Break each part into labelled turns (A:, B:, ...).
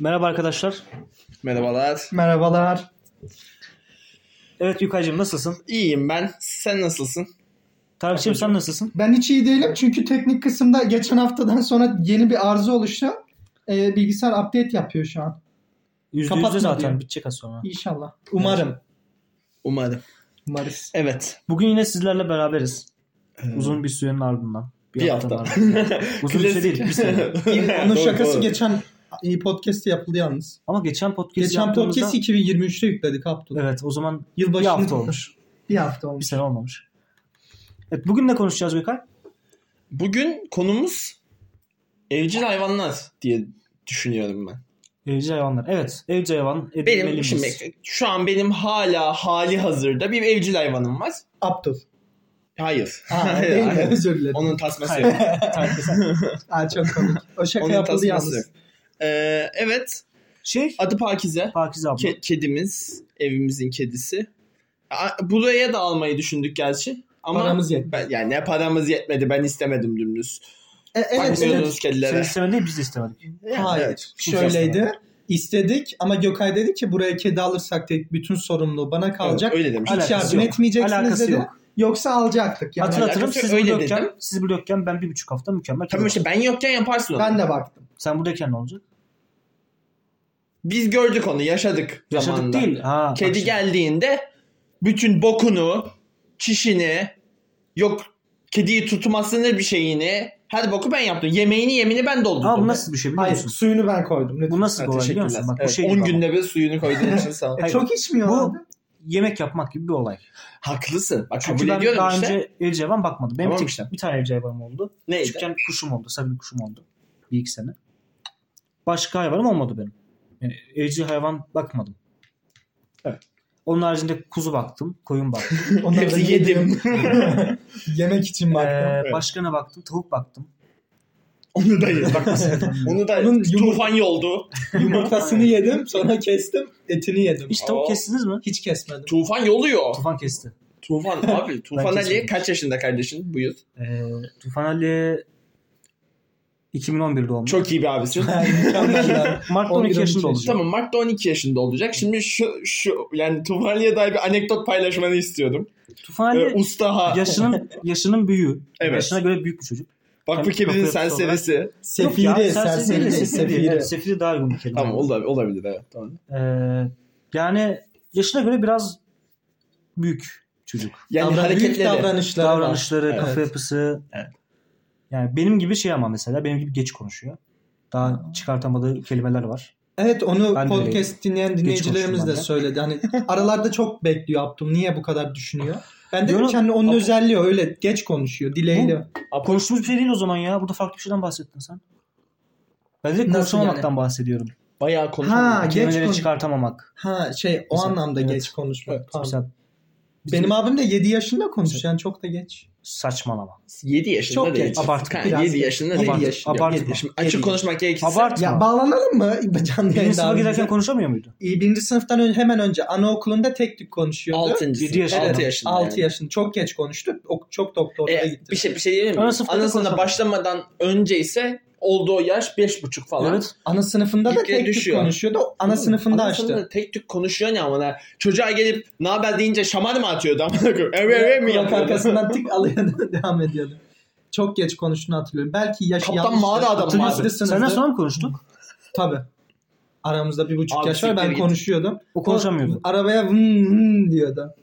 A: Merhaba arkadaşlar.
B: Merhabalar.
C: Merhabalar.
A: Evet Yukacığım nasılsın?
B: İyiyim ben. Sen nasılsın?
A: Tarıkçığım sen nasılsın?
C: Ben hiç iyi değilim çünkü teknik kısımda geçen haftadan sonra yeni bir arıza oluştu. Ee, bilgisayar update yapıyor şu an.
A: Yüzde yüzde
C: Kapatma
A: zaten
C: diyor.
A: bitecek az sonra.
C: İnşallah. Umarım.
B: Umarım.
C: Umarız.
B: Evet.
A: Bugün yine sizlerle beraberiz.
B: Ee,
A: Uzun bir sürenin ardından.
B: bir hafta.
A: ardından. Uzun
C: şey
A: bir süre değil. Bir sene.
C: Ee, Onun
B: Doğru,
C: şakası
B: doğru.
C: geçen e, podcast'te yapıldı yalnız.
A: Ama geçen podcast
C: geçen
A: yaptığımızda...
C: podcast 2023'te yükledik Abdullah.
A: Evet o zaman
C: Yılbaşı
A: bir hafta olmuş.
C: Bir hafta
A: Bir
C: olmuş.
A: sene olmamış. Evet bugün ne konuşacağız Gökay?
B: Bugün konumuz evcil hayvanlar diye düşünüyorum ben.
A: Evcil hayvanlar. Evet evcil hayvan
B: Benim
A: edinmeliyiz.
B: şimdi bekle. şu an benim hala hali hazırda bir evcil hayvanım var.
C: Abdul.
B: Hayır.
C: Ha,
B: Hayır,
C: değil mi?
B: hayır.
C: Özür dilerim.
B: Onun tasması yok.
A: Hayır. Tarıkçı-
C: Aa, çok komik. O şaka
B: Onun
C: yapıldı
B: tasması yok.
C: yalnız.
B: Ee, evet.
A: şey
B: Adı Pakize.
A: Pakize abla.
B: Ke- kedimiz. Evimizin kedisi. A- Buraya da almayı düşündük gerçi. Ama
C: Paramız yetmedi.
B: Ben, yani ne paramız yetmedi ben istemedim dümdüz.
C: E, evet, evet.
B: Bakmıyordunuz kedilere.
A: Sen istemedin değil biz de istemedik.
B: Yani
C: Hayır.
B: evet, kimse istemedi.
C: Şöyleydi. İstedik ama Gökay dedi ki buraya kedi alırsak tek bütün sorumluluğu bana kalacak.
B: Evet, öyle demiş.
A: Alakası
C: Hiç yardım
A: yok.
C: etmeyeceksiniz
A: Alakası
C: dedi.
A: yok.
C: Yoksa alacaktık. Yani
A: Hatırlatırım
B: alakası
A: siz
B: öyle
A: buradayken,
B: dedim.
A: siz buradayken ben bir buçuk hafta mükemmel.
B: Tamam işte ben yokken yaparsın onu.
C: ben de baktım.
A: Sen buradayken ne olacak?
B: Biz gördük onu yaşadık
A: Yaşadık
B: zamanında.
A: değil. Ha,
B: Kedi
A: bak şimdi.
B: geldiğinde bütün bokunu, çişini, yok kediyi tutmasını bir şeyini her boku ben yaptım. Yemeğini yemini ben doldurdum.
A: Ama bu nasıl bir şey biliyor
C: Hayır
A: musun?
C: suyunu ben koydum. lütfen.
A: Bu nasıl bir olay biliyor musun? Bak, bu şey gibi
B: 10
A: ama.
B: günde bir suyunu koyduğun için sağ ol.
C: E,
A: Hayır.
C: çok içmiyor.
A: Bu- Yemek yapmak gibi bir olay.
B: Haklısın. Bak
A: Çünkü
B: kabul
A: ben
B: ediyorum
A: daha
B: işte.
A: önce evcil hayvan bakmadım. Benim
B: Tamam
A: tek
B: işte.
A: bir tane evcil hayvanım oldu.
B: Neydi?
A: Küçükken kuşum oldu. Sabit kuşum oldu. Bir iki sene. Başka hayvanım olmadı benim. Yani evcil hayvan bakmadım.
C: Evet.
A: Onun haricinde kuzu baktım. Koyun baktım.
C: Onları da
B: Hepsi yedim.
C: Yemek için baktım.
A: Ee,
B: Evet.
A: başka ne baktım? Tavuk baktım.
B: Onu da yedim. Bak nasıl yedim. Onu da
C: Onun yumurta-
B: tufan yoldu.
C: Yumurtasını yedim sonra kestim etini yedim.
A: Hiç tavuk
B: Oo.
A: kestiniz mi?
C: Hiç kesmedim.
B: Tufan yoluyor.
A: Tufan kesti.
B: Tufan abi. Tufan Ali
A: kesinlikle.
B: kaç yaşında kardeşin? Buyur.
A: Ee, Tufan Ali 2011 doğumlu.
B: Çok iyi bir abisin.
C: Yani mükemmel.
A: Mart 12 yaşında
C: 11-12
A: olacak.
B: Tamam Mark da 12 yaşında olacak. Şimdi şu şu yani Tufali'ye dair bir anekdot paylaşmanı istiyordum.
A: Tufan
B: Ee,
A: Ali
B: Ustaha.
A: yaşının yaşının büyüğü.
B: Evet.
A: Yaşına göre büyük bir çocuk.
B: Bak bu
A: Hem
B: kedinin
A: kapı
B: serserisi.
A: Yok ya,
C: Sefiri,
A: serseri
C: serseri,
A: de, Sefiri.
C: sefiri.
A: Evet, Sefiri daha uygun bir kelime.
B: Tamam olabilir, olabilir evet. Tamam.
A: Ee, yani yaşına göre biraz büyük çocuk.
B: Yani
C: Davran- büyük
B: hareketleri.
C: davranışları var.
A: Davranışları,
B: Evet.
A: kafa yapısı.
B: Evet.
A: Yani benim gibi şey ama mesela benim gibi geç konuşuyor. Daha çıkartamadığı kelimeler var.
C: Evet onu
A: Ben de
C: podcast dinleyen
A: konuştum
C: dinleyicilerimiz
A: ben
C: de
A: de.
C: söyledi. Hani aralarda çok bekliyor Abdum. Niye bu kadar düşünüyor? Ben dedim
A: Yo-
C: ki hani onun
B: Ab-
C: özelliği öyle geç konuşuyor. Dileğiyle.
A: Konuştuğumuz bir şey değil o zaman ya. Burada farklı bir şeyden bahsettin sen. Ben direkt
C: Nasıl
A: konuşamamaktan bahsediyorum.
B: Bayağı konuşuyor.
C: Ha geç
A: Kelimeleri
C: konuş.
A: çıkartamamak.
C: Ha şey o
A: Mesela,
C: anlamda
A: evet.
C: geç konuşmak. Pardon.
A: Mesela bizim-
C: Benim abim de 7 yaşında konuşuyor. Yani çok da geç.
A: saçmalama.
B: 7 yaşında
C: Çok
B: değil.
C: geç.
A: Abartma.
B: Ha,
C: Biraz
B: 7
C: geç.
B: yaşında
C: Yedi
B: değil.
A: Abart-
C: yaşında.
A: abartma.
C: Yedi yaşında.
B: Açık
C: Yedi.
B: konuşmak gerekirse.
A: Abartma.
C: Ya bağlanalım mı? Canlı
A: Birinci
C: yayında
A: sınıfa giderken
C: abimize.
A: konuşamıyor muydu?
C: İyi, Birinci sınıftan ön- hemen önce anaokulunda tek tük konuşuyordu. 6
B: 6.
A: Yedi yaşında.
B: yaşında. yani.
C: yaşında. Çok geç konuştu. O, çok doktorlara
B: E,
C: gitti.
B: bir şey bir şey diyebilir miyim?
A: Ana
B: Anasına
A: sınıfta da konuşalım.
B: başlamadan önce ise olduğu yaş 5,5 falan.
A: Evet.
C: Ana sınıfında da
B: Gitgide
C: tek tük
B: düşüyor.
C: konuşuyordu. Ana sınıfında
B: Ana
C: açtı.
B: sınıfında tek tük konuşuyor ne amına. Çocuğa gelip ne haber deyince şaman mı atıyordu amına koyayım? Eve eve mi
C: Kulak
B: yapıyordu?
C: arkasından tık alıyordu devam ediyordu. Çok geç konuştuğunu hatırlıyorum. Belki yaş
B: Kaptan
C: yanlıştır.
B: Mağara adam
C: Hatırlıyorsun
B: vardı.
C: sınıfta.
A: Senden sonra mı konuştuk?
C: Tabii. Aramızda bir buçuk
B: Abi
C: yaş var.
B: siktir
C: Ben
B: git.
C: konuşuyordum.
A: O konuşamıyordu.
C: O arabaya vın vın diyordu.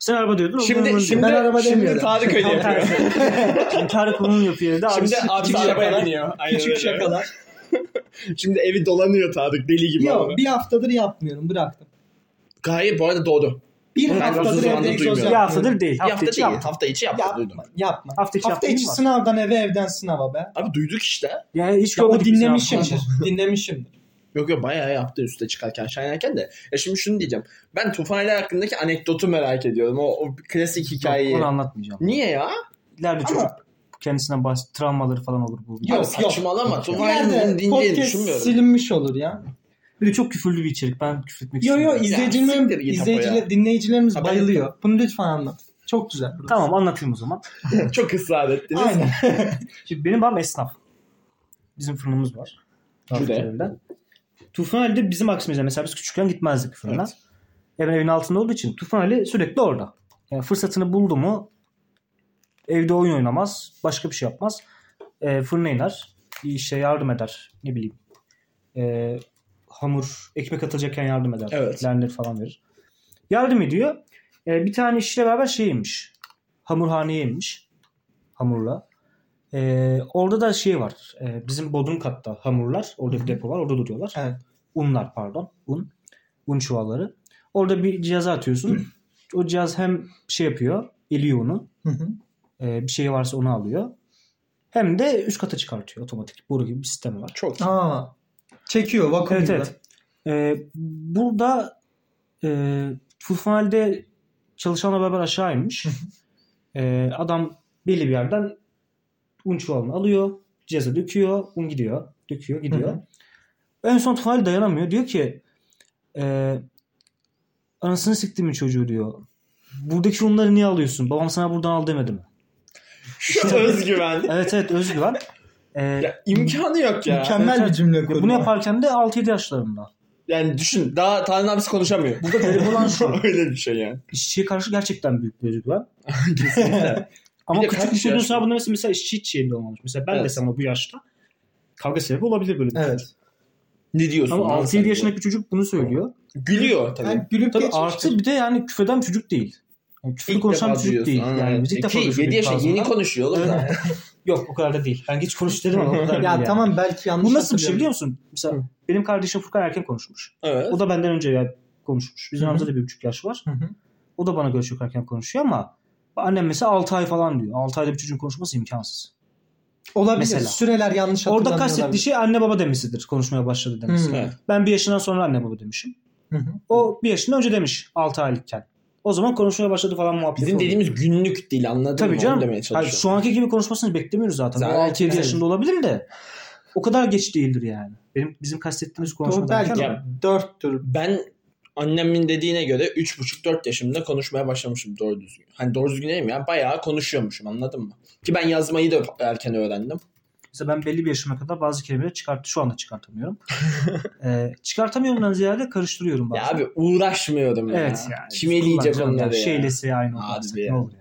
A: Sen araba diyordun. o vın vın
B: Şimdi şimdi
C: Ben araba
B: şimdi
C: demiyorum.
B: Tarık öyle
A: Tam
B: yapıyor.
A: tersi. Şimdi Tarık bunun yapıyor evde.
B: Şimdi
A: Abi,
B: abi
C: küçük
B: arabaya
C: şakalar.
B: biniyor. Aynen
C: Küçük
B: öyle.
C: şakalar.
B: Şimdi evi dolanıyor Tarık deli gibi. ama.
C: Yok bir haftadır yapmıyorum. Bıraktım.
B: Gayet bu arada doğdu.
C: Bir
B: Ben uzun
C: haftadır
B: zamandır
C: evde egzoz
B: duymuyorum.
A: bir haftadır
C: yapmıyorum.
A: değil.
B: Hafta,
A: Hafta içi
B: değil.
A: yaptım.
B: Hafta içi yaptı duydum.
C: Yapma. Yapma.
A: Hafta içi
C: Hafta
A: yaptım.
C: içi sınavdan eve evden sınava be.
B: Abi duyduk işte.
A: Yani hiç
C: Ya o
A: görmedik biz
C: dinlemişimdir.
A: yaptığımızı.
C: dinlemişimdir.
B: Yok yok bayağı yaptı üste çıkarken aşağı inerken de. Ya şimdi şunu diyeceğim. Ben Tufan Ali hakkındaki anekdotu merak ediyorum. O, o klasik hikayeyi.
A: Yok, onu anlatmayacağım.
B: Niye ya?
A: İleride
C: Ama-
A: çocuk kendisinden bahs travmaları falan olur bu.
C: Yok,
B: Abi
C: yok.
B: saçmalama.
C: Bir
B: Tufan Ali'nin
C: yerde
B: dinleyeceğini
C: podcast
B: düşünmüyorum.
C: silinmiş olur ya.
A: Bir de çok küfürlü bir içerik. Ben küfretmek
C: Yo yo
A: istemiyorum.
C: izleyicilerim,
B: siktir git Apo
C: izleyiciler, dinleyicilerimiz
B: Ha, ben-
C: bayılıyor. Bunu lütfen anlat. Çok güzel.
A: Tamam anlatayım o zaman.
B: Çok ısrar ettiniz.
C: Aynen.
A: Şimdi benim babam esnaf. Bizim fırınımız var.
B: Cüde.
A: Tarık'ın evinde. Tufan Ali de bizim aksimizde. Mesela biz küçükken gitmezdik fırına.
B: Evet.
A: Evin evin altında olduğu için Tufan Ali sürekli orada. Yani fırsatını buldu mu evde oyun oynamaz. Başka bir şey yapmaz. E, fırına iner. işte yardım eder. Ne bileyim. E, hamur, ekmek atılacakken yardım eder.
B: Evet.
A: Lerner falan verir. Yardım ediyor. E, bir tane işçiyle beraber şey yemiş. Hamurhaneye inmiş. Hamurla. E, orada da şey var. E, bizim bodrum katta hamurlar. Orada bir depo var. Orada duruyorlar.
B: Evet.
A: Unlar pardon. Un. Un çuvalları. Orada bir cihaza atıyorsun. o cihaz hem şey yapıyor. eliyor unu.
C: Hı hı.
A: E, bir şey varsa onu alıyor. Hem de üst kata çıkartıyor otomatik. Boru gibi bir sistem var.
B: Çok.
C: Aa, çekiyor vakum
A: Evet
C: gibi.
A: evet. E, burada e, Tufmal'de çalışanla beraber aşağı inmiş. E, adam belli bir yerden un çuvalını alıyor. Cihaza döküyor. Un gidiyor. Döküyor gidiyor.
C: Hı hı.
A: En son Tufal dayanamıyor. Diyor ki e, anasını siktimin çocuğu diyor. Buradaki unları niye alıyorsun? Babam sana buradan al demedi mi?
B: Şu özgüven.
A: Evet evet özgüven. E,
B: Ya, imkanı yok ya.
C: Mükemmel
A: Evet,
C: bir cümle kurdu.
A: Bunu yaparken de 6-7 yaşlarında.
B: Yani düşün daha Tanrı abisi konuşamıyor.
A: Burada garip olan şu.
B: Öyle bir şey yani.
A: İşçiye karşı gerçekten büyük bir özgüven.
B: Kesinlikle.
A: Ama
B: Bir de
A: küçük bir
B: kaç
A: çocuğun
B: yaş bu?
A: hesabında mesela, mesela işçi hiç yerinde olmamış. Mesela ben
B: Evet.
A: desem ama bu yaşta kavga sebebi olabilir böyle. bir şey.
C: Evet.
B: ne diyorsun?
A: Ama
B: lan
A: 6-7
B: sen?
A: yaşındaki çocuk bunu söylüyor.
B: Gülüyor tabii.
C: Yani gülüp
A: Tabii
C: geçmiştir.
A: artı bir de yani küfreden bir çocuk değil. Yani küfür
B: İlk
A: konuşan
B: defa
A: bir çocuk
B: duyuyorsun,
A: değil.
B: aynen.
A: Yani biz ilk
B: Ki
A: defa
B: yedi
A: konuşuyoruz
B: yaşında yeni
A: ağzından.
B: konuşuyor oğlum. da.
A: Yok o kadar da değil. Ben hiç konuş dedim ama o kadar
C: Ya
A: değil. yani.
C: tamam belki yanlış
A: Bu nasıl bir şey biliyor
C: hatırlıyorum.
A: musun? Mesela
C: Hı.
A: benim kardeşim Furkan erken konuşmuş.
B: evet.
A: O da benden önce ya konuşmuş. Bizim
C: Hı hı.
A: aramızda da bir buçuk yaş var.
C: Hı hı.
A: O da bana göre çok erken konuşuyor ama annem mesela 6 ay falan diyor. 6 ayda bir çocuğun konuşması imkansız.
C: Olabilir.
A: Mesela.
C: Süreler yanlış
A: Orada
C: hatırlanıyor
A: kastettiği
C: olabilir.
A: şey anne baba demesidir konuşmaya başladı demesi.
C: Hı.
B: Evet.
A: Ben bir yaşından sonra anne baba demişim.
C: Hı hı.
A: O bir yaşından önce demiş 6 aylıkken. O zaman konuşmaya başladı falan muhabbeti
B: Bizim
A: oldu.
B: dediğimiz günlük değil anladın mı?
A: Tabii
B: Onu
A: canım.
B: demeye
A: Hayır,
B: çalışıyorum.
A: şu anki gibi konuşmasını beklemiyoruz zaten.
B: Zaten-
A: 6 7
B: Evet.
A: yaşında olabilir de. O kadar geç değildir yani. Benim bizim kastettiğimiz konuşma
C: Doğru, belki
A: derken
B: Ya-
C: dörttür.
B: ben annemin dediğine göre 3,5-4 yaşımda konuşmaya başlamışım doğru düzgün. Hani doğru düzgün dedim ya bayağı konuşuyormuşum anladın mı? Ki ben yazmayı da erken öğrendim.
A: mesela ben belli bir yaşıma kadar bazı kelimeleri çıkart şu anda çıkartamıyorum. ee, çıkartamıyorumdan ziyade karıştırıyorum bazen.
B: Ya abi uğraşmıyorum ya.
A: Evet yani.
B: Kim eleyecek
A: Kullanacağım
B: onları
A: yani.
B: ya?
A: Şeylesi aynı
B: Hadi
A: olmaz.
B: be
A: Ne
B: ya.
A: olur ya.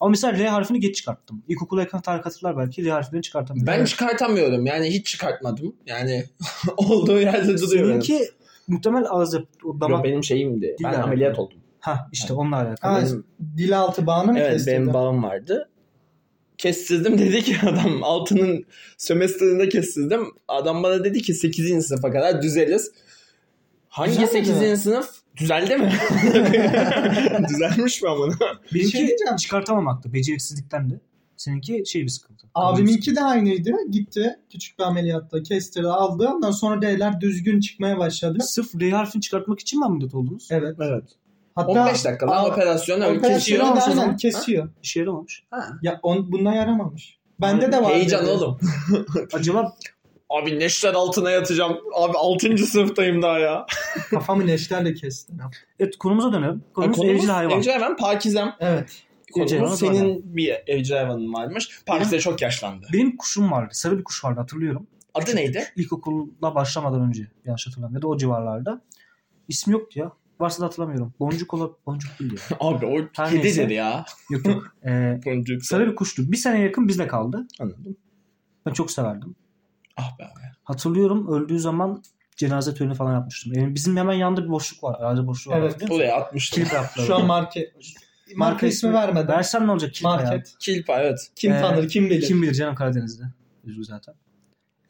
A: Ama mesela R harfini geç çıkarttım. İlkokula yakın tarih hatırlar belki R harfini çıkartamıyorum.
B: Ben çıkartamıyorum yani hiç çıkartmadım. Yani olduğu yerde duruyor benim.
A: Seninki muhtemel ağız yap- o
B: Yok,
A: damak.
B: benim şeyimdi. Ben
A: yani.
B: ameliyat oldum.
A: Ha işte onunla alakalı.
C: Ha,
B: Benim-
C: dil altı bağını mı
B: Evet
C: kestirdi?
B: benim bağım vardı. Kestirdim dedi ki adam altının sömestrinde kestirdim. Adam bana dedi ki 8. sınıfa kadar düzeliz. Hangi
C: Düzelmedi
B: 8.
C: mi?
B: sınıf? Düzeldi mi? Düzelmiş mi amına?
A: Benimki
C: şey diyeceğim.
A: çıkartamamaktı. Beceriksizlikten de. Seninki şey bir sıkıntı.
C: Abiminki de aynıydı. Gitti küçük bir ameliyatta kestirdi aldı. Ondan sonra D'ler düzgün çıkmaya başladı.
A: Sırf R harfini çıkartmak için mi ameliyat oldunuz?
C: Evet.
B: Evet.
C: Hatta
B: 15 dakika lan
C: Aa,
B: operasyon öyle
C: operasyonu
B: kesiyor.
C: da
A: olmuş o
C: aynen
A: zaman.
C: kesiyor.
A: İşe yaramamış.
C: Ya on, bundan yaramamış. Bende de var.
B: Heyecan
C: dedi.
B: oğlum.
A: Acaba
B: Abi neşter altına yatacağım. Abi 6. sınıftayım daha ya.
C: Kafamı neşterle kesti.
A: evet konumuza dönelim. Konumuz,
B: Konumuz
A: evcil hayvan.
B: Evcil hayvan Pakizem.
C: Evet.
B: Konumuz
A: Evcil hayvan
B: senin bir evcil hayvanın varmış. Pakize çok yaşlandı.
A: Benim kuşum vardı. Sarı bir kuş vardı hatırlıyorum.
B: Adı neydi?
A: İlkokula başlamadan önce yanlış hatırlamıyorum. Ya da o civarlarda. İsmi yoktu ya. Varsa da hatırlamıyorum. Boncuk ola boncuk değil ya.
B: Abi o
A: Her neyse.
B: kedidir ya.
A: Yok yok. Ee,
B: Boncuk.
A: sarı bir kuştu. Bir sene yakın bizde kaldı.
B: Anladım.
A: Ben çok severdim.
B: Ah be abi.
A: Hatırlıyorum öldüğü zaman cenaze töreni falan yapmıştım. Yani bizim hemen yanında bir boşluk var. Arazi boşluğu var.
C: Evet.
A: Hatırlıyor musun?
B: Oraya atmıştım.
A: Kilit yaptılar.
C: Şu an market. Marka ismi vermeden.
A: Versem ne olacak? Kilit ayağı.
C: Market.
B: Kilpa evet.
C: Kim
A: Ee,
C: tanır kim bilir.
A: Kim bilir canım Karadeniz'de. Üzgün zaten.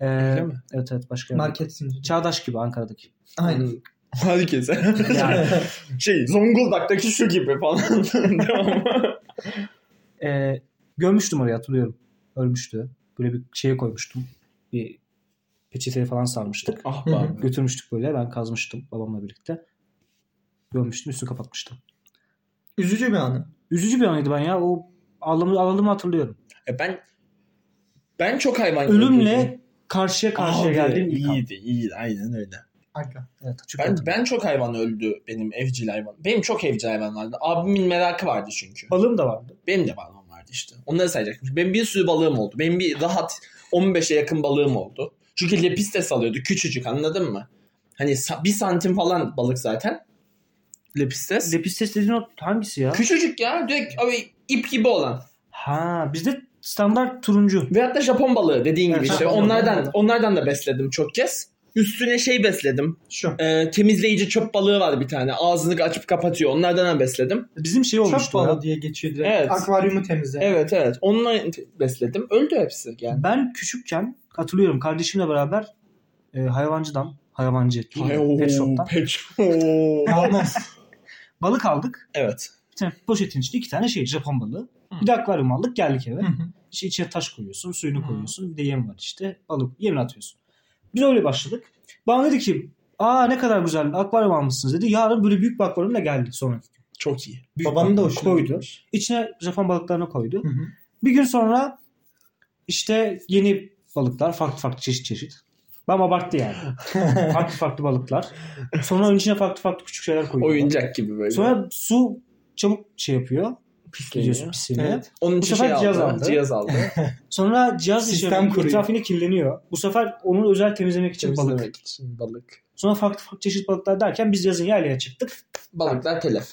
A: Ee,
B: Öyle mi?
A: evet evet başka yer.
C: Market zinciri.
A: Çağdaş gibi Ankara'daki.
C: Aynen.
B: Herkese.
A: Yani.
B: şey Zonguldak'taki şu gibi falan. Tamam.
A: E, gömmüştüm oraya hatırlıyorum. Ölmüştü. Böyle bir şeye koymuştum. Bir peçeteye falan sarmıştık.
B: ah be abi.
A: Götürmüştük böyle. Ben kazmıştım babamla birlikte. Gömmüştüm. Üstünü kapatmıştım.
C: Üzücü bir anı.
A: Üzücü bir anıydı ben ya. O ağlamı, ağladığımı hatırlıyorum.
B: E ben ben çok hayvan gördüm.
A: Ölümle karşıya karşıya
B: Abi,
A: geldiğim ilk an.
B: iyiydi iyiydi aynen öyle.
C: Arka.
A: Evet, çok
B: Ben
A: hatırlıyorum.
B: ben çok hayvan öldü benim evcil hayvan. Benim çok evcil hayvan vardı. Abimin merakı vardı çünkü.
A: Balığım da vardı.
B: Benim de balığım vardı işte. Onları sayacaktım. Benim bir sürü balığım oldu. Benim bir rahat 15'e yakın balığım oldu. Çünkü lepis de salıyordu. Küçücük anladın mı? Hani sa- bir santim falan balık zaten. Lepistes.
A: Lepistes dediğin o hangisi ya?
B: Küçücük ya. Direkt abi ip gibi olan.
A: Ha bizde standart turuncu.
B: Ve hatta Japon balığı dediğin
A: Evet,
B: gibi işte.
A: Japon balığı.
B: Onlardan onlardan da besledim çok kez. Üstüne şey besledim.
C: Şu.
B: Ee, temizleyici çöp balığı var bir tane. Ağzını açıp kapatıyor. Onlardan da besledim.
A: Bizim şey
C: Çöp
A: olmuştu ya.
C: balığı diye geçiyor direkt.
B: Evet.
C: Akvaryumu temizle.
B: Evet evet. Onunla te- besledim. Öldü hepsi yani.
A: Ben küçükken hatırlıyorum kardeşimle beraber e, hayvancıdan hayvancı
B: Ay,
A: pet
B: oo,
A: shop'tan
B: pet shop. Oo.
C: Olmaz.
A: balık aldık.
B: evet.
A: Bir tane poşetin içinde iki tane şey Japon balığı. Bir de akvaryum aldık geldik eve.
C: Hı hı.
A: İşte içine taş koyuyorsun, suyunu
B: Hı.
A: koyuyorsun. Bir de yem var işte. Balık yemini atıyorsun. Biz öyle başladık. Bana dedi ki aa ne kadar güzel akvaryum almışsınız dedi. Yarın böyle büyük bir akvaryumla geldi sonra.
B: Çok iyi.
A: Büyük
C: Babanın da
A: akvaryum
C: hoşuna
A: koydu.
C: gitmiş.
A: İçine Japon balıklarını koydu.
C: Hı hı.
A: Bir gün sonra işte yeni balıklar farklı farklı çeşit çeşit. Ben abarttı yani. farklı farklı balıklar. Sonra onun içine farklı farklı küçük şeyler koyuyor.
B: Oyuncak gibi böyle.
A: Sonra su çabuk şey yapıyor. Gidiyorsun
B: pisleniyor.
A: pisliğine.
C: Evet.
B: Onun
A: Bu
B: için
A: sefer
B: şey
A: cihaz
B: aldı.
A: aldı.
B: Cihaz aldı.
A: Sonra cihaz
C: Sistem
A: Sistem
C: kuruyor.
A: etrafını kirleniyor. Bu sefer onu özel temizlemek için
B: Temizlemek
A: balık.
B: için balık.
A: Sonra farklı farklı çeşit balıklar derken biz yazın yaylaya çıktık.
B: Balıklar telef.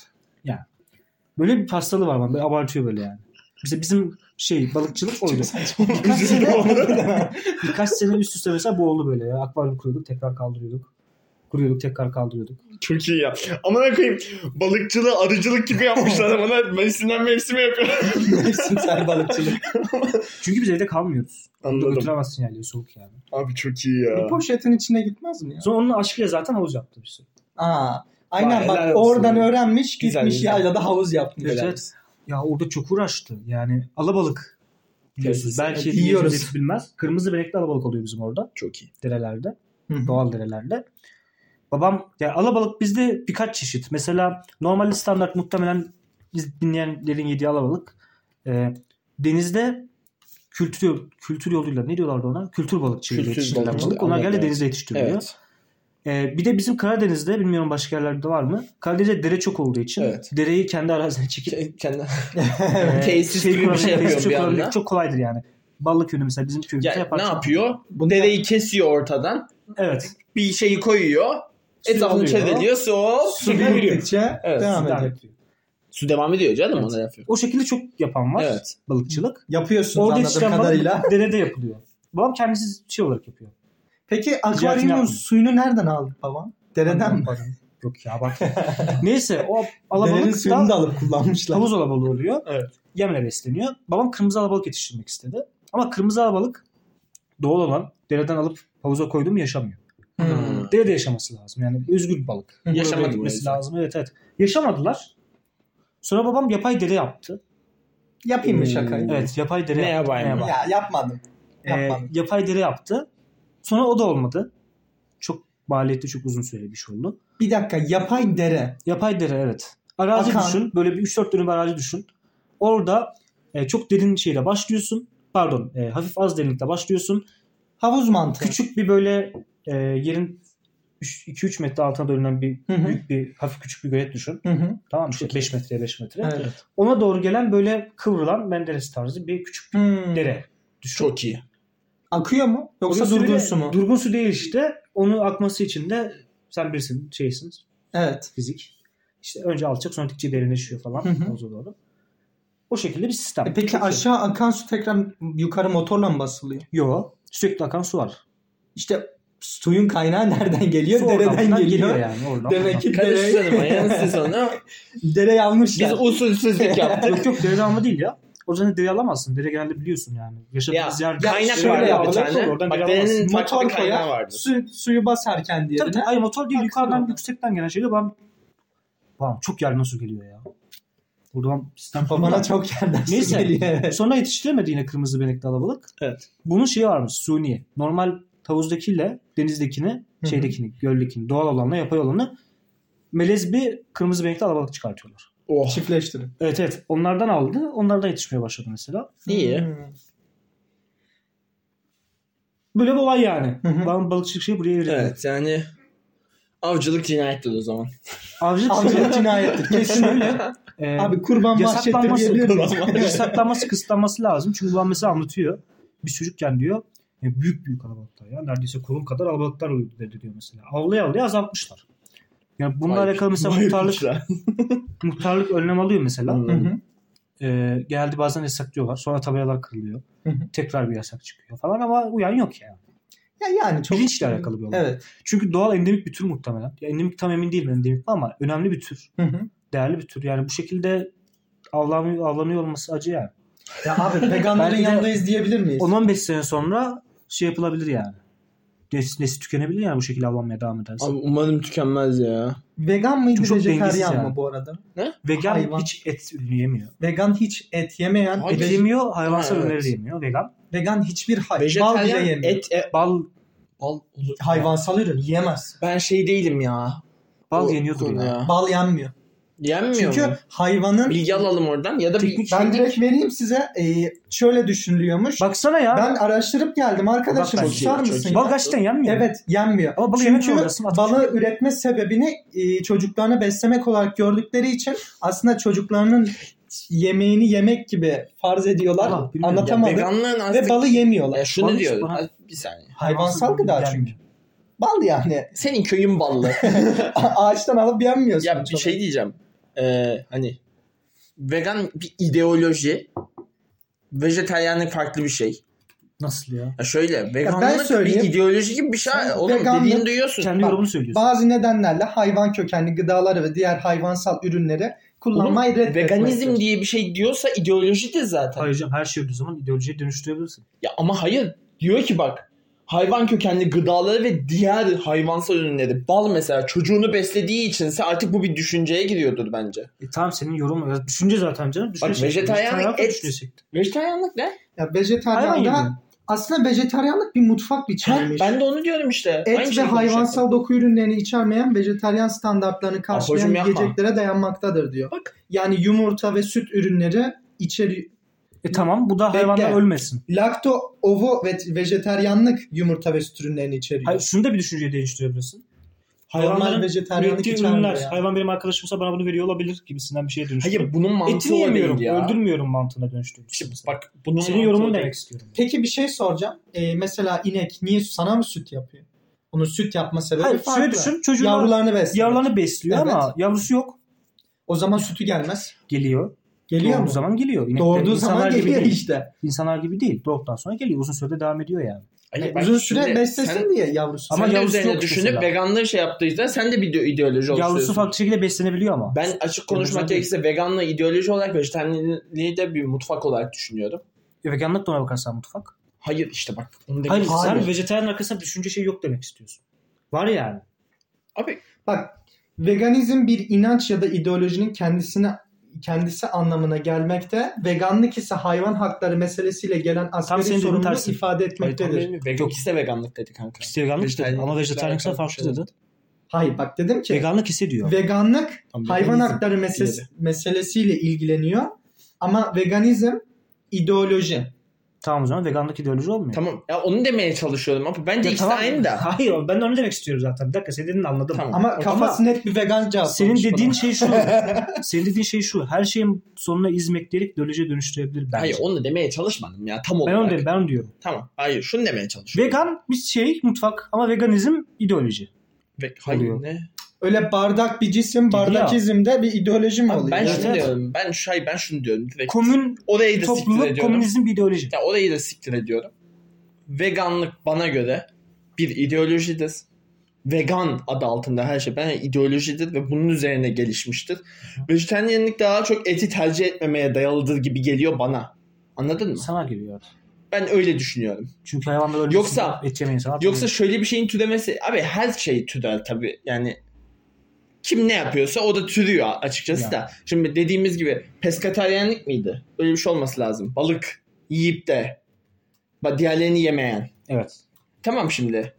A: Böyle bir hastalığı var bana. Böyle abartıyor böyle yani. Mesela bizim şey balıkçılık oydu.
C: Birkaç sene-
A: Birkaç sene üst üste mesela bu oldu böyle ya. Akvaryum kuruyorduk tekrar kaldırıyorduk. Kuruyorduk tekrar kaldırıyorduk.
B: Çok iyi ya. Amına koyayım balıkçılığı arıcılık gibi yapmışlar. Bana mevsimden mevsime yapıyor.
C: Mevsimsel balıkçılık.
A: Çünkü biz evde kalmıyoruz. Anladım.
B: Anladım.
A: Götüremezsin yani soğuk yani.
B: Abi çok iyi
C: Bu
B: ya.
C: poşetin içine gitmez mi ya?
A: Sonra onun aşkıyla zaten havuz yaptı bir sürü.
C: Aa, aynen
B: Vay,
C: bak
B: helal olsun.
C: oradan öğrenmiş
B: Güzel,
C: gitmiş
B: güzel.
C: yaylada havuz yapmış.
A: Evet, evet. Ya orada çok uğraştı. Yani alabalık biliyorsunuz.
B: Yes.
A: Belki
C: Evet,
A: dinleyicimiz
C: yiyoruz.
A: hepsi bilmez. Kırmızı benekli alabalık oluyor bizim orada.
B: Çok iyi.
A: Derelerde.
C: Hı hı.
A: doğal derelerde. Babam yani alabalık bizde birkaç çeşit. Mesela normal standart muhtemelen biz dinleyenlerin yediği alabalık e, denizde kültür kültür yoluyla ne diyorlardı ona? Kültür balıkçılığı
B: Kültür
A: yetiştirilen
B: balıkçılığı,
A: balık. Onlar geldi
B: anladım.
A: denizde yetiştiriliyor.
B: Evet.
A: E, bir de bizim Karadeniz'de bilmiyorum başka yerlerde var mı? Karadeniz'de dere çok olduğu için
B: Evet.
A: dereyi kendi arazine çekip
B: Ke- Kendi...
A: e,
B: tesis gibi bir
A: kurabilmek,
B: şey yapıyorum
A: tesis
B: bir
A: kurabilmek
B: anda.
A: çok kolaydır yani. Balık yönü mesela bizim köyümüzde
B: Ya,
A: yapar.
B: ne yapıyor? Dereyi kesiyor ortadan.
A: Evet.
B: Bir şeyi koyuyor. Etrafını
A: Sürüyor.
B: çeviriyor. Su,
C: Su
B: su devam
C: gittikçe
B: Evet,
C: devam
A: Devam
C: ediyor.
A: ediyor.
B: Su devam ediyor canım
A: Evet.
B: ona yapıyor.
A: O şekilde çok yapan var
B: Evet.
A: balıkçılık.
C: Yapıyorsun
A: Orada
C: anladığım
A: yetiştiren
C: kadarıyla.
A: balık derede yapılıyor. Babam kendisi şey olarak yapıyor.
C: Peki
A: Ticaretini
C: akvaryumun
A: yapmıyor.
C: suyunu nereden aldı babam? Dereden mi?
A: Pardon. Yok ya bak. Neyse o
C: Derenin
A: alabalık
C: suyunu da
A: da
C: alıp kullanmışlar.
A: havuz alabalığı oluyor.
B: Evet.
A: Yemle besleniyor. Babam kırmızı alabalık yetiştirmek istedi. Ama kırmızı alabalık doğal olan dereden alıp havuza koyduğum yaşamıyor.
B: Hmm.
A: Derede yaşaması lazım. Yani özgür bir balık. Burada
B: Yaşamadı bu
A: gitmesi
B: yüzden.
A: lazım. Evet evet. Yaşamadılar. Sonra babam yapay dere yaptı.
C: Yapayım mı
B: Hmm.
C: şakayı?
A: Evet yapay dere
B: Ne
A: yaptı.
B: yapayım?
A: Ne yapayım?
C: Ya yapmadım.
A: Ee,
C: Yapmadım.
A: yapay dere yaptı. Sonra o da olmadı. Çok maliyetli çok uzun süreli bir şey oldu.
C: Bir dakika yapay dere.
A: Yapay dere evet. Arazi
C: Akan.
A: düşün. Böyle bir 3-4 dönüm arazi düşün. Orada e, çok derin şeyle başlıyorsun. Pardon e, hafif az derinlikle başlıyorsun.
C: Havuz mantığı.
A: Küçük bir böyle e, yerin 2-3 metre altına dönülen bir
C: Hı hı.
A: büyük bir hafif küçük bir gölet düşün.
C: Hı hı.
A: Tamam mı? İşte 5 metreye 5 metre.
C: Evet.
A: Ona doğru gelen böyle kıvrılan Menderes tarzı bir küçük
C: Hmm.
A: dere.
B: Çok iyi.
C: Akıyor mu? Yoksa
A: Onun suyu
C: durgun
A: de-
C: su mu?
A: Durgun su değil işte. Onu akması için de sen birisin şeysin
C: evet.
A: fizik. İşte önce alçak sonra gittikçe derinleşiyor falan
C: Hı hı.
A: havuza doğru. O şekilde bir sistem.
C: E peki
A: Çok iyi.
C: aşağı akan su tekrar yukarı motorla mı basılıyor?
A: Yo. Sürekli akan su var.
C: İşte suyun kaynağı nereden geliyor?
A: Su oradan
C: Dereden
A: buradan
C: geliyor.
A: yani. Oradan
C: Demek ki dere,
B: Karıştırma ya siz onu.
C: dere yanmışlar.
B: Biz usulsüzlük
A: buradan.
B: yaptık.
A: Yok yok derede alma değil ya. O zaman dere alamazsın. Dere genelde biliyorsun yani. Yaşadığımız yer.
B: Kaynak
C: şöyle
B: var ya bir
A: yapalım,
B: tane.
A: oradan
B: Bak
A: bir
B: derenin
A: alamazsın.
B: farklı
C: Motor
B: bir kaynağı
C: koyar.
B: vardı.
C: Su, suyu basar kendi
A: Tabii,
C: yerine.
A: tabii. Ay motor değil.
C: Aksın
A: Yukarıdan
C: oradan.
A: yüksekten gelen şeyle ben... Bam çok yer nasıl geliyor ya. Buradan sistem
C: Bana çok yerden su
A: Neyse.
C: geliyor. evet.
A: Sonra yetiştiremedi yine kırmızı benekli alabalık.
B: Evet.
A: Bunun şeyi varmış suni. Normal havuzdakiyle denizdekini,
C: hı.
A: şeydekini, göldekini, doğal olanla yapay olanı melez bir kırmızı benekli alabalık çıkartıyorlar.
B: Oh.
C: Çiftleştirin.
A: Evet evet. Onlardan aldı. Onlardan yetişmeye başladı mesela.
B: İyi.
C: Hmm.
A: Böyle bir olay yani.
C: Hı hı.
A: Ben balıkçılık şeyi buraya evrildi.
B: Evet yani avcılık cinayettir o zaman.
A: Avcılık
C: Avcılık
A: avcılık
C: cinayettir. Kesin öyle.
A: e,
C: Abi kurban bahşettir
A: yasaklanması,
C: diyebilir miyiz?
A: yasaklanması, kısıtlanması lazım. Çünkü babam mesela anlatıyor. Biz çocukken diyor Yani büyük büyük alabalıklar ya. Neredeyse kolum kadar alabalıklar öldürüyor mesela. Avlaya avlaya azaltmışlar. Yani bununla
B: Vay-
A: alakalı mesela
B: vay
A: muhtarlık,
B: piçler.
A: muhtarlık önlem alıyor mesela.
B: Hı.
C: Hı hı.
A: Ee, genelde bazen yasaklıyorlar. Sonra tabelalar kırılıyor.
C: Hı hı.
A: Tekrar bir yasak çıkıyor falan ama uyan yok yani.
C: Ya yani çok
A: Bilinçle alakalı bir olay.
C: Evet.
A: Çünkü doğal endemik bir tür muhtemelen. Ya endemik tam emin değilim endemik mi ama önemli bir tür.
C: Hı hı.
A: Değerli bir tür. Yani bu şekilde avlanıyor, avlanıyor olması acı yani.
C: Ya abi veganların
A: Belki de-
C: yanındayız diyebilir miyiz?
A: 10-15 sene sonra şey yapılabilir yani. Nes- nesli tükenebilir yani bu şekilde avlanmaya devam ederse.
B: Abi umarım tükenmez ya.
C: Vegan mıydı
A: Çok- çok
C: vejetaryen
A: dengesiz
C: mi
A: yani.
C: bu arada?
A: Vegan
C: hayvan. şey-
A: hiç et ürünü yemiyor.
C: Vegan hiç et yemeyen,
B: Hayır.
A: Et
C: ve-
A: yemiyor, hayvansal
B: Ha, evet.
A: ürünleri de yemiyor. Vegan.
C: vegan hiçbir hay- bal bile
B: Vejetaryen
C: yemiyor.
B: et, e,
A: Bal
B: bal olur.
C: Hayvansal ürün yiyemez.
B: Ben şey değilim ya.
A: bal
B: O
A: yeniyordur
B: konuda
A: ya.
C: Bal yenmiyor.
B: Yenmiyor
C: Çünkü
B: mu? şey-
C: hayvanın
B: Bilgi alalım oradan ya da bir-
A: Teknik-
C: ben direkt vereyim size. Ee, şöyle düşünülüyormuş.
A: Baksana ya.
C: ben araştırıp geldim arkadaşım.
A: Bak ben-
C: Susar
B: Çok iyi,
C: mısın?
B: çok iyi.
A: bal gerçekten yenmiyor.
C: Evet yenmiyor.
A: Ama balı yemek
C: Çünkü
A: zorundasın, atacak.
C: balı üretme sebebini e, çocuklarını beslemek olarak gördükleri için aslında çocuklarının yemeğini yemek gibi farz ediyorlar.
A: Allah, bilmiyorum.
B: ya
C: Anlatamadım.
B: veganların artık
C: Ve balı yemiyorlar.
B: Ya şunu
A: Bal-
B: diyor.
A: bana-
B: Ha, Bir saniye.
C: Hayvansal
A: ürün
C: gıda
A: yenmiyor.
C: çünkü. Bal yani.
B: Senin köyün ballı.
C: Ağaçtan alıp yenmiyorsun.
B: ya bir
C: çok.
B: şey diyeceğim. Ee, hani vegan bir ideoloji. Vejetaryenlik farklı bir şey.
A: Nasıl ya?
B: Ya şöyle
C: ben
B: veganlık bir
C: söyleyeyim.
B: ideoloji gibi bir şey.
C: Sen
B: Oğlum
C: veganlık-
B: dediğini duyuyorsun.
A: Kendi
C: Bak,
A: yorumunu söylüyorsun.
C: Bazı nedenlerle hayvan kökenli gıdaları ve diğer hayvansal ürünleri kullanmayı
B: Oğlum,
C: reddetmektir.
B: veganizm diye bir şey diyorsa ideoloji de zaten.
A: Hayır canım her şey olduğu zaman ideolojiye dönüştürebilirsin.
B: Ya ama hayır. Diyor ki bak hayvan kökenli gıdaları ve diğer hayvansal ürünleri bal mesela çocuğunu beslediği içinse artık bu bir düşünceye giriyordur bence.
A: E tamam senin yorumun. Düşünce zaten canım. Düşünce şekli.
B: vejetaryenlik
A: Vejetaryenlik
B: et-
A: düşüncesi.
B: Vejetaryenlik ne?
C: Ya
A: Hayvan
C: vejetaryen
A: yemiyor.
C: da aslında vejetaryenlik bir mutfak biçimiymiş.
B: Ben de onu diyorum işte. Aynı şey
C: Et ve
B: şeyi konuşuyorum.
C: hayvansal doku ürünlerini içermeyen vejetaryen standartlarını karşılayan
B: hocam yapma.
C: yiyeceklere dayanmaktadır diyor.
B: Bak.
C: Yani yumurta ve süt ürünleri içeri
A: E tamam bu da
C: Bekle.
A: hayvanlar ölmesin.
C: lakto, ovo ve vejetaryenlik yumurta ve süt ürünlerini içeriyor.
A: Hayır, şunu da bir düşünceye dönüştürebilirsin.
C: Normal
A: Hayvanların
C: vejetaryenlik
A: ürettiği
C: içermiyor.
A: ürünler.
C: yani.
A: Hayvan benim arkadaşımsa bana bunu veriyor olabilir gibisinden bir şeye dönüştür.
B: Hayır bunun mantığı
A: Etini
B: o
A: yemiyorum.
B: değil ya.
A: Öldürmüyorum mantığına dönüştürmüş.
B: İşte bak bunun
A: Senin
B: mantığı o
A: yorumun
B: değil.
A: demek istiyorum.
C: Peki bir şey soracağım. Ee, mesela inek niye sana mı süt yapıyor? Onun süt yapma sebebi
A: Hayır
C: farklı.
A: şöyle düşün çocuğun yavrularını,
C: Yavrularını besliyor.
A: besliyor
C: Evet.
A: ama yavrusu yok.
C: O zaman sütü gelmez.
A: Geliyor.
C: Geliyor
A: Doğduğu
C: mu?
A: zaman geliyor. İnek de
C: Doğduğu zaman
A: insanlar gibi
C: geliyor
A: değil.
C: işte.
A: İnsanlar gibi değil. Doğduktan sonra geliyor. Uzun sürede devam ediyor yani.
B: Hayır,
C: Yani
B: bak
C: uzun
B: şimdi
C: süre beslesin
B: Sen,
C: diye yavrusu.
A: Ama
B: sen de
A: yavrusu
B: üzerine
A: yok
B: düşünüp
A: mesela.
B: veganlığı şey yaptıysan sen de bir ideoloji
A: Yavrusu
B: oluşturuyorsun.
A: farklı şekilde beslenebiliyor ama.
B: Ben açık konuşmak
A: Yavrusu-
B: gerekirse veganlığı ideoloji olarak vejetaryenliği de bir mutfak olarak düşünüyorum.
A: Veganlık da ona bakarsan mutfak.
B: Hayır işte bak onu
A: Hayır,
B: demek
A: sen
B: Hayır.
A: vejetaryen arkasında düşünce şey yok demek istiyorsun. Var yani.
B: Abi
C: Bak veganizm bir inanç ya da ideolojinin kendisine kendisi anlamına gelmekte. Veganlık ise hayvan hakları meselesiyle gelen asgari
A: senin dediğin
C: sorumluluğu
A: tersi.
C: ifade
B: hayır, tamam,
C: etmektedir.
B: vegan ikisi de veganlık dedi kanka.
A: İşte veganlık
B: Vejetaryen- şey
A: dedi ama vejetaryenlikse farklı
B: Evet.
A: dedi.
C: Hayır bak dedim ki
A: Veganlık hissediyor.
C: veganlık
B: Tamam,
C: hayvan
B: veganizm
C: hakları meselesi,
B: diyelim.
C: meselesiyle ilgileniyor. Ama veganizm ideoloji.
A: tamam o zaman veganlık ideoloji olmuyor.
B: Tamam ya onu demeye çalışıyordum ama bence
A: Ya
B: ikisi
A: tamam.
B: aynı da.
A: Hayır oğlum, ben onu demek istiyorum zaten. Bir dakika senin dediğini anladım.
B: Tamam.
C: Ama kafası net bir vegan cevap.
A: Senin
C: olmuş
A: dediğin
C: bana.
A: şey şu. senin dediğin şey şu. Her şeyin sonuna izmek diyerek ideolojiye dönüştürebilir bence.
B: Hayır onu demeye çalışmadım ya tam
A: ben
B: olarak.
A: onu dedim, ben onu diyorum.
B: Tamam hayır şunu demeye çalışıyorum.
A: Vegan bir şey mutfak ama veganizm ideoloji.
B: Ve, hayır
A: Oluyor.
B: ne?
C: Öyle bardak bir cisim, bardakizmde bir ideoloji mi
B: Abi
C: oluyor?
B: ben
C: Yani
B: şunu
A: Evet.
B: diyorum. Ben şu hayır ben şunu diyorum. Direkt.
A: Komün
B: orayı da Şey siktir
A: topluluk
B: ediyorum.
A: komünizm bir ideoloji.
B: Ya orayı da siktir ediyorum. Veganlık bana göre bir ideolojidir. Vegan adı altında her şey ben ideolojidir ve bunun üzerine gelişmiştir. Vejetaryenlik daha çok eti tercih etmemeye dayalıdır gibi geliyor bana. Anladın mı?
A: Sana geliyor.
B: Ben öyle düşünüyorum.
A: Çünkü hayvanlar ölmesin.
B: Yoksa-
A: et yemeyen insanlar.
B: Yoksa şöyle bir şeyin türemesi... Abi her şey türer tabii. Yani kim ne yapıyorsa o da türüyor açıkçası
A: Ya.
B: da. Şimdi dediğimiz gibi peskataryenlik miydi? Öyle bir şey olması lazım. Balık yiyip de ba- diğerlerini yemeyen.
A: evet.
B: Tamam şimdi.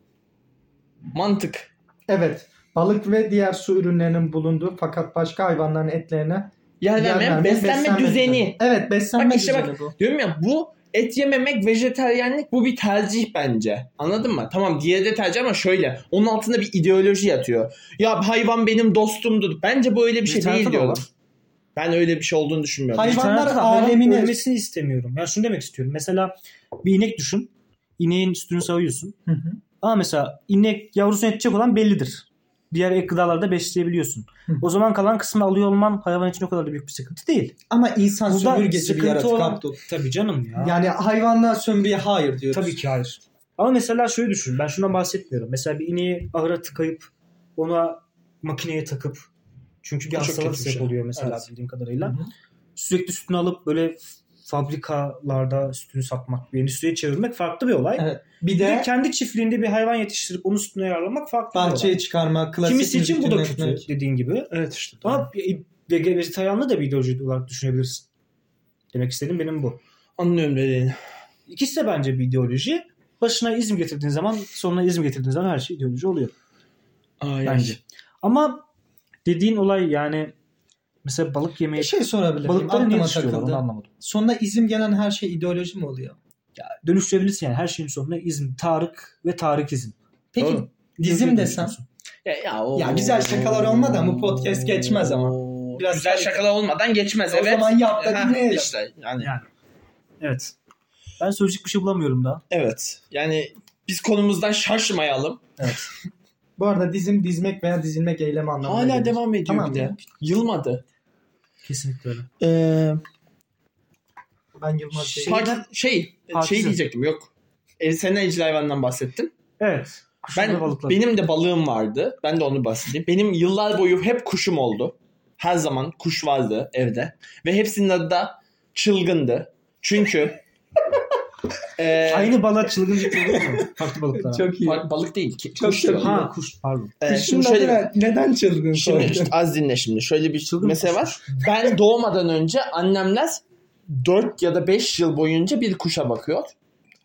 B: Mantık.
C: Evet. Balık ve diğer su ürünlerinin bulunduğu fakat başka hayvanların etlerine yer
B: Yerlenme,
C: vermeyen
B: beslenme, düzeni.
C: düzeni. Evet beslenme
B: Bak işte
C: düzeni
B: bak.
C: bu.
B: Diyorum ya bu et yememek vejetaryenlik bu bir tercih bence. Anladın mı? Tamam diğeri de tercih ama şöyle. Onun altında bir ideoloji yatıyor. Ya hayvan benim dostumdur. Bence bu öyle bir şey
A: Vejetaryen
B: değil
A: de
B: diyorum.
A: var.
B: Ben öyle bir şey olduğunu düşünmüyorum.
C: Hayvanlar
A: Hayvanlar
C: alemini-
A: alemini ölmesini istemiyorum. Yani şunu demek istiyorum. Mesela bir inek düşün. ineğin sütünü sağıyorsun.
C: Hı hı.
A: Ama mesela inek yavrusunu yetecek olan bellidir. Diğer ek gıdalarda besleyebiliyorsun.
C: Hı.
A: O zaman kalan kısmını alıyor olman hayvan için o kadar da büyük bir sıkıntı değil.
C: Ama insan
A: Burada
C: sömürgesi bir
A: sıkıntı
C: yaratık
A: olan-
C: Abdul.
A: Tabii canım ya.
C: Yani hayvanla sömürüye hayır diyoruz.
A: Tabii ki hayır. Ama mesela şöyle düşün. Ben şundan bahsetmiyorum. Mesela bir ineği ahıra tıkayıp ona makineye takıp çünkü bir
B: Çok
A: hastalık
B: kötü bir
A: sebep
B: şey.
A: oluyor mesela
B: Evet.
A: bildiğim kadarıyla.
C: Hı hı.
A: Sürekli sütünü alıp böyle fabrikalarda sütünü satmak, bir endüstriye çevirmek farklı bir olay.
C: Evet. Bir
A: Bir de
C: de
A: kendi çiftliğinde bir hayvan yetiştirip onun sütünü ayarlamak farklı bir olay.
C: bahçeye çıkarmak, klasik
A: Kimisi için
C: müzik
A: bu da
C: dinletmek.
A: kötü dediğin gibi.
B: Evet işte.
A: Ama ve- vejetaryanlığı da bir ideoloji olarak düşünebilirsin. Demek istediğim benim bu.
B: Anlıyorum dediğini.
A: İkisi de bence bir ideoloji. Başına izm getirdiğin zaman, sonuna izm getirdiğin zaman her şey ideoloji oluyor
B: Ay,
A: bence. Ama dediğin olay yani mesela balık yemeği
C: Bir şey sorabilir miyim?
A: balıkları niye
C: Aklıma
A: dışlıyorlar onu
C: takıldı.
A: anlamadım.
C: Sonuna izim gelen her şey ideoloji mi oluyor?
A: Dönüştürebilirsin yani her şeyin sonuna izm, Tarık ve Tarık izm.
C: Peki
B: Doğru.
C: dizim desem?
B: Ya, ya, o-
C: Ya güzel şakalar olmadı ama podcast geçmez ama. Biraz
B: güzel
C: harika.
B: şakalar olmadan geçmez
C: O
B: evet.
C: zaman yap da
B: Ha,
C: dinleyelim.
B: işte, yani.
A: Evet. Ben söyleyecek bir şey bulamıyorum daha.
B: Evet. Yani biz konumuzdan şaşmayalım.
C: Bu arada dizim dizmek veya dizilmek eylemi anlamına
B: Hala
C: gelir.
B: devam ediyor
C: Tamam
B: bir de.
C: ya.
B: Yılmadı.
A: Kesinlikle öyle.
B: Ee,
C: Ben Yılmaz
A: Şey-
C: Bey'im.
B: Parti- şey,
A: Partizan.
B: şey diyecektim yok. E, sen evcil hayvandan bahsettin.
A: Evet. Kuşlar
B: Ben,
A: ve balıklar.
B: benim de balığım vardı. Ben de onu bahsedeyim. Benim yıllar boyu hep kuşum oldu. Her zaman kuş vardı evde. Ve hepsinin adı da çılgındı. Çünkü e,
A: Aynı balığa çılgın çılgın mı? Farklı balıklara.
C: Çok iyi.
B: bak- balık değil ki.
C: Çok
B: kuş diyorum.
C: iyi.
A: Ha kuş pardon.
B: E,
C: Kuşun
B: şimdi şöyle,
C: adı ne? neden çılgın
B: şimdi
C: soydu?
B: işte az dinle şimdi. Şöyle bir
A: Çılgın
B: mesele
A: kuş.
B: var. Ben doğmadan önce annemler 4 ya da 5 yıl boyunca bir kuşa bakıyor.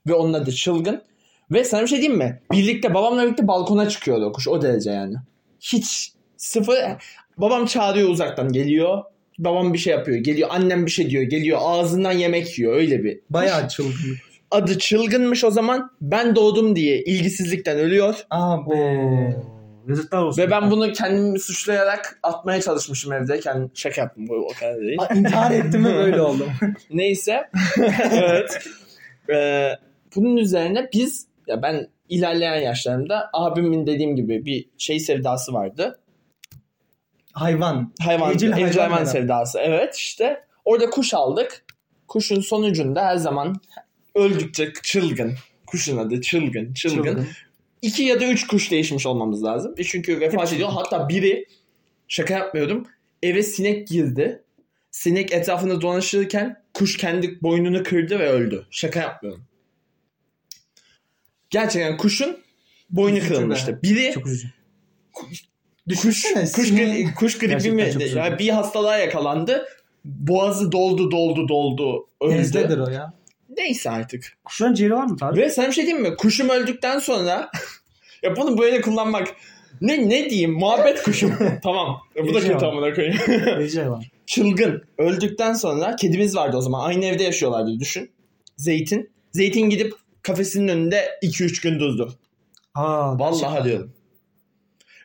B: Ve onun adı çılgın. Ve sana bir şey diyeyim mi? Birlikte babamla birlikte balkona çıkıyordu o kuş. O derece yani. Hiç sıfır. Babam çağırıyor uzaktan geliyor. Babam bir şey yapıyor geliyor. Annem bir şey diyor geliyor. Ağzından yemek yiyor öyle bir.
C: Bayağı çılgın.
B: Adı çılgınmış o zaman. Ben doğdum diye ilgisizlikten ölüyor.
C: Aa be.
A: Yazıklar olsun.
B: Ve ben bunu kendimi suçlayarak atmaya çalışmışım evde. Kendim şaka yaptım bu o kadar değil.
C: Aa, intihar ettim mi böyle oldum.
B: Neyse. evet. Ee, bunun üzerine biz ya ben ilerleyen yaşlarımda abimin dediğim gibi bir şey sevdası vardı.
C: Hayvan.
B: Hayvan,
C: Evcil
B: evcil,
C: hayvan
B: hayvan,
C: merakı.
B: sevdası. Evet işte. Orada kuş aldık. Kuşun sonucunda her zaman öldükçe çılgın. Kuşun adı çılgın, çılgın. İki ya da üç kuş değişmiş olmamız lazım. E Çünkü vefat ediyor. Hatta biri şaka yapmıyordum. Eve sinek girdi. Sinek etrafında dolaşırken kuş kendi boynunu kırdı ve öldü. Şaka yapmıyorum. Gerçekten kuşun boynu
C: Üzücü be.
B: kırılmıştı. Biri
A: Çok üzücü.
B: kuş,
C: Düşünsene,
B: kuş,
C: sineğin-
B: gri- kuş gribi
A: Gerçekten
B: mi?
A: çok üzücü.
B: Yani bir hastalığa yakalandı. Boğazı doldu doldu doldu
C: Nezdedir
B: öldü.
C: o ya.
B: Neyse artık.
A: Kuşların ciğeri var mı Tarık?
B: Ve sana bir şey diyeyim mi? Kuşum öldükten sonra ya bunu böyle kullanmak ne ne diyeyim? Muhabbet kuşum. tamam. E, Bu da
A: Yaşa.
B: kötü amına koyayım.
A: Verici hayvan.
B: Çılgın. Öldükten sonra kedimiz vardı o zaman. Aynı evde yaşıyorlardı düşün. Zeytin. Zeytin gidip kafesinin önünde 2-3 gün duzdu.
A: Aa,
B: Vallahi diyorum.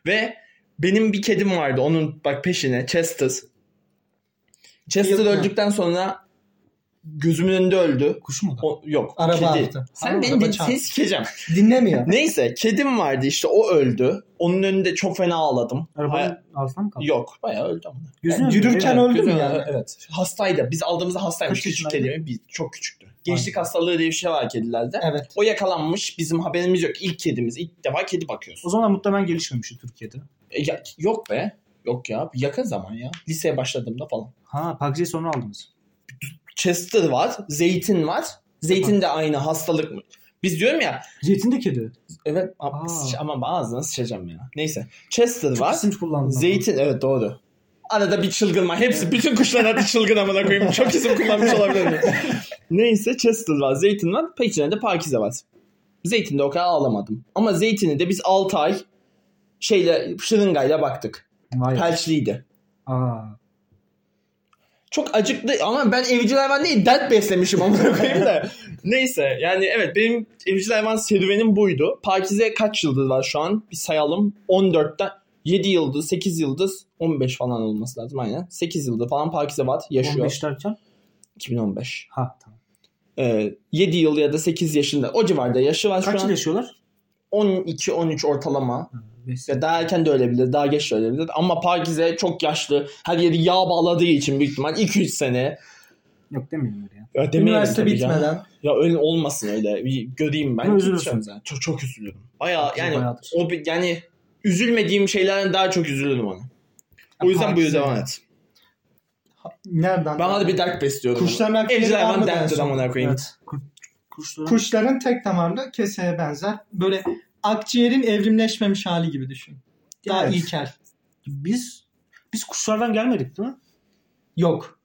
B: Ve benim bir kedim vardı. Onun bak peşine Chester. Chester
C: Yok mu?
B: öldükten sonra gözümün önünde öldü.
A: Kuş mu?
B: O, yok.
C: Araba
B: kedi.
C: attı.
B: Sen
C: Araba
B: beni din-
C: çarptı.
B: seni sikeceğim.
C: Dinlemiyor.
B: Neyse kedim vardı işte o öldü. Onun önünde çok fena ağladım. Baya-
A: Arabanın altına mı kaldı?
B: yok bayağı öldü ama.
A: Gözünün önünde
C: Yürürken
A: mi?
C: öldü mü
B: Gözü-
C: yani?
B: Evet. Hastaydı. Biz aldığımızda hastaymış.
A: Kaç
B: Küçük
A: yaşındaydı?
B: kedi. Bir, çok küçüktü. Gençlik hastalığı diye bir şey var kedilerde.
C: Evet.
B: O yakalanmış. Bizim haberimiz yok. İlk kedimiz. ilk defa kedi bakıyoruz.
A: O zaman muhtemelen gelişmemişti Türkiye'de.
B: E, ya- yok be. Yok ya. Yakın zaman ya. Liseye başladığımda falan.
A: Ha Pagzi'yi sonra aldınız.
B: Chester var. Zeytin var. Zeytin de aynı hastalık mı? Biz diyorum ya
A: Zeytin de kedi.
B: evet
A: Aa.
B: ama ağzına sıçacağım ya. Neyse. Chester
A: Çok
B: var.
A: isim kullandım.
B: Zeytin evet doğru. Arada bir çılgınma. Hepsi bütün kuşlar adı çılgın amına koyayım. Çok isim kullanmış olabilir. Neyse Chester var, Zeytin var, peşine de Pakize var. Zeytin'de o kadar ağlamadım. Ama Zeytin'i de biz 6 ay şeyle şırıngayla baktık.
A: Vay.
B: Pelçliydi.
A: Aa.
B: Çok acıklı ama ben evcil hayvan değil dert beslemişim amına koyayım da. Neyse yani evet benim evcil hayvan serüvenim buydu. Pakize kaç yıldız var şu an? Bir sayalım. 14'ten 7 yıldız, 8 yıldız, 15 falan olması lazım aynen. 8 yıldız falan Pakize var yaşıyor.
A: 15 derken?
B: 2015.
A: Ha tamam.
B: 7 Ee, yıl ya da 8 yaşında o civarda yaşı var şu
A: Kaç yıl
B: an.
A: yaşıyorlar?
B: 12-13 ortalama. Ya daha erken de ölebilir, daha geç de ölebilir. Ama Pakize çok yaşlı, her yeri yağ bağladığı için büyük ihtimal 2-3 sene.
A: Yok demiyorum öyle ya.
B: Ya demeyelim
C: Üniversite
B: tabii ya.
C: bitmeden.
B: Ya öyle olmasın öyle. Bir göreyim ben.
A: Ama üzülürsün.
B: Gideceğim zaten. Çok çok üzülürüm. Baya
A: Çok
B: yani
A: bayağıdır.
B: o bir- yani üzülmediğim şeylerden daha çok üzülürüm ona. O
A: Ya
B: yüzden bu
A: Pakize-
B: devam et.
C: Nereden?
B: Ben hadi bir dert besliyorum.
C: Kuşların erkekleri
B: Evcil
C: var
B: hayvan
C: mı
B: derttir
C: dersin?
B: amına koyayım.
A: Evet. Kur- Kuşların
C: Kuşların tek damarlı keseye benzer. Böyle akciğerin evrimleşmemiş hali gibi düşün. Daha
A: Evet.
C: ilkel.
A: biz biz kuşlardan gelmedik değil mi?
C: Yok.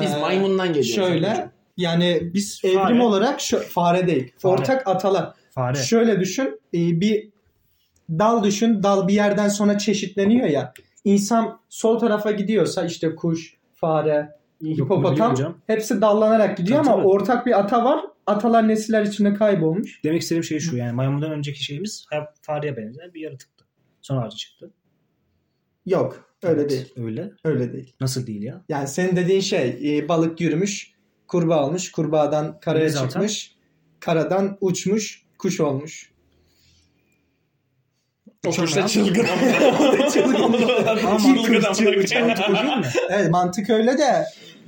B: Biz
C: Ee,
B: maymundan geliyoruz.
C: Şöyle yani biz
A: Fare.
C: evrim olarak şu, fare değil.
A: Fare.
C: Ortak atalar.
A: Fare.
C: Şöyle düşün e, bir dal düşün. Dal bir yerden sonra çeşitleniyor ya. İnsan sol tarafa gidiyorsa işte kuş, fare, hipopotam
A: hocam.
C: hepsi dallanarak gidiyor
A: Tabii,
C: ama
A: tabii.
C: ortak bir ata var. Atalar nesiller içinde kaybolmuş.
A: Demek istediğim şey şu yani maymundan önceki şeyimiz hay- fareye benzer bir yaratıktı. Sonra ağacı çıktı.
C: Yok öyle
A: Evet,
C: değil.
A: Öyle.
C: Öyle değil.
A: Nasıl değil ya?
C: Yani senin dediğin şey e, balık yürümüş, kurbağa olmuş, kurbağadan karaya
A: Öyle zaten.
C: çıkmış, karadan uçmuş, kuş olmuş.
B: O
A: Uçan
B: kuşta
A: adam.
B: çılgın. Çılgın.
A: Ama
B: Çılgın.
A: mantıklı,
B: amına
A: çılgın,
B: koyayım.
A: mantıklı değil mi?
C: Evet mantık öyle de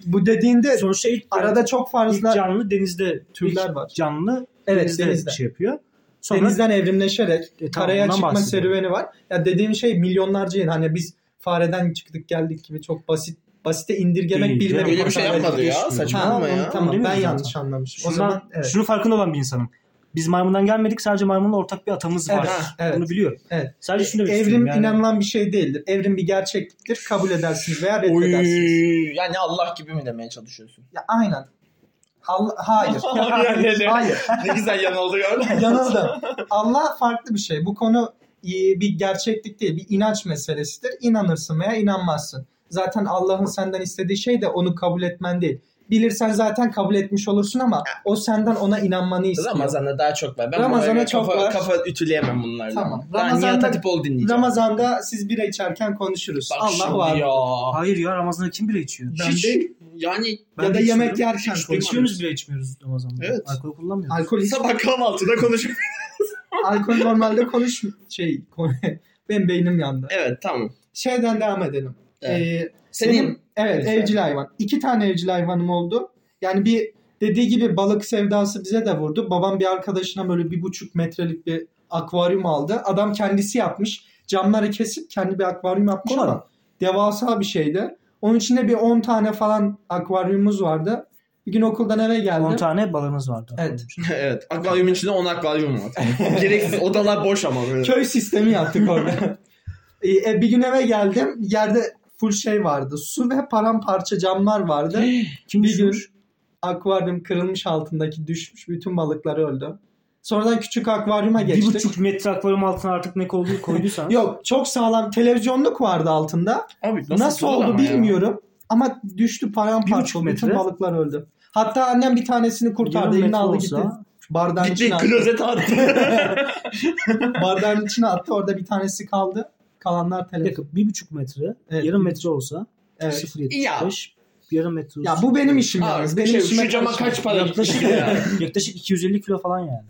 C: bu dediğinde
A: Sonuçta ilk
C: arada çok
A: ilk
C: fazla
A: canlı denizde
C: türler
A: ilk
C: var.
A: Canlı
C: Evet
A: denizde,
C: denizden.
A: şey yapıyor. Sonra
C: Denizden evrimleşerek
A: E, tamam,
C: karaya
A: ondan
C: çıkma
A: bahsediyorum.
C: serüveni var. Ya dediğim şey milyonlarca yıl. Hani biz fareden çıktık geldik gibi çok basit basite
A: Değil,
C: indirgemek bilmemek.
A: öyle
B: bir şey
C: hataları
B: yapmadı ya,
C: geçmiyor.
B: saçmalama
C: Ha,
B: ya.
C: onu
A: Onu
C: Tamam ben
A: demiyorum
C: yanlış
A: zaten.
C: anlamış. O
A: Şundan-
C: zaman evet.
A: şunun farkında olan bir insanım. Biz maymundan gelmedik sadece maymunla ortak bir atamız var.
C: Evet, evet.
A: Bunu biliyor.
C: Evet.
A: Sadece şunu demek
C: E, Evrim
A: istiyorum yani.
C: inanılan bir şey değildir. Evrim bir gerçekliktir. Kabul edersiniz veya
B: Oy.
C: reddedersiniz.
B: Yani Allah gibi mi demeye çalışıyorsun?
C: Ya aynen. Allah, hayır.
B: Yani öyle.
C: hayır.
B: ne güzel yanıldı gördün mü?
C: Yanıldım. Allah farklı bir şey. Bu konu e, bir gerçeklik değil, bir inanç meselesidir. İnanırsın veya inanmazsın. Zaten Allah'ın senden istediği şey de onu kabul etmen değil. Bilirsen zaten kabul etmiş olursun ama o senden ona inanmanı istiyor.
B: Ramazan'da daha çok var. Ben
C: Ramazan'da
B: Ramazan'da
C: çok
B: kafa,
C: var.
B: Kafa ütüleyemem bunlarla.
C: Tamam.
B: Ben
C: Ramazan'da-
B: Nihat Hatipoğlu dinleyeceğim.
C: Ramazan'da siz bira içerken konuşuruz.
B: Bak
C: Allah
B: şimdi
C: var.
B: ya.
A: Hayır ya Ramazan'da kim bile içiyor?
C: Ben
B: Hiç-
C: değil.
B: Yani
A: Ben
C: ya da
A: de
C: yemek
A: içmiyorum.
C: yerken
B: Hiç
C: konuşuruz.
A: İçiyoruz bile içmiyoruz Ramazan'da.
B: Evet.
A: Alkol kullanmıyoruz.
C: Alkol hiç
B: sabah kahvaltıda konuşuyoruz.
C: Alkol normalde konuş şey konu- benim beynim yandı.
B: evet tamam.
C: Şeyden devam edelim.
B: Evet.
C: Ee,
B: Senin
C: benim- evet
B: Güzel.
C: evcil hayvan. İki tane evcil hayvanım oldu. Yani bir dediği gibi balık sevdası bize de vurdu. Babam bir arkadaşına böyle bir buçuk metrelik bir akvaryum aldı. Adam kendisi yapmış. Camları kesip kendi bir akvaryum yapmış
A: Kolay.
C: ama devasa bir şeydi. Onun içinde bir 10 tane falan akvaryumumuz vardı. Bir gün okuldan eve
A: 10
C: geldim.
A: tane balığımız vardı.
C: Evet.
B: evet. Akvaryumun içinde 10 akvaryum var. Gereksiz. Odalar boş ama böyle.
C: Köy sistemi yaptık orada. E, e, bir gün eve geldim. Yerde full şey vardı. Su ve paramparça camlar vardı.
A: Kim
C: bir gün
A: düşürmüş?
C: akvaryum kırılmış altındaki düşmüş. Bütün balıklar öldü. Sonradan küçük akvaryuma
A: Bir
C: geçtik.
A: buçuk metre akvaryum altına artık ne koydu, koyduysan.
C: Yok çok sağlam televizyonluk vardı altında.
B: Abi
C: Nasıl,
B: olur
C: oldu
B: ama ya?
C: bilmiyorum. Ama düştü
A: Bir
C: paramparça.
A: buçuk
C: oldu. Bütün
A: metre.
C: balıklar öldü. Hatta annem bir tanesini kurtardı. Elini aldı gitti. Bardağın
B: Gitti
C: içine attı.
B: klozete attı.
C: Bardağın içine attı. Orada bir tanesi kaldı. Kalanlar
A: Bir,
C: televizyon.
A: dakika, bir buçuk metre,
C: Evet.
A: yarım metre olsa
C: Evet.
A: 0.75 bir yarım metre olsa.
C: Ya bu benim işim
B: Abi,
C: yalnız.
B: bir
C: Benim
B: şey,
C: işime
B: şu cama
C: karışma.
B: kaç para gitti
A: Yaklaşık,
B: ya?
A: yaklaşık 250 kilo falan yani.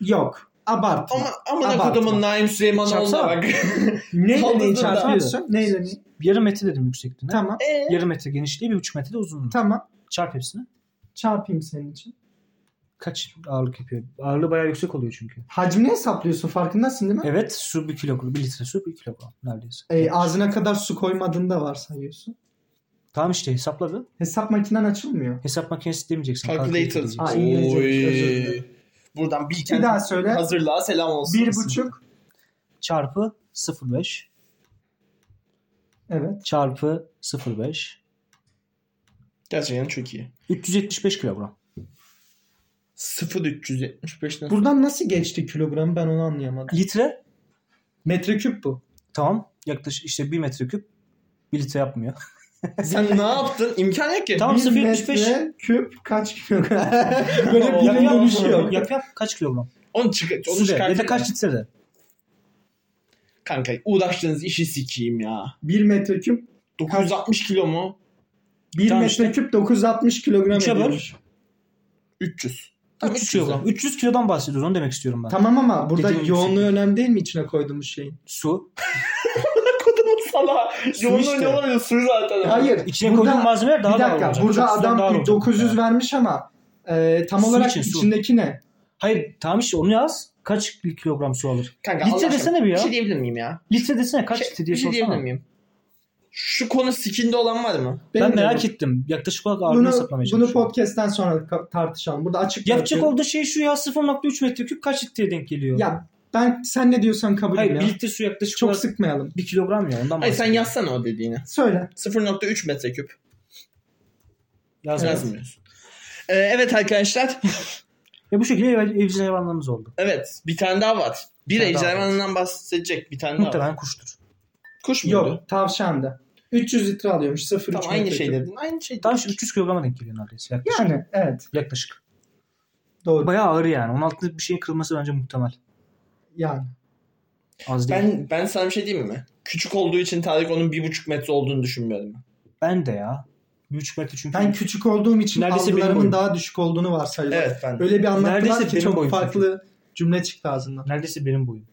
C: Yok. Abartma.
B: Ama amına
C: Abartma.
B: kodumun Naim Süleymanoğlu'na
A: Çarpsana.
B: bak.
C: neyle
B: Kaldırdın
C: neyi
B: da.
C: çarpıyorsun? Neyle neyi?
A: Bir yarım metre dedim yüksekliğine.
C: Tamam.
A: Yarım metre genişliği, bir buçuk metre de uzunluğu.
C: Tamam.
A: Çarp hepsini.
C: Çarpayım senin için.
A: Kaç ağırlık yapıyor? Ağırlığı bayağı yüksek oluyor çünkü.
C: Hacmini hesaplıyorsun farkındasın değil mi?
A: Evet, su bir kilogram, bir litre su bir kilogram neredeyse.
C: E, ağzına kadar su koymadığını da varsayıyorsun.
A: Tamam işte hesapladı.
C: Hesap makinen açılmıyor.
A: Hesap makinesi demeyeceksin.
B: Calculator.
A: diyeceksin.
C: Ay, İngilizce, özür
B: Oy.
C: dilerim.
B: Buradan bilken
C: Bir daha söyle.
B: hazırlığa selam olsun.
C: Bir buçuk.
A: Çarpı 0.5
C: Evet.
A: çarpı 0.5
B: Gerçekten çok iyi.
A: 375 kilogram.
B: 0.375'ten.
C: Buradan nasıl geçti kilogramı ben onu anlayamadım.
A: Litre
C: Metreküp bu.
A: tamam yaklaşık işte 1 metreküp 1 litre yapmıyor.
B: Sen ne yaptın? İmkan yok ki.
A: Tamam
C: Bir
A: 0.75
C: metreküp kaç kilogram? Böyle
B: Oo.
C: bir dönüşü yok.
A: Yap yap şey kaç kilogram?
B: Onu çık onu
A: Süre
B: çıkar.
A: ya da kaç litre de.
B: Kanka uğraştığınız işi sikeyim ya.
C: Bir metreküp
B: 960 kilo mu?
C: 1
A: Tamam işte.
C: metreküp 960 kilogram
A: Üçe böl.
C: ediyor.
B: 300. Tam
A: 300
B: 300 'e.
A: kilogram. 300 kilodan bahsediyoruz onu demek istiyorum ben.
C: Tamam ama burada
A: Dediğim
C: yoğunluğu
A: gibi.
C: önemli değil mi içine koyduğumuz şeyin?
A: Su.
B: Kodumun salağı.
A: Su
B: Yoğunluğu
A: işte.
B: ne oluyor? Su zaten.
C: Hayır.
A: İçine
C: burada-
A: koyduğun malzemeler daha
C: bir
A: da ağır
C: dakika.
A: olacak.
C: Burada
A: Çok sudan daha ağır
C: adam
A: olacak.
C: 900 vermiş ama e, tam
A: Su
C: olarak
A: için, su.
C: içindeki ne?
A: Hayır tamam işte onu yaz. Kaç bir kilogram su alır?
B: Kanka
A: Litre
B: Allah aşkına,
A: desene bir ya.
B: Bir şey diyebilir miyim ya?
A: Litre desene kaç
B: Şey-
A: litre diye
B: bir şey diyebilir
A: sorsana.
B: miyim? Şu konu skinde olan var mı?
A: Ben
C: Benim
A: merak
C: de-
A: ettim. Yaklaşık olarak ağırlığını
C: Bunu,
A: saplamaya
C: bunu
A: çalışıyorum.
C: podcast'ten sonra ka- tartışalım. Burada açık
A: Yapacak
C: bırakıyorum.
A: olduğu şey şu ya 0.3 metreküp kaç litreye denk geliyor?
C: Ya ben sen ne diyorsan kabul
A: Hayır
C: ya.
A: bir litre su yaklaşık
C: Çok
A: olarak
C: sıkmayalım.
A: 1 kilogram ya ondan
B: Hayır sen
A: bahsediyorum.
B: yazsana o dediğini.
C: Söyle.
B: 0.3 metreküp.
A: Yazmaz.
B: Yazmıyorsun. Ee, evet arkadaşlar.
A: Ve bu şekilde ev- evcil hayvanlarımız oldu.
B: Evet. Bir tane daha var. Bir
A: tane
B: evcil
A: daha var.
B: hayvanından bahsedecek. Bir tane daha var.
A: Muhtemelen kuştur.
B: Kuş muydu?
C: Yok tavşandı. 300 litre alıyormuş 0.3
B: Tamam aynı şey
C: metreküp.
B: dedin. Aynı şey
A: Tam
B: dedin.
A: şu 300 kilograma denk geliyor neredeyse yaklaşık.
C: Yani evet
A: yaklaşık.
C: doğru.
A: Bayağı ağır yani. Onun altında bir şeyin kırılması bence muhtemel.
C: Yani
A: Az değil. Ben,
B: Ben, ben sana bir şey diyeyim mi? Küçük olduğu için Tarık onun 1.5 metre olduğunu düşünmüyorum. ben.
A: de ya. 3 metre çünkü.
C: ben küçük olduğum için
A: Neredeyse benim
C: algılarımın
A: boyum.
C: daha düşük olduğunu varsayıyorum.
B: Evet ben.
C: Öyle bir anlattılar
A: Neredeyse
C: ki
A: benim
C: çok
A: boyum
C: farklı cümle çıktı ağzından.
A: Neredeyse benim boyum.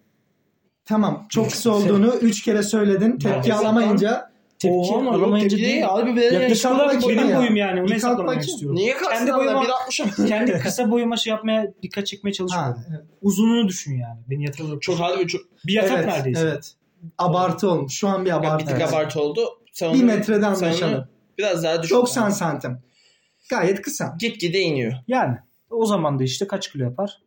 C: Tamam çok kısa olduğunu 3 kere söyledin. Tepki
A: Neredeyse.
C: alamayınca
A: Tepki
B: Oha, ama yok
A: alamayınca
B: tepki
A: değil.
B: Abi bir yere
A: Yaklaşık olarak
B: yaklaşık
C: bakayım
A: benim
C: ya.
A: boyum yani. Onu
C: Bir kalk
A: hesaplamak
C: bakayım.
A: istiyorum.
B: Niye kalksın
A: Kendi
B: Kendi boyuma...
A: boyuma-
B: 1.60 mı?
A: Kendi kısa boyuma şey yapmaya dikkat çekmeye çalışıyorum.
C: ha, evet.
A: Uzunluğunu düşün yani. Beni yatırılıp.
B: Çok harbi çok
A: Bir yatak
C: evet,
A: neredeyse.
C: evet. Abartı olmuş. Şu an bir
B: bir
C: abartı.
B: tık abartı oldu. Sen
C: Bir
B: onu
C: metreden
B: sen onu-
C: anlaşalım.
B: biraz daha düşün.
C: 90 santim. Gayet kısa.
B: Git gide iniyor.
A: Yani o zaman da işte kaç kilo yapar?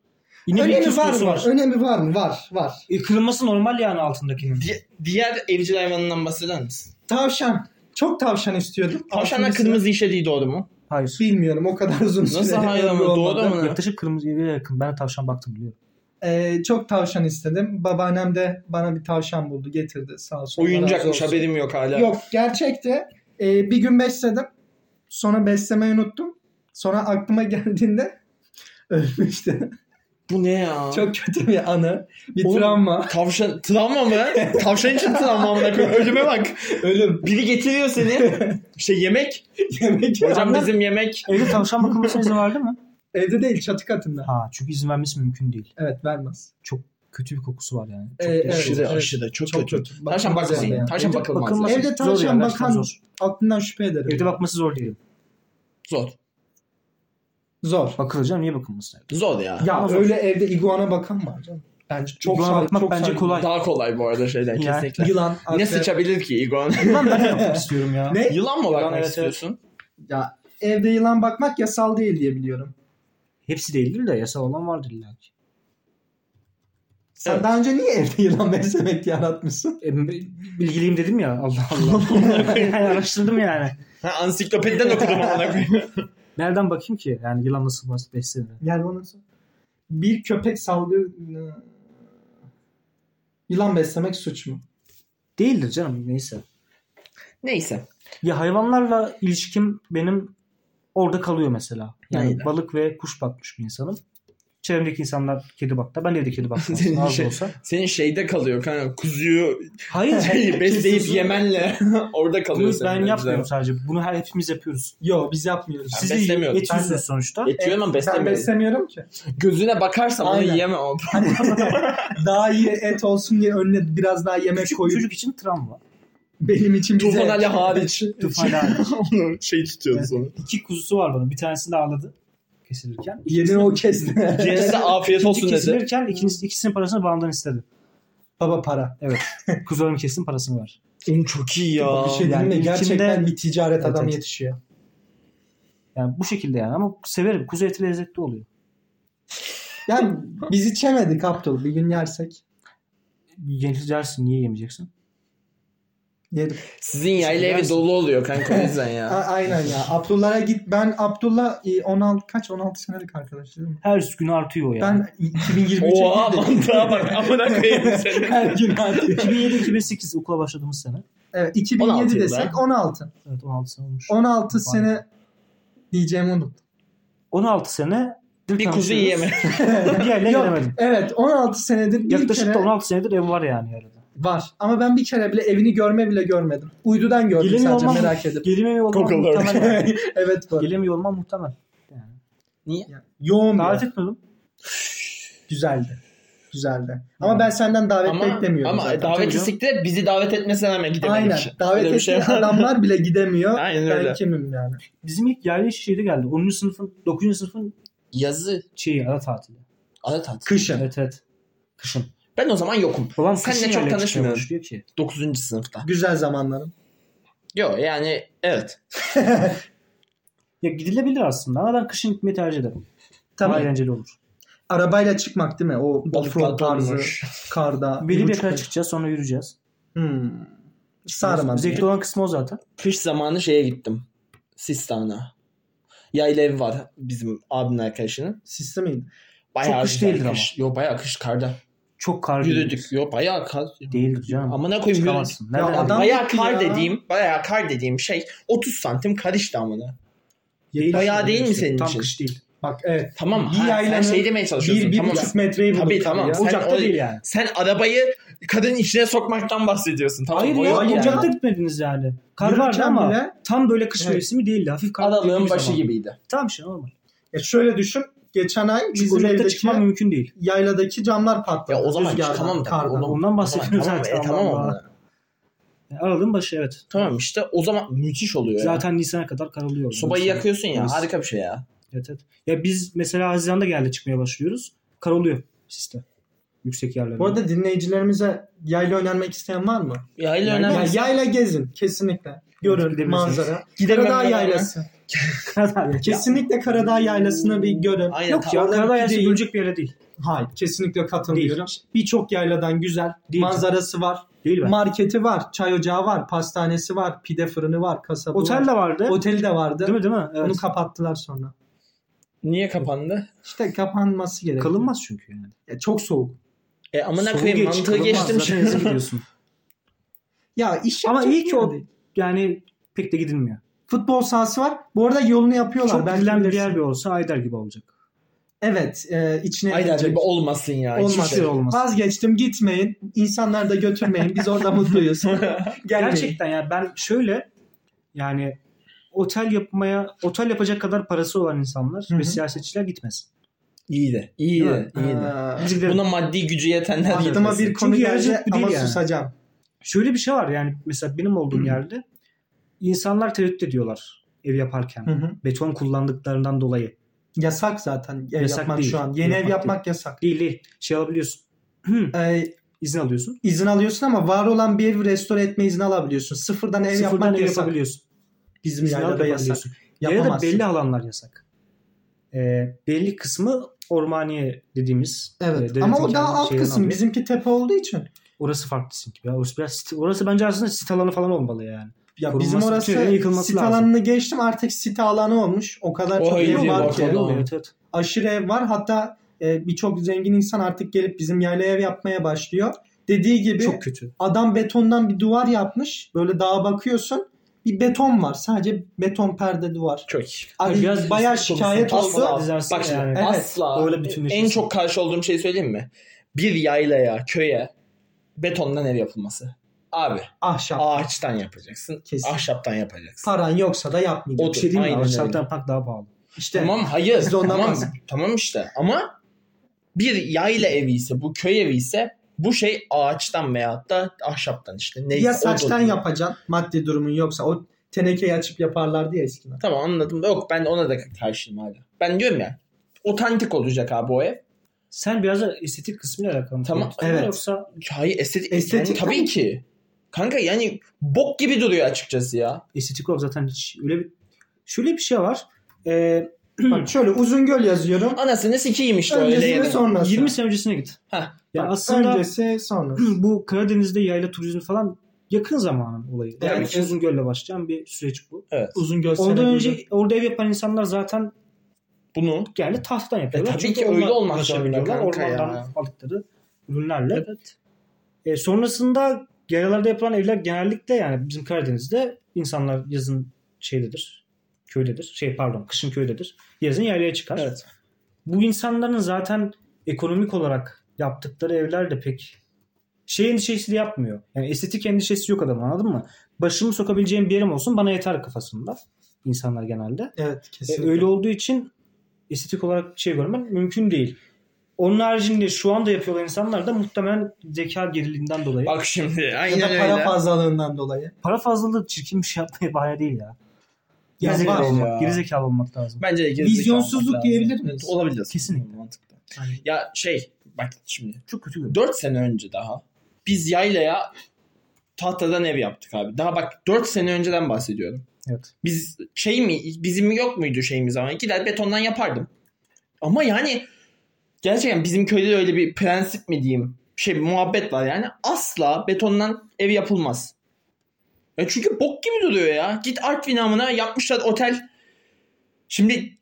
A: Yine bir
C: Önemi
A: iki
C: var
A: kilosu
C: mı?
A: var.
C: Önemi var mı? Var. Var.
A: E, kırılması normal yani altındakinin.
B: Di- diğer evcil hayvanından bahseder misin?
C: Tavşan. Çok tavşan istiyordum.
B: Tavşanlar
C: Altıncısı-
B: kırmızı işediği doğru mu?
A: Hayır.
C: Bilmiyorum o kadar uzun
B: Nasıl
C: süre
B: hayır ama
C: evli
B: doğru
C: olmadı.
B: ama-
A: Yaklaşık kırmızıya yakın. Ben de tavşan baktım biliyorum.
C: Ee, çok tavşan istedim. Babaannem de bana bir tavşan buldu getirdi sağ olsun. razı
B: Oyuncakmış
C: olsun.
B: haberim yok hala.
C: Yok gerçekti. Ee, bir gün besledim. Sonra beslemeyi unuttum. Sonra aklıma geldiğinde ölmüştü.
B: Bu ne ya?
C: çok kötü bir anı. Bir
B: Oğlum.
C: travma.
B: Tavşan travma mı? Tavşan için travma mı? Ölüme bak.
C: Ölüm.
B: Biri getiriyor seni. İşte yemek.
C: Yemek
B: Hocam
C: Anlar-
B: bizim yemek.
A: Evde tavşan bakılmasına izin verdi mi?
C: Evde değil çatı katında.
A: Ha çünkü izin vermesi mümkün değil.
C: Evet vermez.
A: Kötü bir kokusu var yani.
C: Ee, evet,
B: aşırı
C: evet.
B: aşırı çok,
C: Çok
B: kötü.
C: kötü.
B: Tavşan
C: Bakılmaz
B: bakılmaz.
C: yani ya.
B: Tavşan
A: Evde
B: bakılmaz.
A: bakılmaz.
C: Evde
A: Şey, Zor
C: tavşan
A: yani, gerçekten
C: bakan
A: zor.
C: aklından şüphe ederim.
A: Evde bakması zor diyelim.
B: Zor.
C: Zor.
A: Bakılacağım niye bakılmasın evde?
B: Zor ya.
C: Ya
A: Ama zor.
C: öyle evde iguana bakan var canım. Bence çok
A: İguana
C: saygı-
A: bakmak
C: çok
A: bence
C: saygı-
A: kolay.
B: Daha kolay bu arada şeyden
A: Ya.
B: kesinlikle.
C: Yılan,
B: Ne
C: akrep-
B: sıçabilir ki Igon?
A: Ulan ben de yapmak istiyorum ya.
C: Ne?
B: Yılan mı bakmak
A: evet, evet.
B: istiyorsun?
C: Ya evde yılan bakmak yasal değil diye biliyorum.
A: Hepsi değildir de yasal olan vardır illa ki.
C: Sen
B: Evet.
C: daha önce niye evde yılan beslemek yaratmışsın?
A: E, bilgiliyim dedim ya Allah Allah. yani araştırdım yani.
B: Ha, ansiklopediden okudum amına koyayım.
A: Nereden bakayım ki? Yani yılan nasıl bas- beslenir?
C: Gel bana sor. Bir köpek salgı... Yılan beslemek suç mu?
A: Değildir canım neyse.
B: Neyse.
A: Ya hayvanlarla ilişkim benim orada kalıyor mesela. Yani
B: Neyle?
A: balık ve kuş bakmış bir insanım. Çevremdeki insanlar kedi baktı. Ben de evde kedi baktım.
B: Senin
A: Az da
B: şey-
A: olsa.
B: Senin şeyde kalıyor kanka. Kuzuyu
A: Hayır.
B: şey, besleyip
A: Kuzusu-
B: yemenle orada kalıyor.
A: Bunu
B: senin
A: ben
B: evde.
A: yapmıyorum sadece. Bunu her hepimiz yapıyoruz.
C: Yo biz yapmıyoruz.
B: Ben
A: Siz de
B: beslemiyorum.
A: yetiyorsunuz
C: Ben de.
A: sonuçta.
B: Etiyorum ama
C: Ben
B: beslemiyorum.
C: beslemiyorum ki.
B: Gözüne bakarsam onu
C: Aynen.
B: yiyemem. o.
C: daha iyi et olsun diye önüne biraz daha yemek
A: Küçük
C: koyup
A: çocuk için travma.
C: benim için bize...
B: Tufan Ali hariç.
A: Tufan hariç.
B: Onu şey tutuyoruz onu.
A: İki kuzusu var bunun. Bir tanesini de ağladı kesilirken.
C: Yeni o kesti.
B: Diğerine de afiyet
A: İkinci
B: olsun dedi.
A: kesilirken ikincisi, ikisinin parasını babamdan istedi.
C: Baba para.
A: Kuzularım kessin parasını ver.
B: Oğlum çok iyi ya.
C: bir şey diyeyim mi?
A: yani
C: Gerçekten
A: ilkinde-
C: bir ticaret
A: Evet,
C: adamı
A: evet.
C: yetişiyor.
A: Yani bu şekilde yani ama severim. Kuzu eti lezzetli oluyor.
C: Yani biz içemedik Abdul. Bir gün yersek.
A: Yiyeceksin niye yemeyeceksin?
C: Yedim.
B: Sizin yayla evi dolu oluyor kanka o yüzden
C: A-
B: ya.
C: aynen ya. Abdullah'a git. Ben Abdullah e, 16 kaç 16 senelik arkadaş değil mi?
A: Her gün artıyor yani.
C: Ben 2023'e
B: Oha
C: girdim.
B: mantığa bak. Amına koyayım seni.
C: Her gün artıyor.
A: 2007-2008 okula başladığımız sene.
C: Evet
B: 16
C: 2007
B: yıl
C: desek 16.
A: Evet 16 sene olmuş.
C: 16
A: Vay.
C: sene diyeceğimi unuttum.
A: 16 sene
B: Bir kuzu yiyeme.
A: Diğerle
C: Yok,
A: gelemedim.
C: Evet 16 senedir bir
A: Yaklaşık
C: kere
A: da 16 senedir ev var yani arada.
C: Var. Ama ben bir kere bile evini görme bile görmedim. Uydudan gördüm
A: Gelemiyor
C: sadece
A: olmam,
C: merak edip.
A: gelemiyor olmam
B: Google'da öyle.
A: muhtemel.
C: Evet böyle.
A: gelemiyor olmam muhtemel.
C: Yoğun bir-
A: Davet etmedim.
C: Güzeldi. Güzeldi.
A: Hmm.
C: Ama ben senden davet
B: Ama,
C: beklemiyorum
B: ama
C: zaten.
B: davet
A: canım.
B: istikleri bizi davet etmesine hemen gidemedik.
C: Aynen. Davet
B: Öyle bir
C: ettiği
B: şey var.
C: adamlar bile gidemiyor.
B: Aynen
C: ben
B: öyle.
C: kimim yani.
A: Bizim ilk yerli iş şeyde geldi. 10. sınıfın, 9. sınıfın
B: Yazı.
A: şeyi ara tatili.
B: Adet at.
C: Kışın.
A: Evet evet. Kışın.
B: Ben o zaman yokum.
A: Babam
B: Seninle
A: kışın
B: çok
A: öyle
B: tanışmıyorum.
A: çıkıyormuş, Diyor ki.
B: 9. sınıfta.
C: Güzel zamanlarım.
B: Yo yani evet.
A: Ya gidilebilir aslında ama ben kışın gitmeyi tercih ederim.
C: Tamam.
A: Daha eğlenceli olur.
C: Arabayla çıkmak değil mi? O offroad tarzı.
B: olmuş.
C: Karda.
A: Belli bir
C: buçuk
A: yakına
C: ay-
A: çıkacağız sonra yürüyeceğiz.
C: Hmm. Sarmadı.
A: Zevkli olan kısmı o zaten.
B: Kış zamanı şeye gittim. Sistan'a. Yayla evi var bizim abimin arkadaşının.
C: Sisli miydi?
B: Bayağı
A: Çok kış
B: güzel
A: değildir
B: kış. Yo bayağı kış karda.
A: Çok kar
B: Yürüdük. Yo bayağı kar.
A: Değildir canım.
B: Ama ne koyayım yürüdük.
A: Çıkamazsın.
C: Ya
A: Nereden
C: adam-
A: adam...
B: Bayağı
C: gitti
B: kar
C: ya.
B: dediğim, bayağı kar dediğim şey 30 santim kar işte amına. Bayağı değil mi senin
A: Tam
B: için?
A: kış değil.
C: Bak evet.
B: Tamam. ha,
C: Bir
B: sen
C: yaylanın
B: şey demeye çalışıyorsun.
C: Bir, bir
B: tamam.
C: buçuk metreyi bulduk.
B: Tabii, tamam.
C: Ya.
B: Sen
A: Ocakta
B: o-
A: değil yani.
B: Sen arabayı kadının içine sokmaktan bahsediyorsun. Tamam.
A: Hayır
B: mı? O
A: ya
B: yok yani.
A: Ocak'ta gitmediniz yani. Kar
C: Yürürken
A: vardı ama
C: bile-
A: tam böyle kış
C: Evet.
A: mevsimi değildi. Hafif kar.
B: Aralığın
A: dediğimiz
B: başı
A: zaman.
B: gibiydi.
A: Tamam işte normal.
C: Ya E, şöyle düşün. Geçen ay
A: Çünkü
C: bizim
A: Ocak'ta
C: evdeki
A: çıkmam mümkün değil.
C: yayladaki camlar patladı.
B: Ya o zaman
C: Rüzgardan,
B: çıkamam tabii.
C: kardan.
B: O zaman-
A: Ondan
B: o zaman-
A: bahsediyoruz
B: tamam,
A: zaten.
B: e, tamam
A: Allah
B: ama.
A: Allah. Yani Aralığın başı evet.
B: Tamam işte o zaman müthiş oluyor ya.
A: Zaten Nisan'a kadar kar oluyor.
B: Sobayı
A: Nisan.
B: yakıyorsun ya
A: Nisan.
B: harika bir şey ya.
A: Evet, evet. Ya biz mesela Haziran'da geldi çıkmaya başlıyoruz. Kar oluyor siste. Yüksek yerlerde.
C: Bu arada dinleyicilerimize yayla oynanmak isteyen var mı?
B: Yayla
A: Yayla-
B: önemli.
C: Ya yayla gezin kesinlikle. Görün
A: Gidebilirsiniz.
C: manzara.
B: Gidelim
C: Karadağ
B: beraber.
C: yaylası.
A: Kesin.
C: Kesinlikle Karadağ yaylasını bir görün.
B: Aynen.
A: Yok
B: ta-
A: ya
C: orada
A: Karadağ
C: bir
A: yersi
C: değil.
A: görülecek bir yere değil.
C: Hayır kesinlikle katılmıyorum. Birçok yayladan güzel
A: Değil.
C: manzarası var.
A: Değil ben.
C: Marketi var, çay ocağı var, pastanesi var, pide fırını var, kasabı
A: Otel
C: var.
A: de vardı.
C: Oteli de vardı.
A: Değil mi değil mi?
C: Onu
A: Evet.
C: kapattılar sonra.
B: Niye kapandı?
C: İşte kapanması gerekiyor.
A: Kalınmaz çünkü yani.
C: Ya çok soğuk.
B: E amına
A: Soğuğu
B: koyayım
A: geç,
B: mantığı
A: kalınmaz.
B: geçtim
A: Zaten yazın
B: şimdi.
A: gidiyorsun.
C: Ya iş
A: Ama
C: yapacak
A: iyi ki o
C: yani.
A: yani pek de gidilmiyor.
C: futbol sahası var. Bu arada yolunu yapıyorlar.
A: Çok
C: Belki
A: gidilen bir
C: bilirsin.
A: yer bir olsa Aydar gibi olacak.
C: Evet, e, içine
B: Aynen
C: girecek.
B: gibi olmasın ya. hiçbir
C: Olmaz.
B: şey.
A: olmaz.
C: Vazgeçtim gitmeyin. İnsanları da götürmeyin. Biz orada mutluyuz. Gelmeyin.
A: Gerçekten yani ben şöyle yani otel yapmaya otel yapacak kadar parası olan insanlar
C: Hı hı.
A: ve siyasetçiler gitmez.
B: İyi de. İyi
A: Değil
B: de.
A: mi?
B: iyi de.
C: Ee,
A: Biz gideriz.
B: Buna maddi gücü yetenler
C: Aklıma
B: yetmesin.
C: bir konu
A: Çünkü
C: geldi
A: yarışık bir
C: ama
A: değil yani.
C: susacağım.
A: Şöyle bir şey var yani mesela benim olduğum
C: Hı.
A: yerde insanlar tereddüt ediyorlar ev yaparken.
C: Hı hı.
A: Beton kullandıklarından dolayı.
C: Yasak zaten ev
A: Yasak
C: yapmak
A: değil.
C: şu an. Yeni
A: Yapmak
C: ev yapmak yasak.
A: Değil değil. Şey alabiliyorsun.
C: Ee,
A: İzin alıyorsun.
C: izin alıyorsun ama var olan bir evi restore etme izni alabiliyorsun. Sıfırdan ev
A: Sıfırdan
C: yapmak
A: ev
C: yasak.
A: yapabiliyorsun.
C: Bizim
A: İzin alıp
C: yaylada yasak.
A: yapabiliyorsun. Ya da
C: Yapamazsın.
A: belli alanlar yasak. Ee, belli kısmı ormaniye dediğimiz. e,
C: Evet
A: devletin
C: ama o
A: kendi
C: daha alt
A: şeylerini
C: kısım.
A: alıyor.
C: Bizimki tepe olduğu için.
A: Orası farklı çünkü. Ya. Orası, biraz, sit- orası bence aslında sit alanı falan olmalı yani.
C: Ya
A: Korunması
C: bizim
A: bütün yere
C: orası
A: yıkılması
C: sit
A: lazım.
C: alanını geçtim artık site alanı olmuş. O kadar
B: O
C: çok
B: öyle
C: ev
B: bir
C: var
B: ortam.
C: ki.
A: oluyor, Evet, evet.
C: Aşırı ev var. Hatta e, birçok zengin insan artık gelip bizim yerli ev yapmaya başlıyor. Dediği gibi
A: Çok kötü.
C: adam betondan bir duvar yapmış. Böyle dağa bakıyorsun. Bir beton var. Sadece beton perde duvar.
B: Çok iyi.
C: Abi
A: Biraz
C: bayağı
A: konuşalım.
C: şikayet
A: Asla
C: oldu.
A: abi. Düzelsin
B: Bak şimdi
A: yani.
C: Evet,
B: asla.
A: öyle bütünleşirsin.
B: en çok karşı olduğum şeyi söyleyeyim mi? Bir yaylaya, köye betondan ev yapılması. Abi
C: Ahşap.
B: ağaçtan yapacaksın.
C: Kesin.
B: ahşaptan yapacaksın.
C: Paran yoksa da yapmayacaksın.
A: Bir şey diyeyim mi?
B: Aynen öyle.
A: Ahşaptan park daha pahalı.
C: İşte
B: Tamam hayır.
C: Biz de ondan
B: Tamam,
C: bahsediyoruz.
B: tamam işte ama bir yayla evi ise bu köy evi ise bu şey ağaçtan veyahut da ahşaptan işte. Neyse,
C: ya
B: o da
C: saçtan
B: değil.
C: yapacaksın maddi durumun yoksa. O tenekeyi açıp yaparlardı ya eskiden.
B: Tamam anladım. Yok ben ona da karşıyım hala. Ben diyorum ya otantik olacak abi o ev.
A: Sen biraz da estetik kısmıyla alakalı. mı?
B: Tamam,
A: Tuttun mu
C: evet.
A: Yoksa
B: Hayır estetik.
C: Estetik
B: yani tabii ki. Kanka yani bok gibi duruyor açıkçası ya.
A: estetik olarak zaten hiç öyle bir... Şöyle bir şey var. Ee,
C: Bak şöyle uzun göl yazıyorum.
B: Anasını sikeyim işte öyle
C: Öncesi ve
B: yani.
C: sonrası.
A: 20 sene öncesine git.
B: Heh.
A: Ya
C: Bak,
A: aslında
C: öncesi sonrası.
A: bu Karadeniz'de yayla turizmi falan yakın zamanın olayı. Yani
B: Evet.
A: uzun gölle başlayan bir süreç bu.
B: Evet.
C: Uzun göl
A: Ondan
C: senedi.
A: önce orada ev yapan insanlar zaten
B: Bunu
A: Yani tahtadan yapıyorlar.
B: E tabii
A: Çünkü
B: ki öyle
A: onunla
B: olmak
A: uğraşabiliyorlar.
B: zorunda kanka
A: Ormandan
B: ya.
A: aldıkları ürünlerle.
B: evet.
A: E, sonrasında yaylalarda yapılan evler genellikle yani bizim Karadeniz'de insanlar yazın şeydedir. Köydedir. Şey pardon kışın köydedir. Yazın yaylaya çıkar.
B: Evet.
A: Bu insanların zaten ekonomik olarak yaptıkları evler de pek şey endişesi de yapmıyor. Yani estetik endişesi yok adamın anladın mı? Başımı sokabileceğim bir yerim olsun bana yeter kafasında insanlar genelde.
C: Evet
A: E,
C: kesinlikle.
A: öyle olduğu için estetik olarak bir şey görmen mümkün değil. Onun haricinde şu anda yapıyorlar insanlar da muhtemelen zeka geriliğinden dolayı.
B: Bak şimdi
C: ya da
B: aynen
C: para
B: öyle.
C: fazlalığından dolayı.
A: Para fazlalığı çirkin bir şey yapmaya bahane değil ya.
C: Ya
A: Gerizekalı
C: var.
A: olmak,
B: ya.
A: gerizekalı olmak lazım.
B: Bence de gerizekalı
C: Vizyonsuzluk
B: olmak lazım.
C: diyebilir miyiz?
B: Olabilir.
A: Kesinlikle.
B: Mantıklı.
C: Aynen.
B: Ya şey bak şimdi
A: Çok kötü görünüyor.
B: 4 sene önce daha biz yaylaya tahtadan ev yaptık abi. Daha bak 4 sene önceden bahsediyorum.
A: Evet.
B: Biz şey mi bizim yok muydu şeyimiz ama gider betondan yapardım. Ama yani gerçekten bizim köyde de öyle bir prensip mi diyeyim şey bir muhabbet var yani asla betondan ev yapılmaz. Ya çünkü bok gibi duruyor ya. Git Artvin amına yapmışlar otel. Şimdi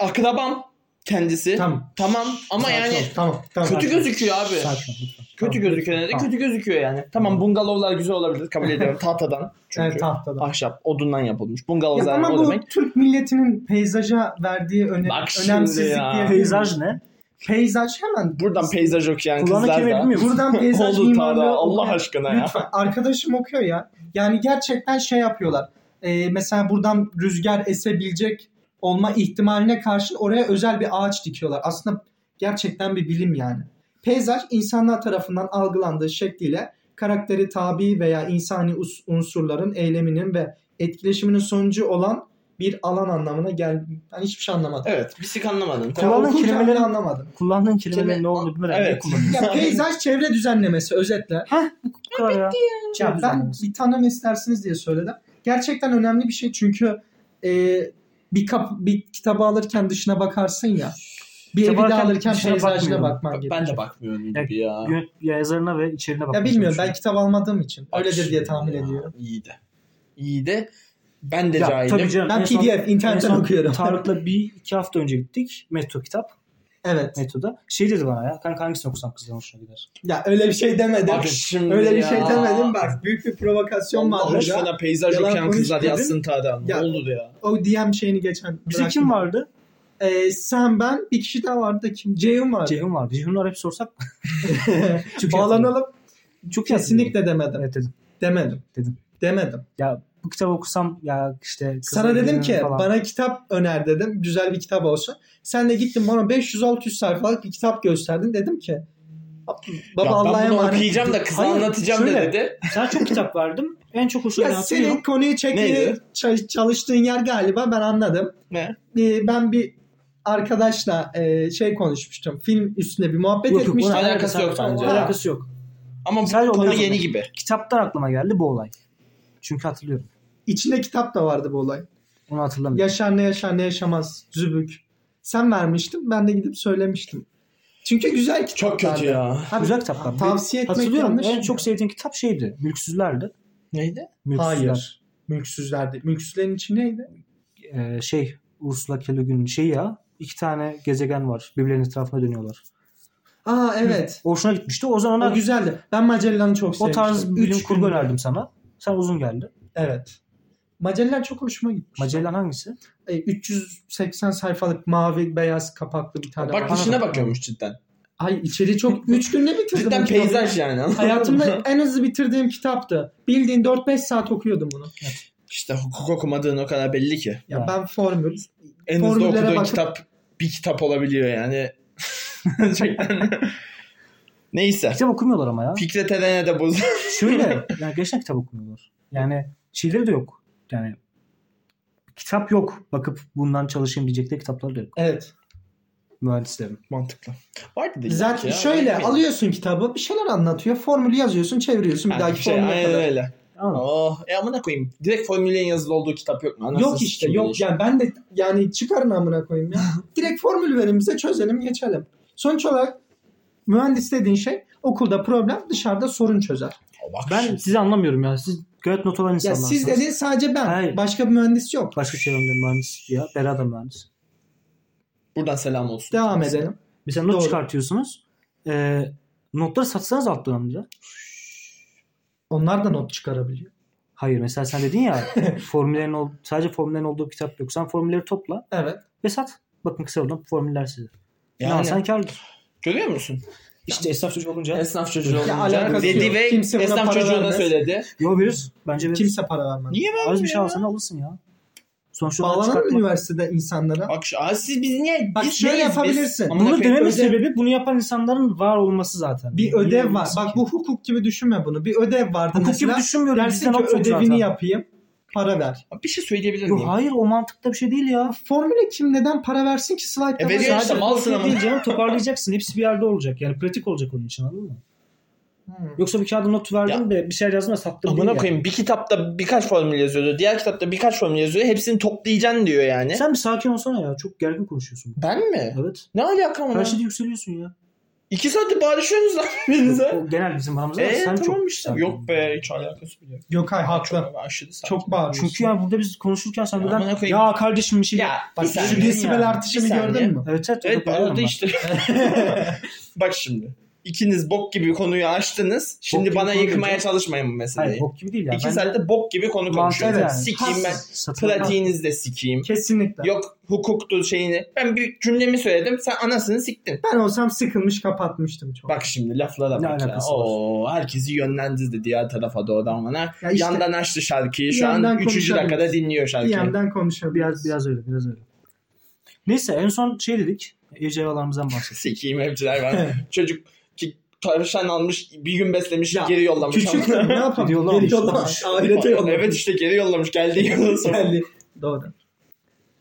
B: akrabam kendisi.
C: Tamam.
B: Tamam ama
C: Sakin
B: yani
C: ol. tamam, tamam.
B: Kötü gözüküyor abi.
A: Sakin ol lütfen.
B: Kötü
A: Tamam.
B: gözüküyor ne de
A: Tamam.
B: kötü gözüküyor yani. Tamam bungalovlar güzel olabilir kabul ediyorum tahtadan. Çünkü
C: Evet, tahtada.
B: ahşap odundan yapılmış. Bungalov
C: Ya
B: zaten
C: ama
B: o
C: bu
B: demek.
C: Türk milletinin peyzaja verdiği öne-
B: Bak şimdi
C: önemsizlik
B: ya.
C: diye
A: Peyzaj ne?
C: Peyzaj hemen
B: Buradan peyzaj okuyan
A: Kulağını
B: kızlar
A: kemerim
B: da.
A: yok.
C: buradan peyzaj
B: Olur
C: mimarlığı
B: Tara Allah
C: okuyan-
B: aşkına ya.
C: Lütfen arkadaşım okuyor ya. Yani gerçekten şey yapıyorlar. Ee, mesela buradan rüzgar esebilecek olma ihtimaline karşın oraya özel bir ağaç dikiyorlar. Aslında gerçekten bir bilim yani. Peyzaj insanlar tarafından algılandığı şekliyle karakteri tabi veya insani us- unsurların eyleminin ve etkileşiminin sonucu olan bir alan anlamına gel. Ben hiçbir şey anlamadım.
B: Evet bir sik anlamadım.
A: Kulağını
C: Kulağını
A: kelimeleri-
C: anlamadım.
A: Kullandığın kelimelerin
B: Kelime-
A: ne olduğunu bilmeden
B: Evet.
A: niye kullanıyorsun?
C: Ya peyzaj çevre düzenlemesi özetle.
A: Bu kadar ya.
C: Ya ben bir tanem istersiniz diye söyledim. Gerçekten önemli bir şey çünkü e, bir, kap, bir kitabı alırken dışına bakarsın ya. Bir
A: Kitabı
C: evi de
A: alırken
C: alırken
A: dışına
C: peyzajına
A: bakmıyorum.
C: bakman gerekiyor.
B: ben de bakmıyorum
A: Ya,
B: gibi ya.
A: Yön- ya yazarına ve içeriğine bak.
C: Ya bilmiyorum ben kitap almadığım için.
B: Bak
C: Öyledir diye
B: şimdi
C: tahmin
B: ya,
C: ediyorum.
B: İyi de. İyi de ben de
A: Ya,
B: cahilim.
A: tabii canım.
C: Ben
A: en son-
C: PDF internetten
A: en son
C: okuyorum.
A: Tarık'la bir iki hafta önce gittik. Metro kitap.
C: Evet.
A: Metoda. Şey dedi bana ya. Kanka hangisini okusam kızların hoşuna gider.
C: Ya öyle bir şey demedim.
B: Bak şimdi
C: öyle bir
B: ya.
C: şey demedim. Bak büyük bir provokasyon
B: Allah
C: vardı ya.
B: aşkına peyzaj
C: Yalan
B: okuyan kızlar
C: konuşmadın.
B: yazsın Tara'dan. Ne
C: Ya.
B: olur ya.
C: O DM şeyini geçen.
A: Bize
C: bıraktım.
A: şey kim vardı?
C: Ee, sen ben bir kişi daha vardı da kim? Ceyhun vardı.
A: Ceyhun vardı. Ceyhun'u arayıp sorsak mı? Çok iyi hatırlıyorum.
C: Bağlanalım.
A: Çok iyi hatırlıyorum.
C: Kesinlikle demedim.
A: Evet dedim.
C: Demedim.
A: Dedim.
C: Demedim.
A: Ya bu kitabı okusam ya işte. kızlar
C: Sana dedim
A: ilgilenir
C: ki
A: falan.
C: bana kitap öner dedim. Güzel bir kitap olsun. Sen de gittin bana 500-600 sayfalık bir kitap gösterdin. Dedim ki baba
B: Ya
C: Allah'a
B: ben bunu
C: emanet.
B: okuyacağım da kıza
A: Hayır,
B: anlatacağım da
A: şöyle.
B: dedi.
A: Sana çok kitap verdim. En çok hoşuma
C: Ya
A: giden
C: senin
A: hatırlıyorum.
C: konuyu çekmeye
B: Neydi?
C: ça- çalıştığın yer galiba ben anladım.
B: Ne?
C: Ee, ben bir arkadaşla e, şey konuşmuştum. Film üstüne bir muhabbet
A: Yok yok bunun
C: etmiştim.
B: alakası yok bence.
A: Alakası yok.
B: Ama
A: Sadece
B: bu konu
A: olay-
B: yeni gibi.
A: Kitaptan aklıma geldi bu olay. Çünkü hatırlıyorum.
C: İçinde kitap da vardı bu olay.
A: Onu hatırlamıyorum.
C: Yaşar ne yaşar ne yaşamaz. Zübük. Sen vermiştin. Ben de gidip söylemiştim. Çünkü güzel kitap.
B: Çok kötü ya.
C: Abi,
A: Güzel kitaplar.
C: Tavsiye etmek
A: Hatırlıyorum
C: yanlış.
A: en çok sevdiğim kitap şeydi. Mülksüzlerdi.
B: Neydi?
A: Mülksüzler.
C: Hayır. Mülksüzlerdi. Mülksüzlerin içi neydi?
A: Ee, şey Ursula K. Le Guin'in şey ya. iki tane gezegen var. Birbirlerinin etrafına dönüyorlar.
C: Aa evet.
A: Hoşuna gitmişti. O zaman
C: O
A: ona
C: güzeldi. Ben Magellan'ı çok
A: o
C: sevmiştim.
A: tarz bilim
C: Üç
A: kurgu
C: günde.
A: önerdim sana. Sen uzun geldi.
C: Evet. Magellan çok hoşuma gitmiş.
A: Magellan hangisi?
C: E, 380 sayfalık mavi beyaz kapaklı bir tane.
B: Bak
C: var.
B: dışına bakıyormuş cidden.
C: Ay içeriği çok 3 günde bitirdim.
B: Cidden
C: bu kitabı.
B: peyzaj yani. anladın mı?
C: Hayatımda en hızlı bitirdiğim kitaptı. Bildiğin 4-5 saat okuyordum bunu.
B: İşte hukuk okumadığın o kadar belli ki.
C: Ya
A: Ya.
C: ben formül.
B: En hızlı
C: Formüllere
B: okuduğun
C: bakıp-
B: kitap bir kitap olabiliyor yani. Gerçekten. Neyse.
A: Kitap okumuyorlar ama ya.
B: Fikret Eren'e de boz.
A: Şöyle yani gerçekten kitap okumuyorlar. Yani şeyleri de yok. Yani kitap yok. Bakıp bundan çalışayım diyecekleri kitapları da yok.
C: Evet.
A: Mühendislerin.
B: Mantıklı. Vardı da
C: Zaten şöyle alıyorsun kitabı, bir şeyler anlatıyor, formülü yazıyorsun, çeviriyorsun bir
B: bir
C: dahaki
B: şey,
C: formüle
B: aynen
C: kadar.
B: öyle.
A: Anladın mı?
B: Oh, e amına koyayım. Direkt formüllerin yazılı olduğu kitap yok mu? Anasını
C: Yok işte
B: sikeyim böyle
C: yok
B: şey.
C: yani ben de yani çıkarın amına koyayım ya. Direkt formül verin bize çözelim geçelim. Sonuç olarak mühendis dediğin şey okulda problem dışarıda sorun çözer.
B: Oh, bak
A: Ben
B: şu-
A: sizi anlamıyorum ya. Siz gayet not olan
C: Ya
A: insanlarsınız.
C: siz dediğin sadece ben.
A: Hayır.
C: Başka bir mühendis yok.
A: Başka çevremde mühendis ya. Bera da mühendis.
B: buradan selam olsun.
C: Devam edelim.
A: Mesela not
C: Doğru.
A: çıkartıyorsunuz. Ee, notları satsanız alt dönemde.
C: Onlar da not çıkarabiliyor.
A: Hayır mesela sen dedin ya formüllerin ol- sadece formüllerin olduğu bir kitap yok. Sen formülleri topla
C: Evet.
A: ve sat. Bakın kısa yoldan formüller size.
B: Yani,
A: Yani. sen kârdır.
B: görüyor musun?
A: İşte esnaf çocuğu olunca.
B: Esnaf çocuğu olunca
C: alakası
B: dedi
C: yok.
B: ve
C: Kimse buna
B: esnaf
C: para
B: çocuğuna
C: vermez.
B: söyledi.
A: Yo verir. Bence verir.
C: Kimse para vermez.
B: Niye ben
A: Az bir şey alsan alırsın ya. Sonuçta oradan
C: Bağlanır mı
A: çıkartma.
C: üniversitede insanlara?
B: Bak şu- Aa, siz biz niye?
C: Bak
B: biz
C: şöyle
B: neyiz biz?
C: yapabilirsin.
B: Amına
A: Bunu
B: koyayım,
A: dememin
B: özel-
A: sebebi bunu yapan insanların var olması zaten.
C: Bir
A: Niye
C: ödev var.
A: olmasın
C: Bak
A: ki?
C: bu hukuk gibi düşünme bunu. Bir ödev vardı
A: hukuk
C: mesela.
A: gibi düşünmüyorum.
C: Dersin
A: Bizden
C: ki
A: hukuk
C: ödevini
A: zaten.
C: yapayım. Para ver.
B: Bir şey söyleyebilir
A: Yo,
B: miyim?
A: hayır o mantıkta bir şey değil ya.
C: Formüle kim neden para versin ki slide'da?
B: E, veriyor
C: mesela- şey-
B: işte, mal- Alsın ama.
A: Şey Değil canım toparlayacaksın. Hepsi bir yerde olacak. Yani pratik olacak onun için anladın mı?
C: Hmm.
A: Yoksa bir kağıda not verdin de bir şeyler yazdın da sattın.
B: Amına
A: değil
B: koyayım bir kitapta birkaç formül yazıyordu. Diğer kitapta birkaç formül yazıyor. Hepsini toplayacaksın diyor yani.
A: Yani. Sen bir sakin olsana ya. Çok gergin konuşuyorsun.
B: Ben mi?
A: Evet.
B: Ne alakam
A: Her
B: var?
A: şeyde yükseliyorsun ya.
B: İki saattir bağırışıyorsunuz lan birbirinize.
A: O genel bizim aramızda.
B: Eee
A: sen
B: Ee, tamam
A: çok
B: işte.
A: sakin.
B: Yok be hiç alakası bile yok.
C: Gökay haklı.
B: Çok aşırı sakin.
C: Çok bağırıyorsun.
A: Çünkü yani burada biz konuşurken sen
B: Ya
A: birden
B: amına koyayım.
A: ya kardeşim bir şey
B: Ya
C: Bak
B: bir
C: şu
A: saniye.
C: desibel
A: Yani.
C: artışını
B: Bir saniye.
C: gördün mü?
A: Evet evet.
B: Evet
A: toparlıyorum
B: bağırdı
A: ben.
B: işte. Bak şimdi. İkiniz bok gibi konuyu açtınız. Şimdi
A: gibi
B: bana
A: konu
B: yıkmaya
A: diyeceğim.
B: çalışmayın bu meseleyi.
A: Hayır bok gibi değil ya.
B: İki
A: Bence
B: saatte bok gibi konu
A: mantığı
B: konuşuyoruz.
A: yani.
B: Sikeyim ben.
A: satın-
B: Pratiğinizi de sikeyim.
C: Kesinlikle.
B: Yok hukuktu şeyini. Ben bir cümlemi söyledim. Sen anasını siktin.
C: Ben olsam sıkılmış kapatmıştım çok.
B: Bak şimdi laflara
A: Ne
B: bak ya.
A: alakası var?
B: Oo, herkesi yönlendirdi diğer tarafa doğru bana.
C: Ya işte-
B: Yandan açtı şarkıyı. Şu
C: Bir
B: an
C: yandan
B: 3. dakikada
C: konuşabiliriz.
B: dinliyor
C: bir
B: şarkıyı.
C: yandan konuşabiliriz.
A: Biraz, biraz öyle biraz öyle. Neyse en son şey dedik. Ecevalalarımızdan bahsettik.
B: Sikeyim hepçiler ben. Çocuk ki tavşan almış bir gün beslemiş
C: Ya,
B: geri yollamış.
C: Küçük
B: ama.
C: ne yapalım?
A: Yollamış,
C: Geri
A: yollamış.
C: yollamış. Ahirete yollamış.
B: evet işte geri yollamış geldi yılın sonra.
C: Geldi. Doğru.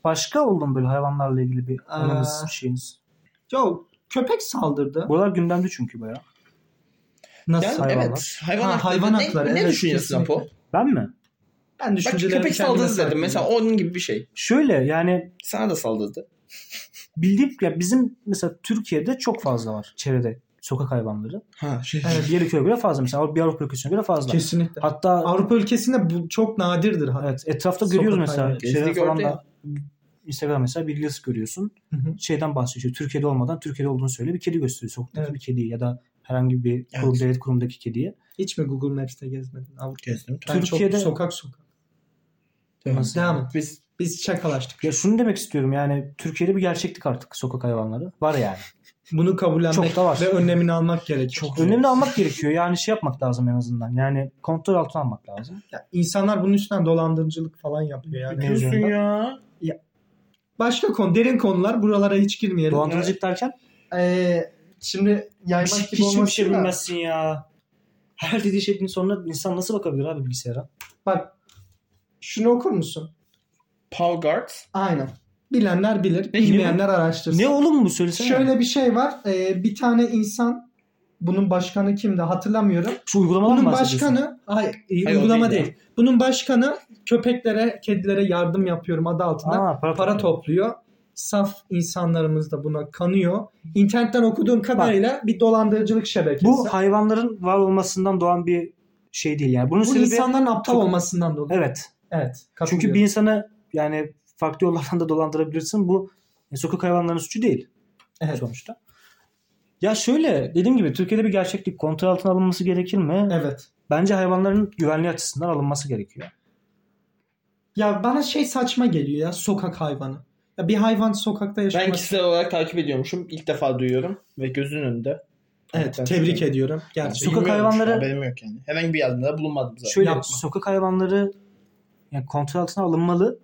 A: Başka oldu mu böyle hayvanlarla ilgili bir
C: Aa.
A: anınız, şeyiniz?
C: Yo, köpek saldırdı.
A: Buralar gündemde çünkü bayağı.
C: Nasıl?
B: Yani
A: Hayvanlar.
B: evet. Hayvan,
C: Ha,
B: hakları.
C: hayvan
B: Ne-
C: hakları,
B: Ne,
C: evet,
B: düşünüyorsun
C: kesinlikle.
B: Apo?
A: Ben mi?
C: Ben
B: Bak
C: düşüncelerimi
B: köpek
C: kendime
B: saldırdı dedim.
C: saklıyorum.
B: Mesela onun gibi bir şey.
A: Şöyle yani
B: Sana da saldırdı.
A: bildiğim ya bizim mesela Türkiye'de çok fazla var çevrede sokak hayvanları.
B: Ha şey.
A: Evet. Diğer ülkelere göre fazla mesela bir Avrupa ülkesine göre fazla.
C: Kesinlikle.
A: Hatta
C: Avrupa ülkesinde bu çok nadirdir. Ha.
A: evet etrafta
C: Sokak
A: görüyoruz mesela
C: hayvanı.
A: şeyler
B: Gezdi
A: falan
B: gördü
A: da Instagram mesela bir reels görüyorsun.
C: Hı hı.
A: şeyden bahsediyor. Türkiye'de olmadan Türkiye'de olduğunu söyle. Bir kedi gösteriyor. Sokaktaki
C: Evet.
A: bir kediyi ya da herhangi bir
B: Evet.
A: kurum, devlet kurumdaki kediyi.
C: Hiç mi Google Maps'te gezmedin? Avrupa.
B: Gezdim.
C: Ben
A: Türkiye'de-
C: çok sokak sokak.
A: Nasıl?
C: Devam et.
B: Biz
C: Biz şakalaştık.
A: Ya şunu demek istiyorum yani Türkiye'de bir gerçeklik artık sokak hayvanları. Var yani.
C: Bunu kabullenmek
A: Çok da var.
C: ve önlemini almak gerek.
A: Önlemini almak gerekiyor. Yani şey yapmak lazım en azından. Yani kontrol altına almak lazım.
C: Ya, insanlar bunun üstünden dolandırıcılık falan yapıyor yani.
A: Ne?
B: diyorsun ya.
C: Başka konu, derin konular. Buralara hiç girmeyelim.
A: Dolandırıcılık derken
C: Ee, şimdi
A: bir
C: yaymak
A: şey,
C: gibi
A: hiçbir
C: olmasın
A: şey
C: da-
A: bilmezsin ya. Her dediği şey şeyin sonuna insan nasıl bakabilir abi bilgisayara?
C: Bak şunu okur musun?
B: Paul Guard.
C: Aynen. Bilenler bilir,
B: Ne,
C: bilmeyenler araştırsın.
A: Ne oğlum bu söylesene.
C: Şöyle bir şey var. Ee, bir tane insan bunun başkanı kimdi hatırlamıyorum.
A: Şu uygulamadan
C: Bunun
A: mı bahsediyorsun?
C: başkanı hayır, e,
B: Hayır, o
C: uygulama
B: değil
C: değil.
B: ya.
C: Bunun başkanı köpeklere, kedilere yardım yapıyorum adı altında
A: Aa, para,
C: para
A: topluyor.
C: topluyor. Saf insanlarımız da buna kanıyor. İnternetten okuduğum kadarıyla bir dolandırıcılık şebekesi.
A: Bu hayvanların var olmasından doğan bir şey değil yani. Bunun
C: Bu
A: sebebi
C: insanların aptal
A: Çok-
C: olmasından dolayı.
A: evet
C: Evet.
A: Çünkü
C: katılıyorum.
A: bir insanı yani farklı yollardan da dolandırabilirsin. Bu e, sokak hayvanlarının suçu değil
C: evet.
A: sonuçta. Ya şöyle dediğim gibi Türkiye'de bir gerçeklik kontrol altına alınması gerekir mi?
C: evet.
A: Bence hayvanların güvenliği açısından alınması gerekiyor.
C: Ya bana şey saçma geliyor ya sokak hayvanı. Ya bir hayvan sokakta yaşamak.
B: Ben kişisel olarak takip ediyormuşum. İlk defa duyuyorum ve gözün önünde.
C: evet
B: Ben-
C: tebrik ediyorum.
B: Yani
C: Gerçekten.
A: Sokak
B: bilmiyorum,
A: hayvanları-
B: Haberim yok yani. Herhangi bir yardımda bulunmadım zaten.
A: Şöyle
C: yapma.
A: sokak hayvanları yani kontrol altına alınmalı.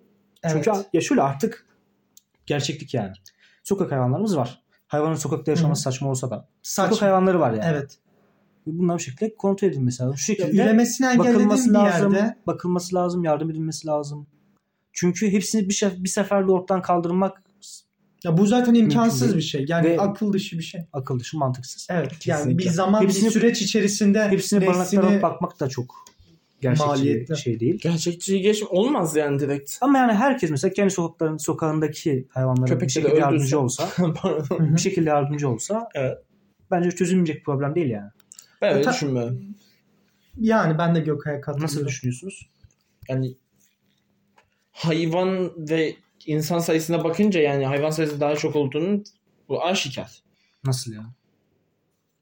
A: Çünkü
C: evet.
A: ya şöyle artık gerçeklik yani. Sokak hayvanlarımız var. Hayvanın sokakta yaşaması saçma olsa da. Sokak
C: saçma.
A: hayvanları var yani.
C: Evet.
A: Bunlar bir şekilde kontrol edilmesi lazım. Şu
C: Ya
A: şekilde
C: üremesini engellediğin
A: bakılması
C: bir
A: lazım.
C: yerde
A: Bakılması lazım, yardım edilmesi lazım. Çünkü hepsini bir, şef, bir seferde ortadan kaldırmak
C: ya bu zaten imkansız
A: Mümkün
C: bir şey. Yani
A: Ve-
C: akıl dışı bir şey.
A: akıl dışı, mantıksız.
C: Evet. Yani
A: Kesinlikle.
C: bir zaman
A: Hepsini-
C: bir süreç içerisinde
A: Hepsini
C: neslini-
A: barınaklara bakmak da çok gerçekçi bir
C: Maliyetli.
A: şey değil.
B: Gerçekçi geç olmaz yani direkt.
A: Ama yani herkes mesela kendi sokakların sokağındaki hayvanlara bir
B: Köpekleri
A: şekilde
B: öldürse.
A: yardımcı olsa,
B: Pardon.
A: bir şekilde yardımcı olsa
B: Evet.
A: bence çözülmeyecek problem değil yani.
B: Ben öyle
C: Ta-
B: düşünmüyorum.
C: Yani ben de Gökay'a
A: Nasıl
C: katılıyorum.
A: düşünüyorsunuz?
B: Yani hayvan ve insan sayısına bakınca yani hayvan sayısı daha çok olduğunun bu aşikar.
A: Nasıl ya?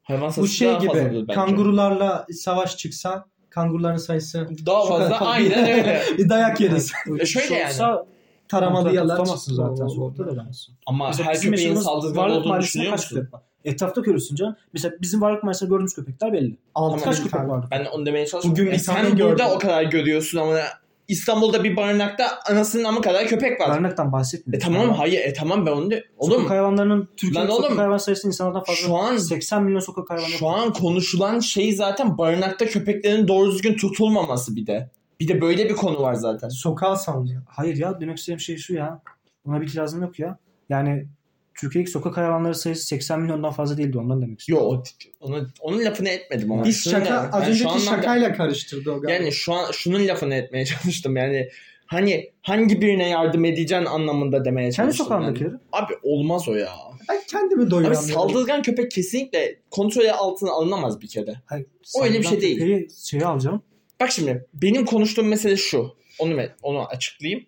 B: Hayvan sayısı
C: Bu şey
B: daha fazladır
C: gibi
B: bence.
C: kangurularla savaş çıksa kanguruların sayısı
B: Daha
C: Şu kadar
B: fazla
C: fazla.
B: aynen öyle.
C: bir dayak yeriz.
B: E şöyle
A: Olsa
C: taramalı yalar
A: tutamazsın
C: çıktı.
A: zaten
C: O-
A: sokakta da ben.
B: Ama
A: Mesela
B: her
A: bizim
B: köpeğin
A: yaşadığımız
B: saldırgan
A: varlık
B: olduğunu
A: mahallesinde
B: düşünüyor
A: kaç
B: musun?
A: köpek var? Etrafta görüyorsun canım. Mesela bizim varlık mahallesinde gördüğümüz köpekler belli.
C: Altı
A: Kaç
C: bin
A: köpek
C: tane.
A: vardı?
B: Ben onu demeye çalışmıyorum.
C: Bugün
B: Yani
C: bir
B: sen
C: tane gördüm.
B: burada o kadar görüyorsun ama İstanbul'da bir barınakta anasının amı kadar köpek var.
A: Barınaktan
B: E
A: bahsetmiyorum.
B: tamam hayır e tamam ben onu de... Oğlum
A: Sokak hayvanlarının Türkiye'nin
B: Lan
A: sokak
B: oğlum,
A: hayvan sayısı insanlardan fazla.
B: şu an
C: şey
A: 80 milyon sokak hayvanı.
B: şu an konuşulan şey zaten barınakta köpeklerin doğru düzgün tutulmaması bir de. Bir de böyle bir konu var zaten.
C: Sokağa salınıyor.
A: Hayır ya demek istediğim şey şu ya. Buna bir lazım yok ya. Yani Türkiye'deki sokak hayvanları sayısı 80 milyondan fazla değildi ondan demek istiyorum.
B: Yo o- onun, onun lafını etmedim ama.
C: Biz
B: Şunu
C: şaka
B: yani-
C: az
B: yani şu
C: önceki
B: anlamda-
C: şakayla karıştırdı o galiba.
B: Yani şu an şunun lafını etmeye çalıştım yani. Hani hangi birine yardım edeceğin anlamında demeye
A: Kendi
B: çalıştım. yani.
A: sokağındakileri.
B: Abi olmaz o ya.
C: ben kendimi
B: Abi
C: doyuramıyorum.
B: saldırgan köpek kesinlikle kontrol altına alınamaz bir kere.
A: Hayır,
B: O öyle bir
A: saldırgan
B: şey değil.
A: köpeği Şeyi alacağım.
B: Bak şimdi benim konuştuğum mesele şu. Onu onu açıklayayım.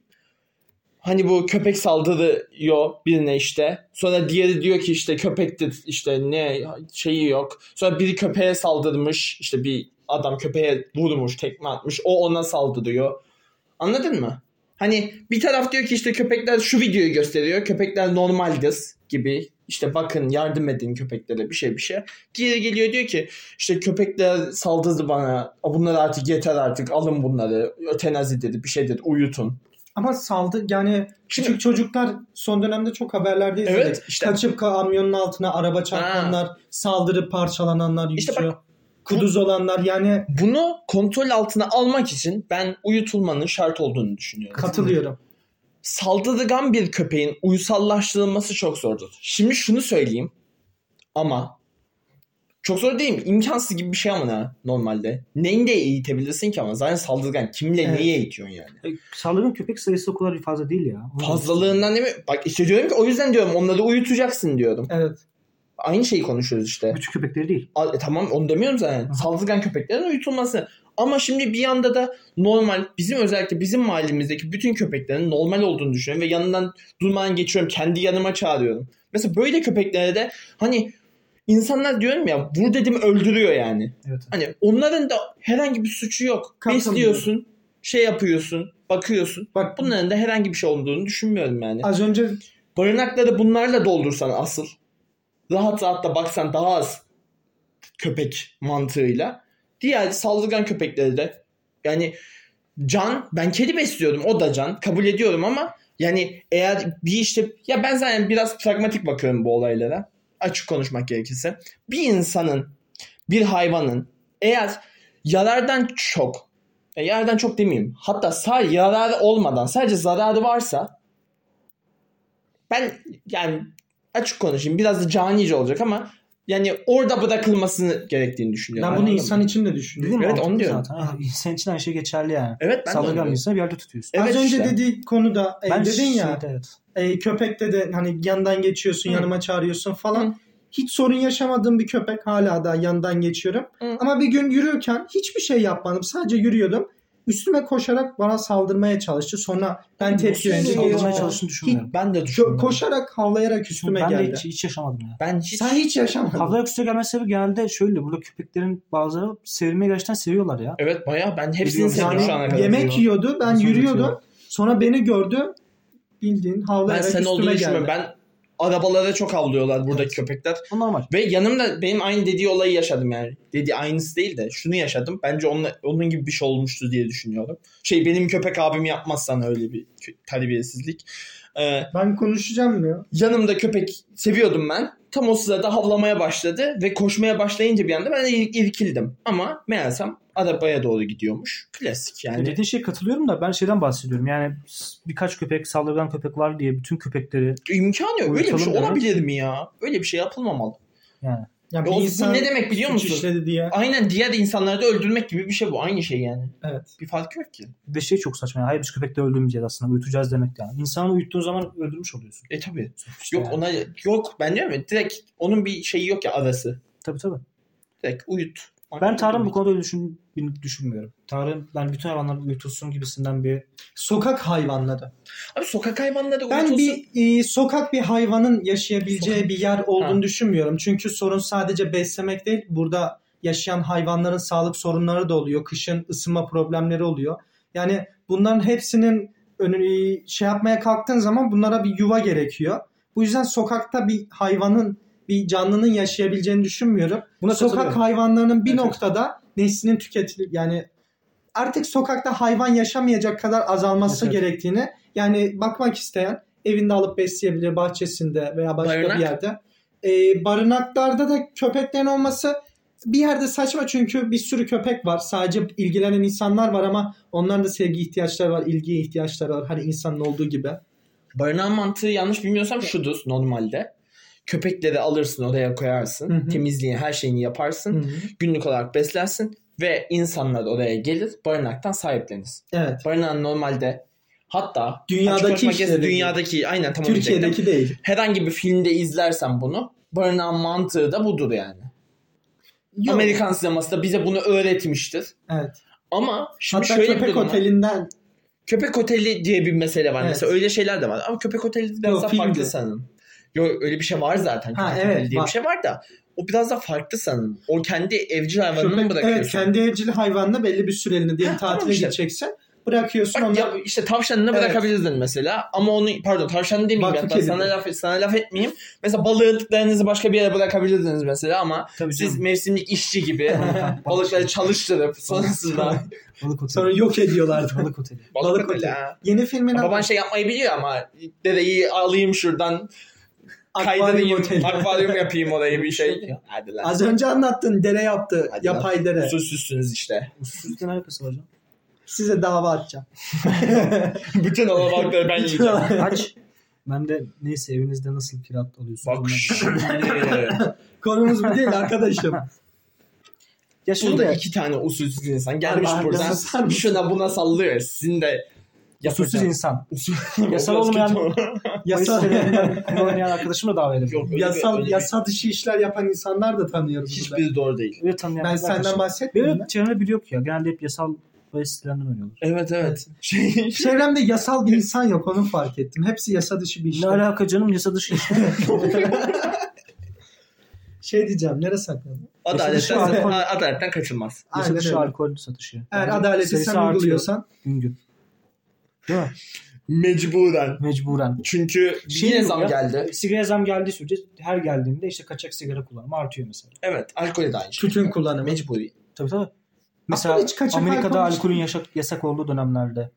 B: Hani bu köpek saldırıyor birine işte. Sonra diğeri diyor ki işte köpektir işte ne şeyi yok. Sonra biri köpeğe saldırmış. işte bir adam köpeğe vurmuş, tekme atmış. O ona saldırıyor. Anladın mı? Hani bir taraf diyor ki işte köpekler şu videoyu gösteriyor. Köpekler normaldir gibi. İşte bakın yardım edin köpeklere bir şey bir şey. Diğeri geliyor diyor ki işte köpekler saldırdı bana. "A, Bunlar artık yeter artık alın bunları. Ötenazi dedi bir şey dedi uyutun.
C: Ama saldı yani
B: Şimdi
C: küçük çocuklar son dönemde çok haberlerde izledik.
B: evet işte
C: Kaçıp kamyonun altına araba çarpanlar, saldırıp parçalananlar
B: İşte
C: yüzüyor. Kuduz olanlar yani
B: bunu kontrol altına almak için ben uyutulmanın şart olduğunu düşünüyorum.
C: katılıyorum.
B: Saldırgan bir köpeğin uyusallaştırılması çok zordur. Şimdi şunu söyleyeyim ama çok zor değil mi? İmkansız gibi bir şey ama ne normalde. Neyle eğitebilirsin ki ama zaten saldırgan kimle
C: Evet.
B: neyi eğitiyorsun yani?
A: E, saldırgan köpek sayısı o kadar fazla değil ya. Onu-
B: Fazlalığından değil mi? Bak işte diyorum ki o yüzden diyorum onları uyutacaksın diyorum.
C: Evet.
B: Aynı şeyi konuşuyoruz işte.
A: Bütün köpekleri değil.
B: A- e, tamam onu demiyorum zaten.
A: Hı.
B: Saldırgan köpeklerin uyutulması. Ama şimdi bir yanda da normal bizim özellikle bizim mahallemizdeki bütün köpeklerin normal olduğunu düşünüyorum ve yanından durmadan geçiyorum. Kendi yanıma çağırıyorum. Mesela böyle köpeklere de hani insanlar diyorum ya vur dedim öldürüyor yani.
A: Evet.
B: Hani onların da herhangi bir suçu yok.
C: Katılmıyorum.
B: Besliyorsun, şey yapıyorsun, bakıyorsun.
C: Bak bunu
B: Bunların da herhangi bir şey olduğunu düşünmüyorum yani.
C: az önce
B: Barınakları bunlarla doldursan asıl. Rahat rahat da baksan daha az köpek mantığıyla. Diğer saldırgan köpekleri de yani can ben kedi besliyordum o da can kabul ediyorum ama yani eğer bir işte ya ben zaten biraz pragmatik bakıyorum bu olaylara açık konuşmak gerekirse bir insanın bir hayvanın eğer yarardan çok e, yarardan çok demeyeyim hatta sadece yararı olmadan sadece zararı varsa ben yani açık konuşayım biraz da canice olacak ama yani orada bırakılmasını gerektiğini düşünüyorum.
C: ben bunu
B: Anladın
C: insan
B: mı?
C: için de düşündüm.
A: Dedim
B: Evet,
A: evet,
B: onu
A: onu
B: diyorum.
A: zaten. Ha, İnsan için aynı şey geçerli yani.
B: Evet ben de
A: Saldırgan bir
B: anlıyorum.
A: insanı bir yerde tutuyorsun.
B: Evet
C: az önce
B: işte.
C: dediği konuda e,
A: ben
C: dedin ya
A: şeyde evet.
C: e, köpekte de hani yandan geçiyorsun
B: Hı.
C: yanıma çağırıyorsun falan. Hiç sorun yaşamadığım bir köpek hala da yandan geçiyorum.
B: Hı.
C: Ama bir gün yürürken hiçbir şey yapmadım. Sadece yürüyordum. Üstüme koşarak bana saldırmaya çalıştı. Sonra ben tepki
B: Ben
A: Ben
B: de-
A: saldırmaya
C: verdim.
B: çalıştım.
A: çalıştığını düşünmüyorum.
B: Ben de
C: Kö-
B: düşünüyorum.
C: koşarak havlayarak üstüme
A: ben
C: geldi.
A: de hiç, hiç yaşamadım ya.
B: Ben hiç
C: Sen hiç yaşamadın.
A: Havlaya küste gelme sebebi genelde şöyle. Burada köpeklerin bazıları sevilmeyi gerçekten seviyorlar ya.
B: Evet bayağı ben hepsini
A: Biliyorum.
B: sevdim
A: Yani
B: şu ana kadar.
A: yeme-
C: Yemek yiyordu. Ben
A: Nasıl
C: yürüyordum.
A: bitiyor?
C: Sonra beni gördü. Bildiğin
B: Ben
C: havlayarak
B: sen
C: üstüme
B: olduğunu
C: geldi.
B: düşünmüyorum. Ben arabalara çok havlıyorlar buradaki köpekler.
A: O normal.
B: Ve yanımda benim aynı dediği olayı yaşadım yani. Dediği aynısı değil de şunu yaşadım. Bence onunla, onun gibi bir şey olmuştu diye düşünüyorum. Şey benim köpek abim yapmazsan öyle bir kö- terbiyesizlik. Ee,
C: Ben konuşacağım mı? ya?
B: yanımda köpek seviyordum ben. Tam o sırada havlamaya başladı ve koşmaya başlayınca bir anda ben il- irkildim. Ama meğersem arabaya doğru gidiyormuş. Klasik
A: Yani
B: yani.
A: E, dediğin şeye katılıyorum da ben şeyden bahsediyorum. Yani s- birkaç köpek, saldırgan köpek var diye bütün köpekleri
B: İmkanı yok. Öyle bir şey
A: Uyutalım demek.
B: olabilir mi ya? Öyle bir şey yapılmamalı.
C: Ya
B: Ve
C: bir
B: o- bu
C: insan
B: ne demek biliyor
C: suç
B: musun?
C: işledi diye.
B: Aynen diğer insanları da öldürmek gibi bir şey bu. Aynı şey yani.
C: Evet.
B: Bir fark yok ki.
A: ve şey çok saçma. Yani, hayır biz köpekleri öldürmeyeceğiz aslında. Uyutacağız demek yani. İnsanı uyuttuğun zaman öldürmüş oluyorsun.
B: E tabi.
A: İşte
B: Yok
A: yani.
B: ona yok. Ben diyorum ya direkt onun bir şeyi yok ya arası.
A: Tabii tabii.
B: Direkt uyut.
A: Ben Tarık'ın bu konuda öyle düşün, düşünmüyorum. Tarık'ın ben bütün hayvanlar uyutulsun gibisinden bir
C: Sokak hayvanları.
B: Abi sokak hayvanları da
C: Ben
B: uyutulsun.
C: bir e, sokak bir hayvanın yaşayabileceği
B: Sokak.
C: bir yer olduğunu
B: Ha.
C: düşünmüyorum. Çünkü sorun sadece beslemek değil. Burada yaşayan hayvanların sağlık sorunları da oluyor. Kışın ısınma problemleri oluyor. Yani bunların hepsinin önünü şey yapmaya kalktığın zaman bunlara bir yuva gerekiyor. Bu yüzden sokakta bir hayvanın, bir canlının yaşayabileceğini düşünmüyorum.
A: Buna
C: Sokak
A: katılıyorum.
C: hayvanlarının bir
A: Evet.
C: noktada neslinin tüketilip yani artık sokakta hayvan yaşamayacak kadar azalması
A: Evet, evet.
C: gerektiğini yani bakmak isteyen evinde alıp besleyebilir bahçesinde veya başka
B: Barınak.
C: bir yerde. Ee, barınaklarda da köpeklerin olması bir yerde saçma çünkü bir sürü köpek var. Sadece ilgilenen insanlar var ama onların da sevgi ihtiyaçları var, ilgiye ihtiyaçları var. Hani insanın olduğu gibi.
B: Barınağın mantığı yanlış bilmiyorsam şudur normalde. Köpekleri alırsın oraya koyarsın.
C: Hı hı.
B: Temizliği her şeyini yaparsın. Günlük olarak beslersin. Ve insanlar oraya gelir barınaktan sahiplenir.
C: Evet.
B: Barınağın normalde hatta
C: Dünyadaki
B: Açık Öğretmen Gezisi,
C: işleri değil.
B: dünyadaki aynen tamam
C: Türkiye'deki değil.
B: Herhangi bir filmde izlersen bunu barınağın mantığı da budur yani.
C: Yok.
B: Amerikan sineması da bize bunu öğretmiştir.
C: Evet.
B: Ama şimdi
C: Hatta
B: şöyle bir
C: köpek
B: durum var.
C: otelinden
B: Köpek oteli diye bir mesele var.
C: Evet.
B: Mesela öyle şeyler de var. Ama köpek oteli biraz
C: Yok,
B: daha
C: filmdi.
B: farklı sanırım. Yok öyle bir şey var zaten.
C: Ha,
B: köpek
C: evet,
B: oteli diye
C: var.
B: bir şey var da o biraz daha farklı sanırım. O kendi evcil hayvanını mı
C: Köpek,
B: bırakıyorsun?
C: evet kendi evcil hayvanla belli bir süreliğine diyelim
B: Ha,
C: tatile
B: tamam işte.
C: gideceksin. Bırakıyorsun
B: Bak,
C: onu.
B: ya, işte tavşanını
C: Evet.
B: bırakabilirdin mesela ama onu pardon tavşanı demeyeyim
C: Bak,
B: hatta
C: kedi.
B: sana laf, sana laf etmeyeyim. Mesela balıklarınızı başka bir yere bırakabilirdiniz mesela ama
A: Tabii
B: siz
A: canım.
B: mevsimlik işçi gibi balıkları çalıştırıp sonrasında
A: Balık oteli.
C: Sonra yok ediyorlardı.
A: Balık oteli.
C: Balık
B: balık
C: oteli.
B: ha.
C: Yeni filmin adı
B: Baban şey yapmayı biliyor ama dedeyi alayım şuradan
C: Akvaryum
B: kaydırayım
C: Oteli.
B: akvaryum yapayım oraya bir şey. Hadi lan.
C: Az önce anlattın dere yaptı.
B: Hadi lan.
C: yapay dere.
B: Usulsüzsünüz işte.
A: Usulsüzlükle ne alakası var canım?
C: Size dava atacağım.
B: Bütün alabalıkları ben yiyeceğim.
A: Aç. Ben de neyse evinizde nasıl kira alıyorsunuz?
B: Bak
A: ondan
B: şimdi.
C: Konumuz bu değil arkadaşım.
A: Ya
B: Burada
A: şimdi
B: iki tane usulsüz insan gelmiş
C: Abi,
B: buradan
C: susar mısın?
B: şuna buna sallıyor. Sizin de
A: usulsüz insan.
B: insan.
A: Yasal olmayan-
C: yasal,
A: Kumar oynayan arkadaşımı da davet edelim.
B: Yok, öyle bir-
C: yasal,
B: öyle
C: yasal dışı işler yapan insanlar da tanıyoruz.
B: bir-
C: burada.
B: hiçbiri doğru değil.
A: Öyle tanıyan
C: Ben
A: bir arkadaşım.
C: senden bahsetmiyorum.
A: Benim çevremde biri yok ya. Genelde hep yasal bahis sitelerinden oynuyorlar.
B: Evet evet. Şey,
C: Çevremde yasal bir insan yok onu fark ettim. Hepsi yasa dışı bir
A: Ne
C: işler.
A: alaka canım yasa dışı işte.
C: Şey diyeceğim nereye sakladın?
A: Yasal
B: adaletten,
A: dışı alkol.
B: Ha, adaletten kaçılmaz.
A: yasa
C: Aynen
A: dışı
C: öyle.
A: alkol satışı.
C: Eğer
A: Yani
C: adaleti
A: sayısı
C: sen
A: artıyor
C: uyguluyorsan
A: Gün gün. Değil mi?
B: Mecburen.
A: Mecburen.
B: Çünkü
A: Şey
B: yine
A: yok
B: zam
A: ya.
B: geldi.
A: Sigara zam geldiği sürece her geldiğinde işte kaçak sigara kullanımı artıyor mesela.
B: Evet alkol de aynı şey.
C: tütün kullanımı.
B: Mecburi.
A: Tabii tabii. Mesela
C: Aslında hiç kaçak
A: Amerika'da
C: alkol
A: alkolün yasak, yasak olduğu dönemlerde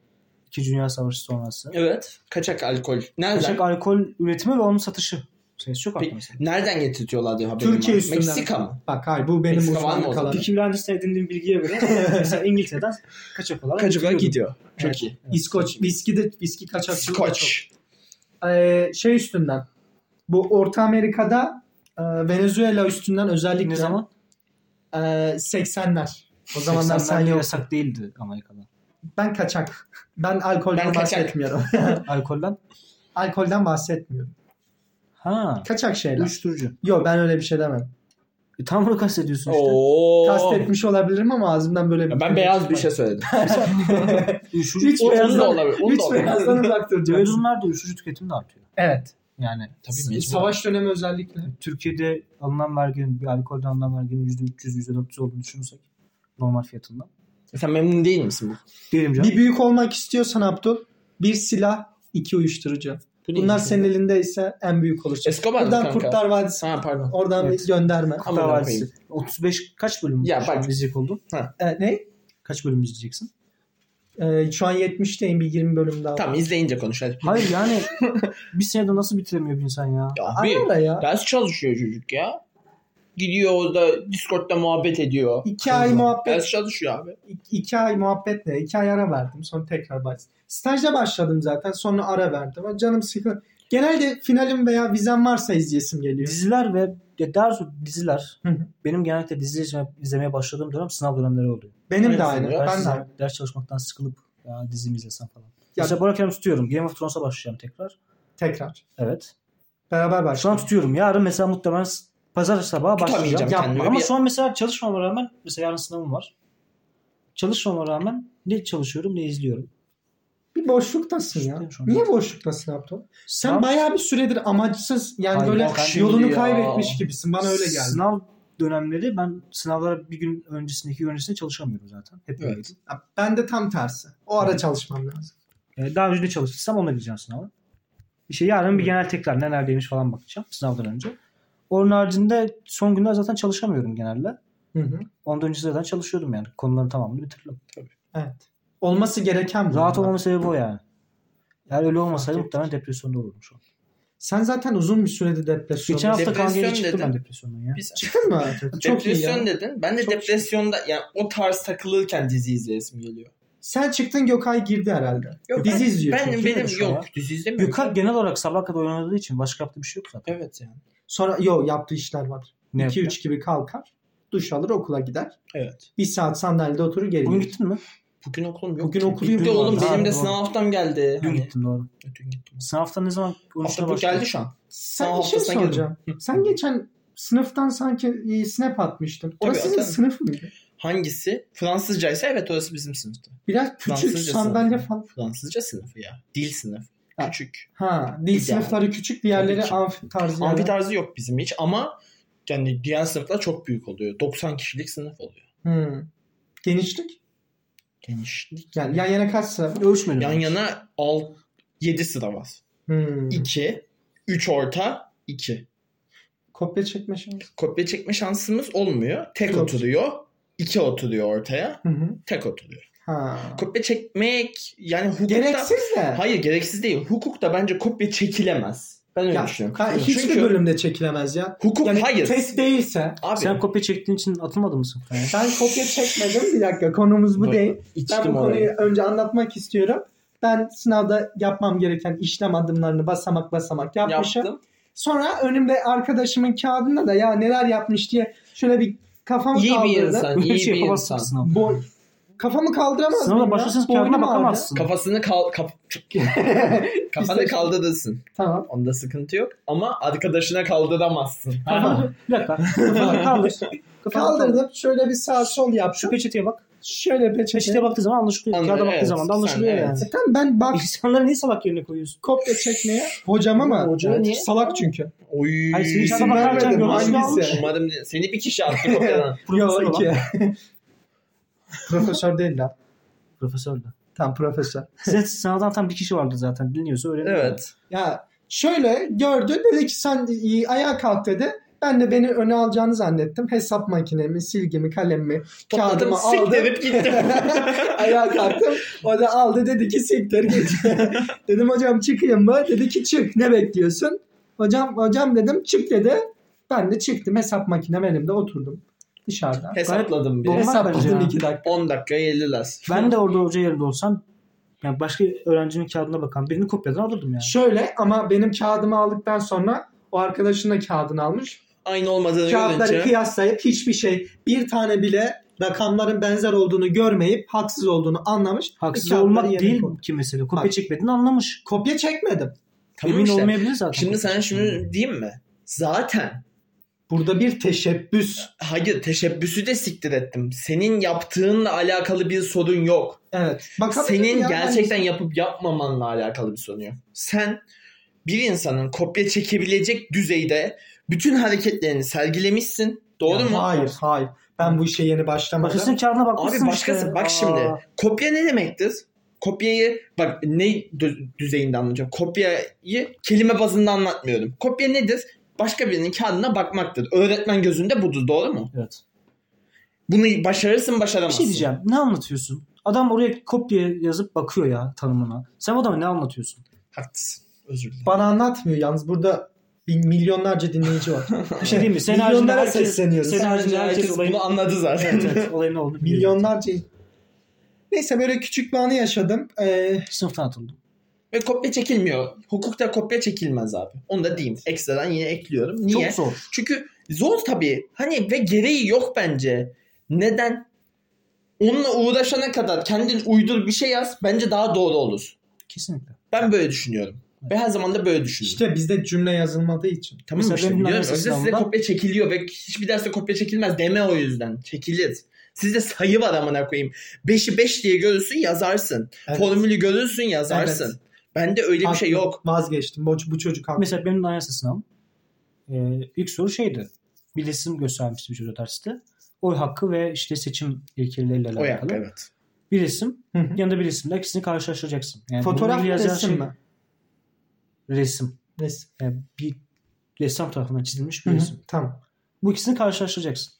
A: İkinci Dünya Savaşı sonrası.
B: Evet. Kaçak alkol. Nereden?
A: Kaçak alkol üretimi ve onun satışı. Sayısı çok arttı
B: Peki,
A: mesela.
B: Nereden getirtiyorlar diye haberim
C: Türkiye
B: var.
C: üstünden.
B: Meksika mı?
C: Bak hayır bu benim
B: Meksika var mı
C: uzmanlık
B: o zaman?
C: alanım.
A: Peaky Blinders'ta edindiğim bilgiye göre mesela İngiltere'den kaçak olarak
B: Kaçak olarak
A: gidiyordu.
B: gidiyor.
A: Evet.
B: Çok iyi.
C: İskoç. Viski de viski kaçakçılığı da çok.
B: Scotch.
C: Ee, şey üstünden. Bu Orta Amerika'da e, Venezuela üstünden özellikle
A: Ne zaman?
C: e, 80'ler. O zamanlar sen
A: 80'lerde
C: yok.
A: yasak değildi Amerika'da.
C: Ben kaçak. Ben alkolden
B: Ben kaçak.
C: bahsetmiyorum.
A: Alkolden?
C: alkolden bahsetmiyorum.
A: Ha.
C: Kaçak şeyler.
A: Uyuşturucu.
C: Yok ben öyle bir şey demem.
A: E, tam bunu kastediyorsun işte.
B: Oo.
C: Kastetmiş olabilirim ama ağzımdan böyle
B: Ya ben beyaz bir şey söyledim.
A: Uyuşturucu.
C: Hiç
B: Onu da
C: beyazdan,
B: olabilir, onu da
C: hiç
B: olabilir.
C: beyazdan uzak duracaksın.
A: Televizyonlarda uyuşturucu tüketimi de artıyor.
C: Evet.
A: Yani
B: Tabii
C: Savaş dönemi özellikle.
A: Türkiye'de alınan verginin, bir alkolden alınan verginin %300, %400 olduğunu düşünürsek normal fiyatından.
B: Sen memnun değil misin bu?
A: Diyelim canım.
C: Bir büyük olmak istiyorsan Abdul bir silah iki uyuşturucu.
B: Bu
C: Bunlar
B: değil.
C: senin elinde ise en büyük olacak.
B: Escobar mı
C: Buradan
B: kanka?
C: Kurtlar Vadisi.
B: Ha pardon.
C: Oradan
A: Evet.
C: bir gönderme.
B: Amına
A: Kurtlar Vadisi.
B: koyayım.
A: 35 kaç bölüm
B: Ya
A: ya,
B: bak-
A: izleyecek oldun?
C: E, ne?
A: Kaç bölüm izleyeceksin?
C: E, şu an 70'teyim bir 20 bölüm daha.
B: Tamam izleyince konuş hadi.
A: Hayır yani bir senede nasıl bitiremiyor bir insan ya?
B: Ya
C: Abi,
B: Abi
C: Ara ya.
B: ders çalışıyor çocuk ya. Gidiyor orada Discord'da muhabbet ediyor.
C: İki ay muhabbet.
B: Ders çalışıyor abi.
C: ik- iki ay muhabbet ne? İki ay ara verdim. Sonra tekrar baş. Stajda başladım zaten. Sonra ara verdim. Ama Canım sıkı. Genelde finalim veya vizem varsa izleyesim geliyor.
A: Diziler ve ya daha doğrusu diziler
C: Hı hı.
A: benim genellikle dizi izleme- izlemeye başladığım dönem sınav dönemleri oluyor.
C: Benim de
B: Evet,
C: aynı.
B: ya.
C: Ben
A: ders,
C: de aynı.
A: ders çalışmaktan sıkılıp ya dizimi izlesem falan.
C: Ya-
A: Mesela Burak Hanım tutuyorum. Game of Thrones'a başlayacağım tekrar.
C: Tekrar.
A: Evet.
C: Beraber
A: Şu an
C: başladım.
A: tutuyorum. Yarın mesela muhtemelen s- pazar sabahı başlayacağım.
B: Tutamayacağım
C: Yapma.
B: kendimi.
A: Ama
B: Bir-
A: şu an mesela çalışmama rağmen mesela yarın sınavım var. Çalışmama rağmen ne çalışıyorum ne izliyorum.
C: Bir boşluktasın ya.
A: Boşluktayım şu an.
C: Niye boşluktasın Abdul? Sen
A: Sınav-
C: bayağı bir süredir amaçsız yani
A: Hayır,
C: böyle
A: bak
B: şimdi
C: yolunu
B: ya.
C: kaybetmiş gibisin. Bana öyle geldi.
A: Sınav dönemleri ben sınavlara bir gün öncesinde iki gün öncesinde çalışamıyorum zaten. Hep
B: Evet.
A: öyleydi.
C: Ya Ben de tam tersi. O ara çalışmam lazım.
A: Ee, daha önce ne çalıştıysam ona gireceğim sınava. İşte yarın bir genel tekrar nelerdeymiş falan bakacağım sınavdan önce. Onun haricinde son günler zaten çalışamıyorum genelde.
C: Hı hı.
A: Ondan önce zaten çalışıyordum yani. Konuların tamamını bitirdim.
C: Evet. Olması gereken bu.
A: Rahat olmamın sebebi o yani. Eğer öyle olmasaydı
C: Fark
A: muhtemelen depresyonda olurdum şu an.
C: Sen zaten uzun bir sürede depresyonda.
A: Geçen hafta kan
B: Depresyon
A: geri çıktım
B: dedim.
A: ben depresyondan ya.
B: Biz
C: Çıktın mı? Çok iyi ya.
B: depresyon dedin. Ben de
A: Çok
B: depresyonda yani o tarz takılırken dizi izleyesim geliyor.
C: Sen çıktın Gökay girdi herhalde.
B: Yok,
C: Dizi
B: ben-
C: izliyorsun,
B: Benim,
A: değil mi
B: benim
A: şu an?
B: yok. Dizi izlemiyorum.
A: Gökhan genel olarak sabah kadar oynadığı için başka yaptığı bir şey yok zaten.
B: Evet yani.
C: Sonra yo yaptığı işler var.
A: Ne yapıyor?
C: 2-3 gibi kalkar. Duş alır okula gider.
B: Evet.
C: Bir saat sandalyede oturur geri
A: Bugün
C: gelir.
A: gittin mi?
B: Bugün okulum yok.
C: Bugün
B: ki.
C: okulum
B: Bitti
C: yok.
B: oğlum.
A: Ha,
B: Benim de
A: doğru.
B: sınav haftam geldi.
A: Dün
B: Hani,
A: gittim doğru.
B: dün gittim.
A: Sınavda ne zaman
B: Hafta
A: konuşmaya
B: bu
A: başladın?
B: geldi şu an.
C: Sen
B: Aa,
C: bir şey
B: haftasına girdim.
C: soracağım. Sen geçen sınıftan sanki e, snap atmıştın.
B: Tabii,
C: Orası sizin
B: atarım.
C: sınıf mıydı?
B: Hangisi? Fransızcaysa evet orası bizim sınıfta.
C: Biraz küçük
B: Fransızca
C: sandalye
B: sınıfı.
C: falan.
B: Fransızca sınıfı ya. Dil sınıfı.
C: Ha.
B: Küçük.
C: Ha, dil
B: Biz
C: sınıfları küçük, diğerleri
B: Tabii ki.
C: amfi tarzı.
B: Amfi
C: yerler.
B: tarzı yok bizim hiç ama yani diğer sınıflar çok büyük oluyor. 90 kişilik sınıf oluyor.
C: Hı. Hmm. Genişlik.
B: Genişlik.
C: Yani yan yana kaç sıra?
A: Ölçmedim.
B: Yan yana al 7 sıra var.
C: Hı.
B: 2, 3 orta, 2.
C: Kopya çekme şansı.
B: Kopya çekme şansımız olmuyor. Tek
C: Yok.
B: oturuyor. 2 oturuyor ortaya.
C: Hı hı.
B: Tek oturuyor.
C: Ha.
B: Kopya çekmek yani hukukta...
C: Gereksiz de.
B: Hayır gereksiz değil. Hukukta bence kopya çekilemez. Ben öyle
C: Ya,
B: düşünüyorum.
C: ka- hiçbir
B: Çünkü
C: bölümde çekilemez ya.
B: hukuk
C: Yani
B: hayır.
C: test değilse
B: Abi
A: Sen kopya çektiğin için atılmadın mı sınıftan ya?
C: ben kopya çekmedim. Bir dakika konumuz bu
B: Dur,
C: değil.
B: içtim
C: Ben bu
B: orayı.
C: konuyu önce anlatmak istiyorum. Ben sınavda yapmam gereken işlem adımlarını basamak basamak yapmışım.
B: yaptım.
C: Sonra önümde arkadaşımın kağıdında da ya neler yapmış diye şöyle bir kafamı
B: İyi bir
C: kaldırdım.
B: insan,
A: Böyle
B: iyi
A: bir şey
B: bir
A: yapamazsın
B: insan.
A: ki sınavda.
C: Boy, kafamı kaldıramazdım
A: Sınavda
C: ya.
A: başlasınız
C: Boynum
A: kağıdına
C: ağrıyor.
A: bakamazsın.
B: Kafasını kal kap kafanı kaldırırsın.
C: Tamam.
B: Onda sıkıntı yok ama arkadaşına kaldıramazsın.
A: Kafanı- bir dakika. Kafanı kaldır. Kafanı kaldır.
C: Kaldırdım. Şöyle bir sağ sol
A: Şu
C: yaptım.
A: peçeteye bak.
C: Şöyle peçete.
A: Peçeteye baktığı zaman anlaşılıyor.
B: Anladım,
A: Kağıda baktığı
B: evet.
A: zaman da anlaşılıyor
B: Sen-
A: yani.
B: evet.
C: Tamam ben bak
A: İnsanları niye salak yerine koyuyorsun?
C: kopya çekmeye hocam ama
A: Hoca niye?
C: salak çünkü.
B: Oy.
A: Hayır, senin
C: İsim
A: sana bakarken
C: vermedim,
A: görüntüsünü
C: hangisi?
A: almış.
B: Umarım de- seni bir kişi attı kopyadan.
A: Profesör
C: Yok
A: olan.
C: iki. profesör değil lan.
A: Profesör de.
C: Tam profesör.
A: Size sınavdan tam bir kişi vardı zaten. Dinliyorsa öğreniyor.
B: evet.
C: Ya şöyle gördü dedi ki sen e, ayağa kalk dedi. Ben de beni öne alacağını zannettim. Hesap makinemi, silgimi, kalemimi
B: Topladım
C: Kağıdımı
B: sik
C: aldım.
B: derip gittim.
C: ayağa kalktım. O da aldı dedi ki siktir git. dedim hocam çıkayım mı? Dedi ki çık ne bekliyorsun? Hocam hocam dedim çık dedi. Ben de çıktım hesap makinem elimde oturdum dışarıda.
B: Hesapladım bir.
A: Normal bence
C: Hesapladım
A: ya.
C: iki dakika.
B: 10 dakika 50 lira.
A: Ben de orada hoca yerinde olsam yani başka öğrencinin kağıdına bakan birini kopyadan alırdım yani.
C: Şöyle ama benim kağıdımı aldıktan sonra o arkadaşın da kağıdını almış.
B: Aynı olmadığını
C: Kağıtları
B: görünce.
C: kıyaslayıp hiçbir şey bir tane bile rakamların benzer olduğunu görmeyip haksız olduğunu anlamış.
A: Haksız
C: Kağıtları
A: olmak
C: yerine
A: değil
C: koy.
A: ki mesele. Kopya
C: Bak.
A: çekmediğini anlamış.
C: Kopya çekmedim.
B: Tamam
A: Emin
B: işte.
A: olmayabilir zaten.
B: Şimdi sen şunu diyeyim mi? Zaten
C: Burada bir teşebbüs.
B: hayır teşebbüsü de siktir ettim. Senin yaptığınla alakalı bir sorun yok.
C: Evet. Bakalım
B: Senin
C: ya,
B: gerçekten yapıp yapmamanla alakalı bir sorun yok. Sen bir insanın kopya çekebilecek düzeyde bütün hareketlerini sergilemişsin.
C: ben-
B: Doğru
C: Ya
B: mu?
C: Hayır, hayır. Ben bu işe yeni başlamadım.
A: Başkasının kağıdına bakmışsın
B: Abi başkası
A: işte.
B: bak
A: Aa,
B: şimdi. Kopya ne demektir? Kopyayı bak ne dü- düzeyinde anlatacağım. Kopyayı kelime bazında anlatmıyorum. Kopya nedir? Başka birinin kağıdına bakmaktır. Öğretmen gözünde budur doğru mu?
A: Evet.
B: Bunu başarırsın
A: Bir
B: başaramazsın.
A: şey diyeceğim. Ne anlatıyorsun? Adam oraya kopya yazıp bakıyor ya tanımına. Sen adama ne anlatıyorsun?
B: Haklısın. Özür dilerim.
C: Bana anlatmıyor yalnız burada bin- milyonlarca dinleyici var.
A: Bir şey diyeyim mi? Senin haricinde
C: Milyonlara
A: herkes,
C: sesleniyoruz.
A: senin haricinde herkes
B: Herkes
A: olayın,
B: bunu anladı zaten.
A: evet, evet, olayın ne olduğunu biliyor.
C: milyonlarca Neyse böyle küçük bir anı yaşadım. Ee,
A: Sınıftan atıldım.
B: Ve kopya çekilmiyor. Hukukta kopya çekilmez abi. Onu da diyeyim. Ekstradan yine ekliyorum. Niye?
A: Çok zor.
B: Çünkü zor tabii. Hani ve gereği yok bence. Neden? Onunla uğraşana kadar kendin uydur bir şey yaz. Bence daha doğru olur.
A: Kesinlikle.
B: Ben böyle düşünüyorum. Ve her zaman da böyle düşünüyorum.
C: işte bizde cümle yazılmadığı için.
B: tamam mı
A: mesela
B: işte
A: benim
B: biliyorum.
A: üniversite
B: O yüzden size
A: sınavında-
B: kopya çekiliyor ve hiçbir derste kopya çekilmez deme o yüzden. Çekilir. Sizde sayı var amına koyayım. 5'i 5 diye görürsün yazarsın.
C: Evet.
B: Formülü görürsün yazarsın.
C: Evet.
B: Bende öyle bir şey
C: Haklı.
B: yok.
C: Vazgeçtim. Bu, bu çocuk haklı.
A: Mesela benim de anayasa sınavım. Ee, ilk soru şeydi. Bir resim göstermişti bir çocuğa derste. Oy hakkı ve işte seçim ilkeleriyle
B: O
A: alakalı.
B: yak evet.
A: bir resim.
C: Hı hı.
A: Yanında bir resimle ikisini karşılaştıracaksın. Yani
C: Fotoğraf
A: bunu
C: mı
A: yazan
C: resim
A: şey-
C: mi?
A: Resim.
C: Resim.
A: Yani bir ressam tarafından çizilmiş bir
C: Hı hı.
A: resim.
C: Tamam.
A: Bu ikisini karşılaştıracaksın.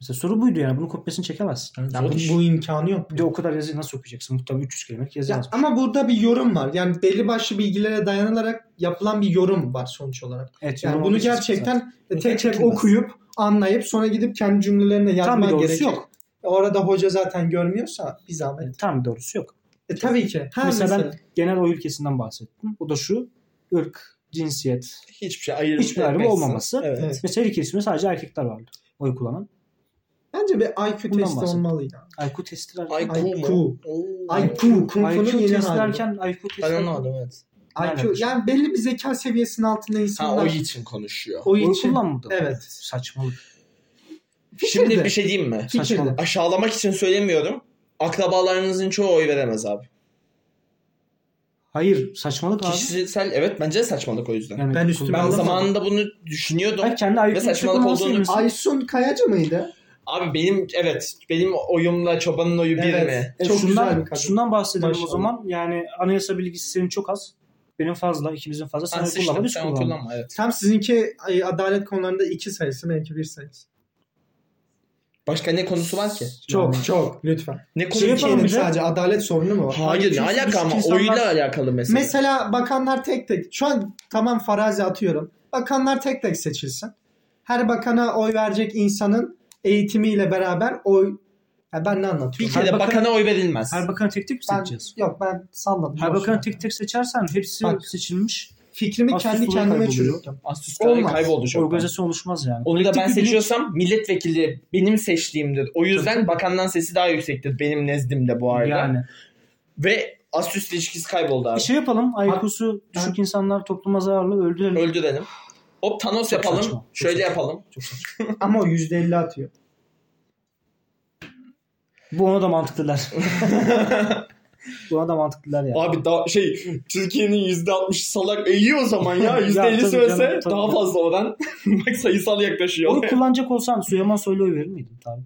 A: Mesela soru buydu yani. Bunun kopyasını çekemezsin.
C: Yani bu, bu imkanı yok.
A: Bir de o kadar yazıyı nasıl okuyacaksın? Muhtemelen 300 kelimelik yazı
C: Ya
A: yazmış.
C: ama burada bir yorum var. Yani belli başlı bilgilere dayanılarak yapılan bir yorum var sonuç olarak.
A: Evet,
C: Yani
A: yorum
C: bunu
A: olduğu için
C: gerçekten
A: zaten.
C: tek tek
A: Çekilmez.
C: okuyup anlayıp sonra gidip kendi cümlelerine
A: Tam bir
C: yazman
A: doğrusu
C: gerekiyor. E,
A: yok.
C: Orada hoca zaten görmüyorsa bir zahmet.
A: Yani tam bir doğrusu yok.
C: E, tabii ki. Ha,
A: mesela,
C: mesela,
A: ben genel o ülkesinden bahsettim. O da şu. ırk, cinsiyet.
B: Hiçbir şey ayrım
A: Hiçbir ayrım
B: etmezsin.
A: olmaması.
B: Evet.
C: Evet.
A: Mesela ilk kesimde sadece erkekler vardı. Oy kullanan.
C: bence bir IQ
A: Bundan
C: testi
A: bahset.
C: olmalı ya.
A: IQ testiler.
B: IQ, mu?
C: IQ.
B: Oo.
C: IQ. Kung Fu'nun
A: IQ
C: yeni
A: testi
C: hali.
A: derken IQ testi.
B: Ben anlamadım evet.
C: IQ.
A: alakası?
C: Yani belli bir zeka seviyesinin altında
B: Ha o
C: insanlar
B: için konuşuyor.
C: o
A: Oy
C: için
A: kullanmadı.
C: Evet.
A: Saçmalık.
B: Şimdi
C: Fikirde.
B: bir şey diyeyim mi?
C: Fikirde.
A: Saçmalık.
B: Aşağılamak için söylemiyorum. Akrabalarınızın çoğu oy veremez abi.
A: Hayır saçmalık abi.
B: Kişisel evet bence de saçmalık o yüzden.
A: Yani
C: Ben üstüme
B: ben
A: kullanmadı.
C: alamadım.
B: zamanında bunu düşünüyordum.
A: Hayır, kendi IQ
B: Ve
A: testi
B: saçmalık
A: kullanması
B: olduğunu-
A: bilmiyorsun.
C: Aysun Kayacı mıydı?
B: Abi benim evet benim oyumla çobanın oyu bir
C: Evet.
B: mi?
A: E,
C: Çok
A: şundan,
C: güzel bir kadın.
A: Şundan bahsedelim
C: Maşallah.
A: o zaman. Yani anayasa bilgisi senin çok az. Benim fazla. ikimizin fazla. Sen
B: Sen
A: oy kullanma.
B: sıçtın
A: Biz
B: sen oy
A: kullanma.
B: kullanma evet.
C: Tam sizinki ay, adalet konularında iki sayısı belki bir sayısı.
B: Başka ne konusu var ki?
C: Çok
A: Yani.
C: çok lütfen.
B: Ne
A: Şey
B: konu
A: yapalım
B: ki?
C: Türkiye'nin
A: bir de-
C: sadece adalet sorunu mu var?
B: Hayır ne
A: Çünkü
B: alaka
A: düşük
B: ama
A: insanlar-
B: oyuyla alakalı mesela.
C: Mesela bakanlar tek tek şu an tamam farazi atıyorum. Bakanlar tek tek seçilsin. Her bakana oy verecek insanın eğitimiyle beraber oy Ya ben ne
B: bir
C: anlatıyorum?
A: Her
B: kere
A: bakan-
B: bakana oy verilmez.
A: Her bakanı tek tek mi
C: Ben-
A: seçeceğiz?
C: Yok ben salladım.
A: Her
C: Boş
A: bakanı
C: ver.
A: tek tek seçersen hepsi
C: Bak.
A: seçilmiş.
C: fikrimi
A: Asıl
C: kendi
A: soru
C: kendime
A: kayboluyor.
C: çürüttüm.
B: Astus Kanal
C: Olmaz.
B: kayboldu şu an.
A: Organizasyon oluşmaz yani.
B: Onu da ben
A: Kolektif bir bilinç-
B: seçiyorsam milletvekili benim seçtiğimdir. O yüzden bakandan sesi daha yüksektir benim nezdimde bu arada.
A: Yani.
B: Ve Astus ilişkisi kayboldu abi.
A: Şey yapalım. IQ'su düşük insanlar topluma zararlı öldürelim.
B: Öldürelim. Hop Thanos
A: Çok
B: yapalım.
A: saçma. Çok
B: Şöyle
A: saçma.
B: yapalım.
A: Çok saçma.
C: Ama o %50 atıyor.
A: Bu ona da mantıklılar. Bu ona da mantıklılar yani.
B: Abi daha şey Türkiye'nin %60'ı salak. E iyi o zaman ya.
A: Ya
B: %50'si
A: tabii canım,
B: ölse
A: tabii.
B: daha fazla oran. Bak sayısal
A: Onu
B: yaklaşıyor.
A: kullanacak olsan Süleyman Soylu oy verir miydin? Tabii.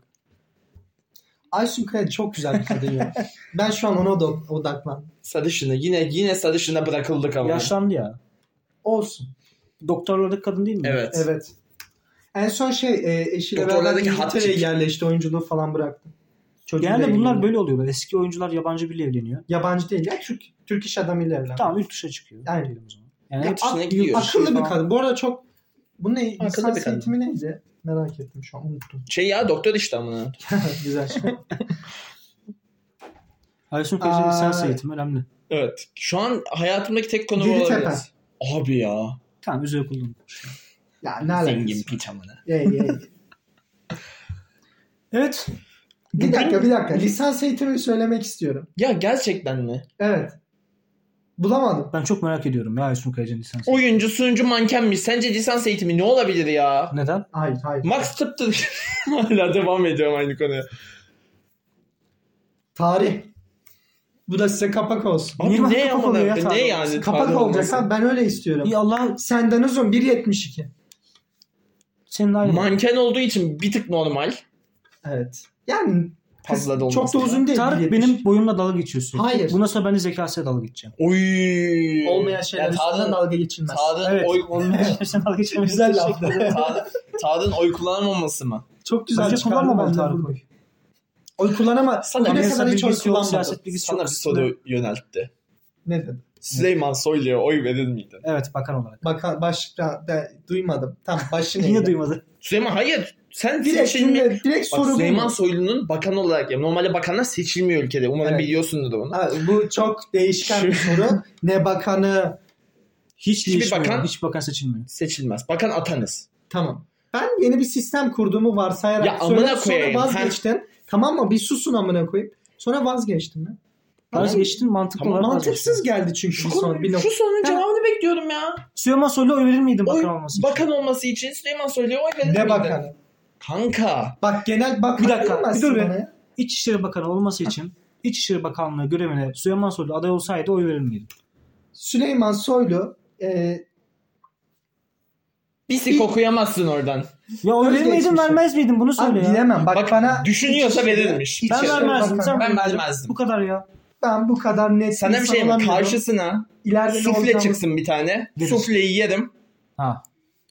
C: Aysun Kaya çok güzel bir kadın ya. ben şu an ona da odaklandım.
B: Sarışını yine yine sarışına bırakıldık ama.
A: Yaşlandı ya.
C: Olsun.
A: Doktorlardaki kadın değil mi?
B: Evet.
C: Evet. En son şey e, eşiyle
B: Doktorlardaki
C: beraber
B: hot
C: İngiltere'ye
B: chick.
C: yerleşti. Oyunculuğu falan bıraktı. Çocuğuyla
A: Genelde
C: ilgileniyor.
A: bunlar böyle oluyorlar. Eski oyuncular yabancı biriyle evleniyor.
C: Yabancı değil ya. Türk, Türk iş adamıyla evlendi.
A: Tamam yurt dışına çıkıyor.
C: Aynen.
A: Diyelim o zaman. Yani
B: Ya,
A: hep-
B: dışına
C: Ak-
B: gidiyor.
C: akıllı
A: Şey
C: bir
A: falan.
C: kadın. Bu arada çok bu ne?
B: Akıllı bir
C: Lisans
B: kadın.
C: eğitimi neydi? Merak ettim şu an. Unuttum.
B: Şey ya doktor işte amına.
C: Güzel şey.
A: Aysun Kaya'nın lisans
C: Aa.
A: eğitimi önemli.
B: Evet. Şu an hayatımdaki tek konu bu
C: Diri
B: olabilir.
C: tepe.
B: Abi ya.
A: Tamam üzerine kullanılmış.
C: ya ne
B: Zengin
C: alakası?
B: piç amına.
C: Ye, ye.
A: Evet.
C: bir dakika bir dakika. Lisans eğitimini söylemek istiyorum.
B: Ya gerçekten mi?
C: Evet. Bulamadım.
A: Ben çok merak ediyorum ya Aysun Kaya'nın lisans eğitimi.
B: Oyuncu, sunucu, mankenmiş. Sence lisans eğitimi ne olabilir ya?
A: Neden?
C: Hayır hayır.
B: Max tıptır. Hala devam ediyorum aynı konuya.
C: Tarih. Bu da size kapak olsun.
B: Abi
A: Niye bak
B: ne
A: kapak oluyor ya
B: yapalım? Ne
A: tarih
B: yani?
C: Kapak
B: tarih
C: olacak
B: olması?
C: ha ben öyle istiyorum.
A: İyi Allah
C: Senden uzun 1.72.
A: senin aynı.
B: Manken olduğu için bir tık normal.
C: Evet. Yani
B: Fazla da
C: çok da
B: olmasın
C: uzun değil.
A: Tarık
C: 1.72.
A: benim boyumla dalga geçiyorsun.
C: şey- Hayır.
A: Bundan sonra ben de zekasıyla dalga geçeceğim.
B: Oy.
C: olmayan şeyler
B: Yani Tarık'ın-
C: üstünden dalga geçilmez.
B: Tarık'ın
A: Evet.
B: oy
A: Sen dalga geçemezsin.
C: Güzel laf.
B: Tarık- Tarık'ın oy kullanamaması mı?
C: Çok güzel
A: Bence
C: çıkardı
A: kullanmamalı
C: benden
A: Tarık
C: bunu.
A: oy.
C: Oy kullanama.
B: Sana
C: Bugüne
A: Anayasa
C: kadar hiç oy
A: bilgisi yok,
C: kullanmadım.
A: siyaset bilgisi
B: Sana
A: yok.
B: bir soru yöneltti.
C: Ne dedim?
B: Süleyman Soylu'ya oy verir miydin?
A: Evet bakan olarak.
C: Bak baş ben duymadım. Tam başı neydi?
A: Yine duymadı.
B: Süleyman hayır. Sen
C: Direkt
B: seçilme...
C: cümle, direkt
B: Bak,
C: soru
B: Süleyman
C: bu.
B: Soylu'nun bakan olarak ya normalde bakanlar seçilmiyor ülkede. Umarım
C: Evet.
B: biliyorsundur da bunu.
C: Ha, bu çok değişken bir soru. Ne bakanı.
A: Hiç
B: Hiçbir
A: değişmiyor.
B: bakan-
A: Hiç bakan seçilmiyor.
B: Seçilmez. Bakan atanız.
C: Tamam. Ben yeni bir sistem kurduğumu varsayarak
B: Ya amına
C: söyledim,
B: koyayım,
C: sonra vazgeçtim. Tamam mı? Bir susun amına koyayım. Sonra vazgeçtim ben.
A: Tarık
B: Tamam.
A: geçtin mantıklı
B: Tamam,
A: olarak.
C: Mantıksız
A: vazgeçtin.
C: geldi çünkü
B: Şu,
C: bir son,
B: konu,
C: bir nokta.
B: şu sorunun
C: Ha.
B: cevabını bekliyorum ya.
A: Süleyman Soylu oy verir miydin
B: Oy-
A: bakan olması için?
B: Bakan olması için Süleyman Soylu'ya oy verir
C: Ne
B: miydin?
C: bakanı?
B: Kanka.
C: Bak genel bak
A: Bir dakika,
C: Bakılmaz
A: bir dur be.
C: bana ya.
A: İçişleri Bakanı olması için İçişleri Bakanlığı görevine Süleyman Soylu aday olsaydı oy verir miydin?
C: Süleyman Soylu e,
B: Bir sik okuyamazsın oradan.
A: Ya öyle miydin
C: Özgeçmişim.
A: vermez miydin bunu
C: Abi
A: söyle ya.
C: bilemem. Bak,
B: Bak,
C: bana şey
B: düşünüyorsa verilmiş.
C: İç-
A: ben
B: İçeri-
A: vermezdim.
C: Bakan-
A: Sen
D: Ben
A: verdin.
D: vermezdim.
A: Bu kadar ya.
C: ben bu kadar net
B: Sana bir
C: insan
B: şey mi?
C: olamıyorum.
B: Karşısına
C: İleride ne
B: sufle
C: olacağımı-
B: çıksın bir tane.
A: Gelir.
B: Sufleyi yerim.
A: Ha.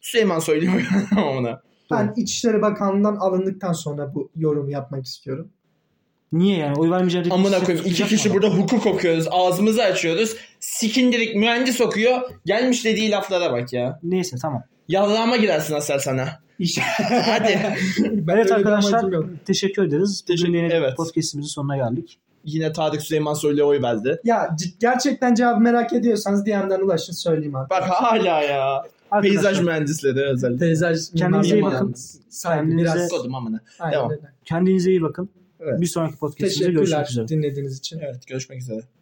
B: Süleyman Soylu'yu oynamam ona.
C: Ben İçişleri Bakanlığı'ndan alındıktan sonra bu yorumu yapmak istiyorum.
A: Niye yani? Oy vermeyeceğin
B: Amına koyayım. iki kişi burada hukuk okuyoruz. Ağzımızı açıyoruz. Sikindirik mühendis okuyor. Gelmiş dediği laflara bak ya.
A: Neyse tamam.
B: Yallama girersin Asel sana.
C: İş...
B: Hadi.
C: Ben
A: evet
C: öyle bir
A: arkadaşlar
C: amacım yok.
A: teşekkür ederiz. Teşekkür,
B: evet.
A: Podcast'imizin sonuna geldik.
B: Yine Tarık Süleyman Soylu'ya oy verdi.
C: Ya c- gerçekten cevabı merak ediyorsanız DM'den ulaşın söyleyeyim abi.
B: Bak hala ya. Peyzaj
A: Arkadaşlar,
B: mühendisleri özellikle.
C: Peyzaj
A: Kendinize iyi
C: mimari
A: bakın.
C: yalnız. Saygı
A: Kendinize-
C: biraz.
B: Kodum amına.
C: Aynen
B: Devam.
C: öyle.
A: kendinize iyi bakın.
B: Evet.
A: Bir sonraki podcast'imizde görüşmek
C: Teşekkürler
A: üzere.
C: dinlediğiniz için.
B: Evet görüşmek üzere.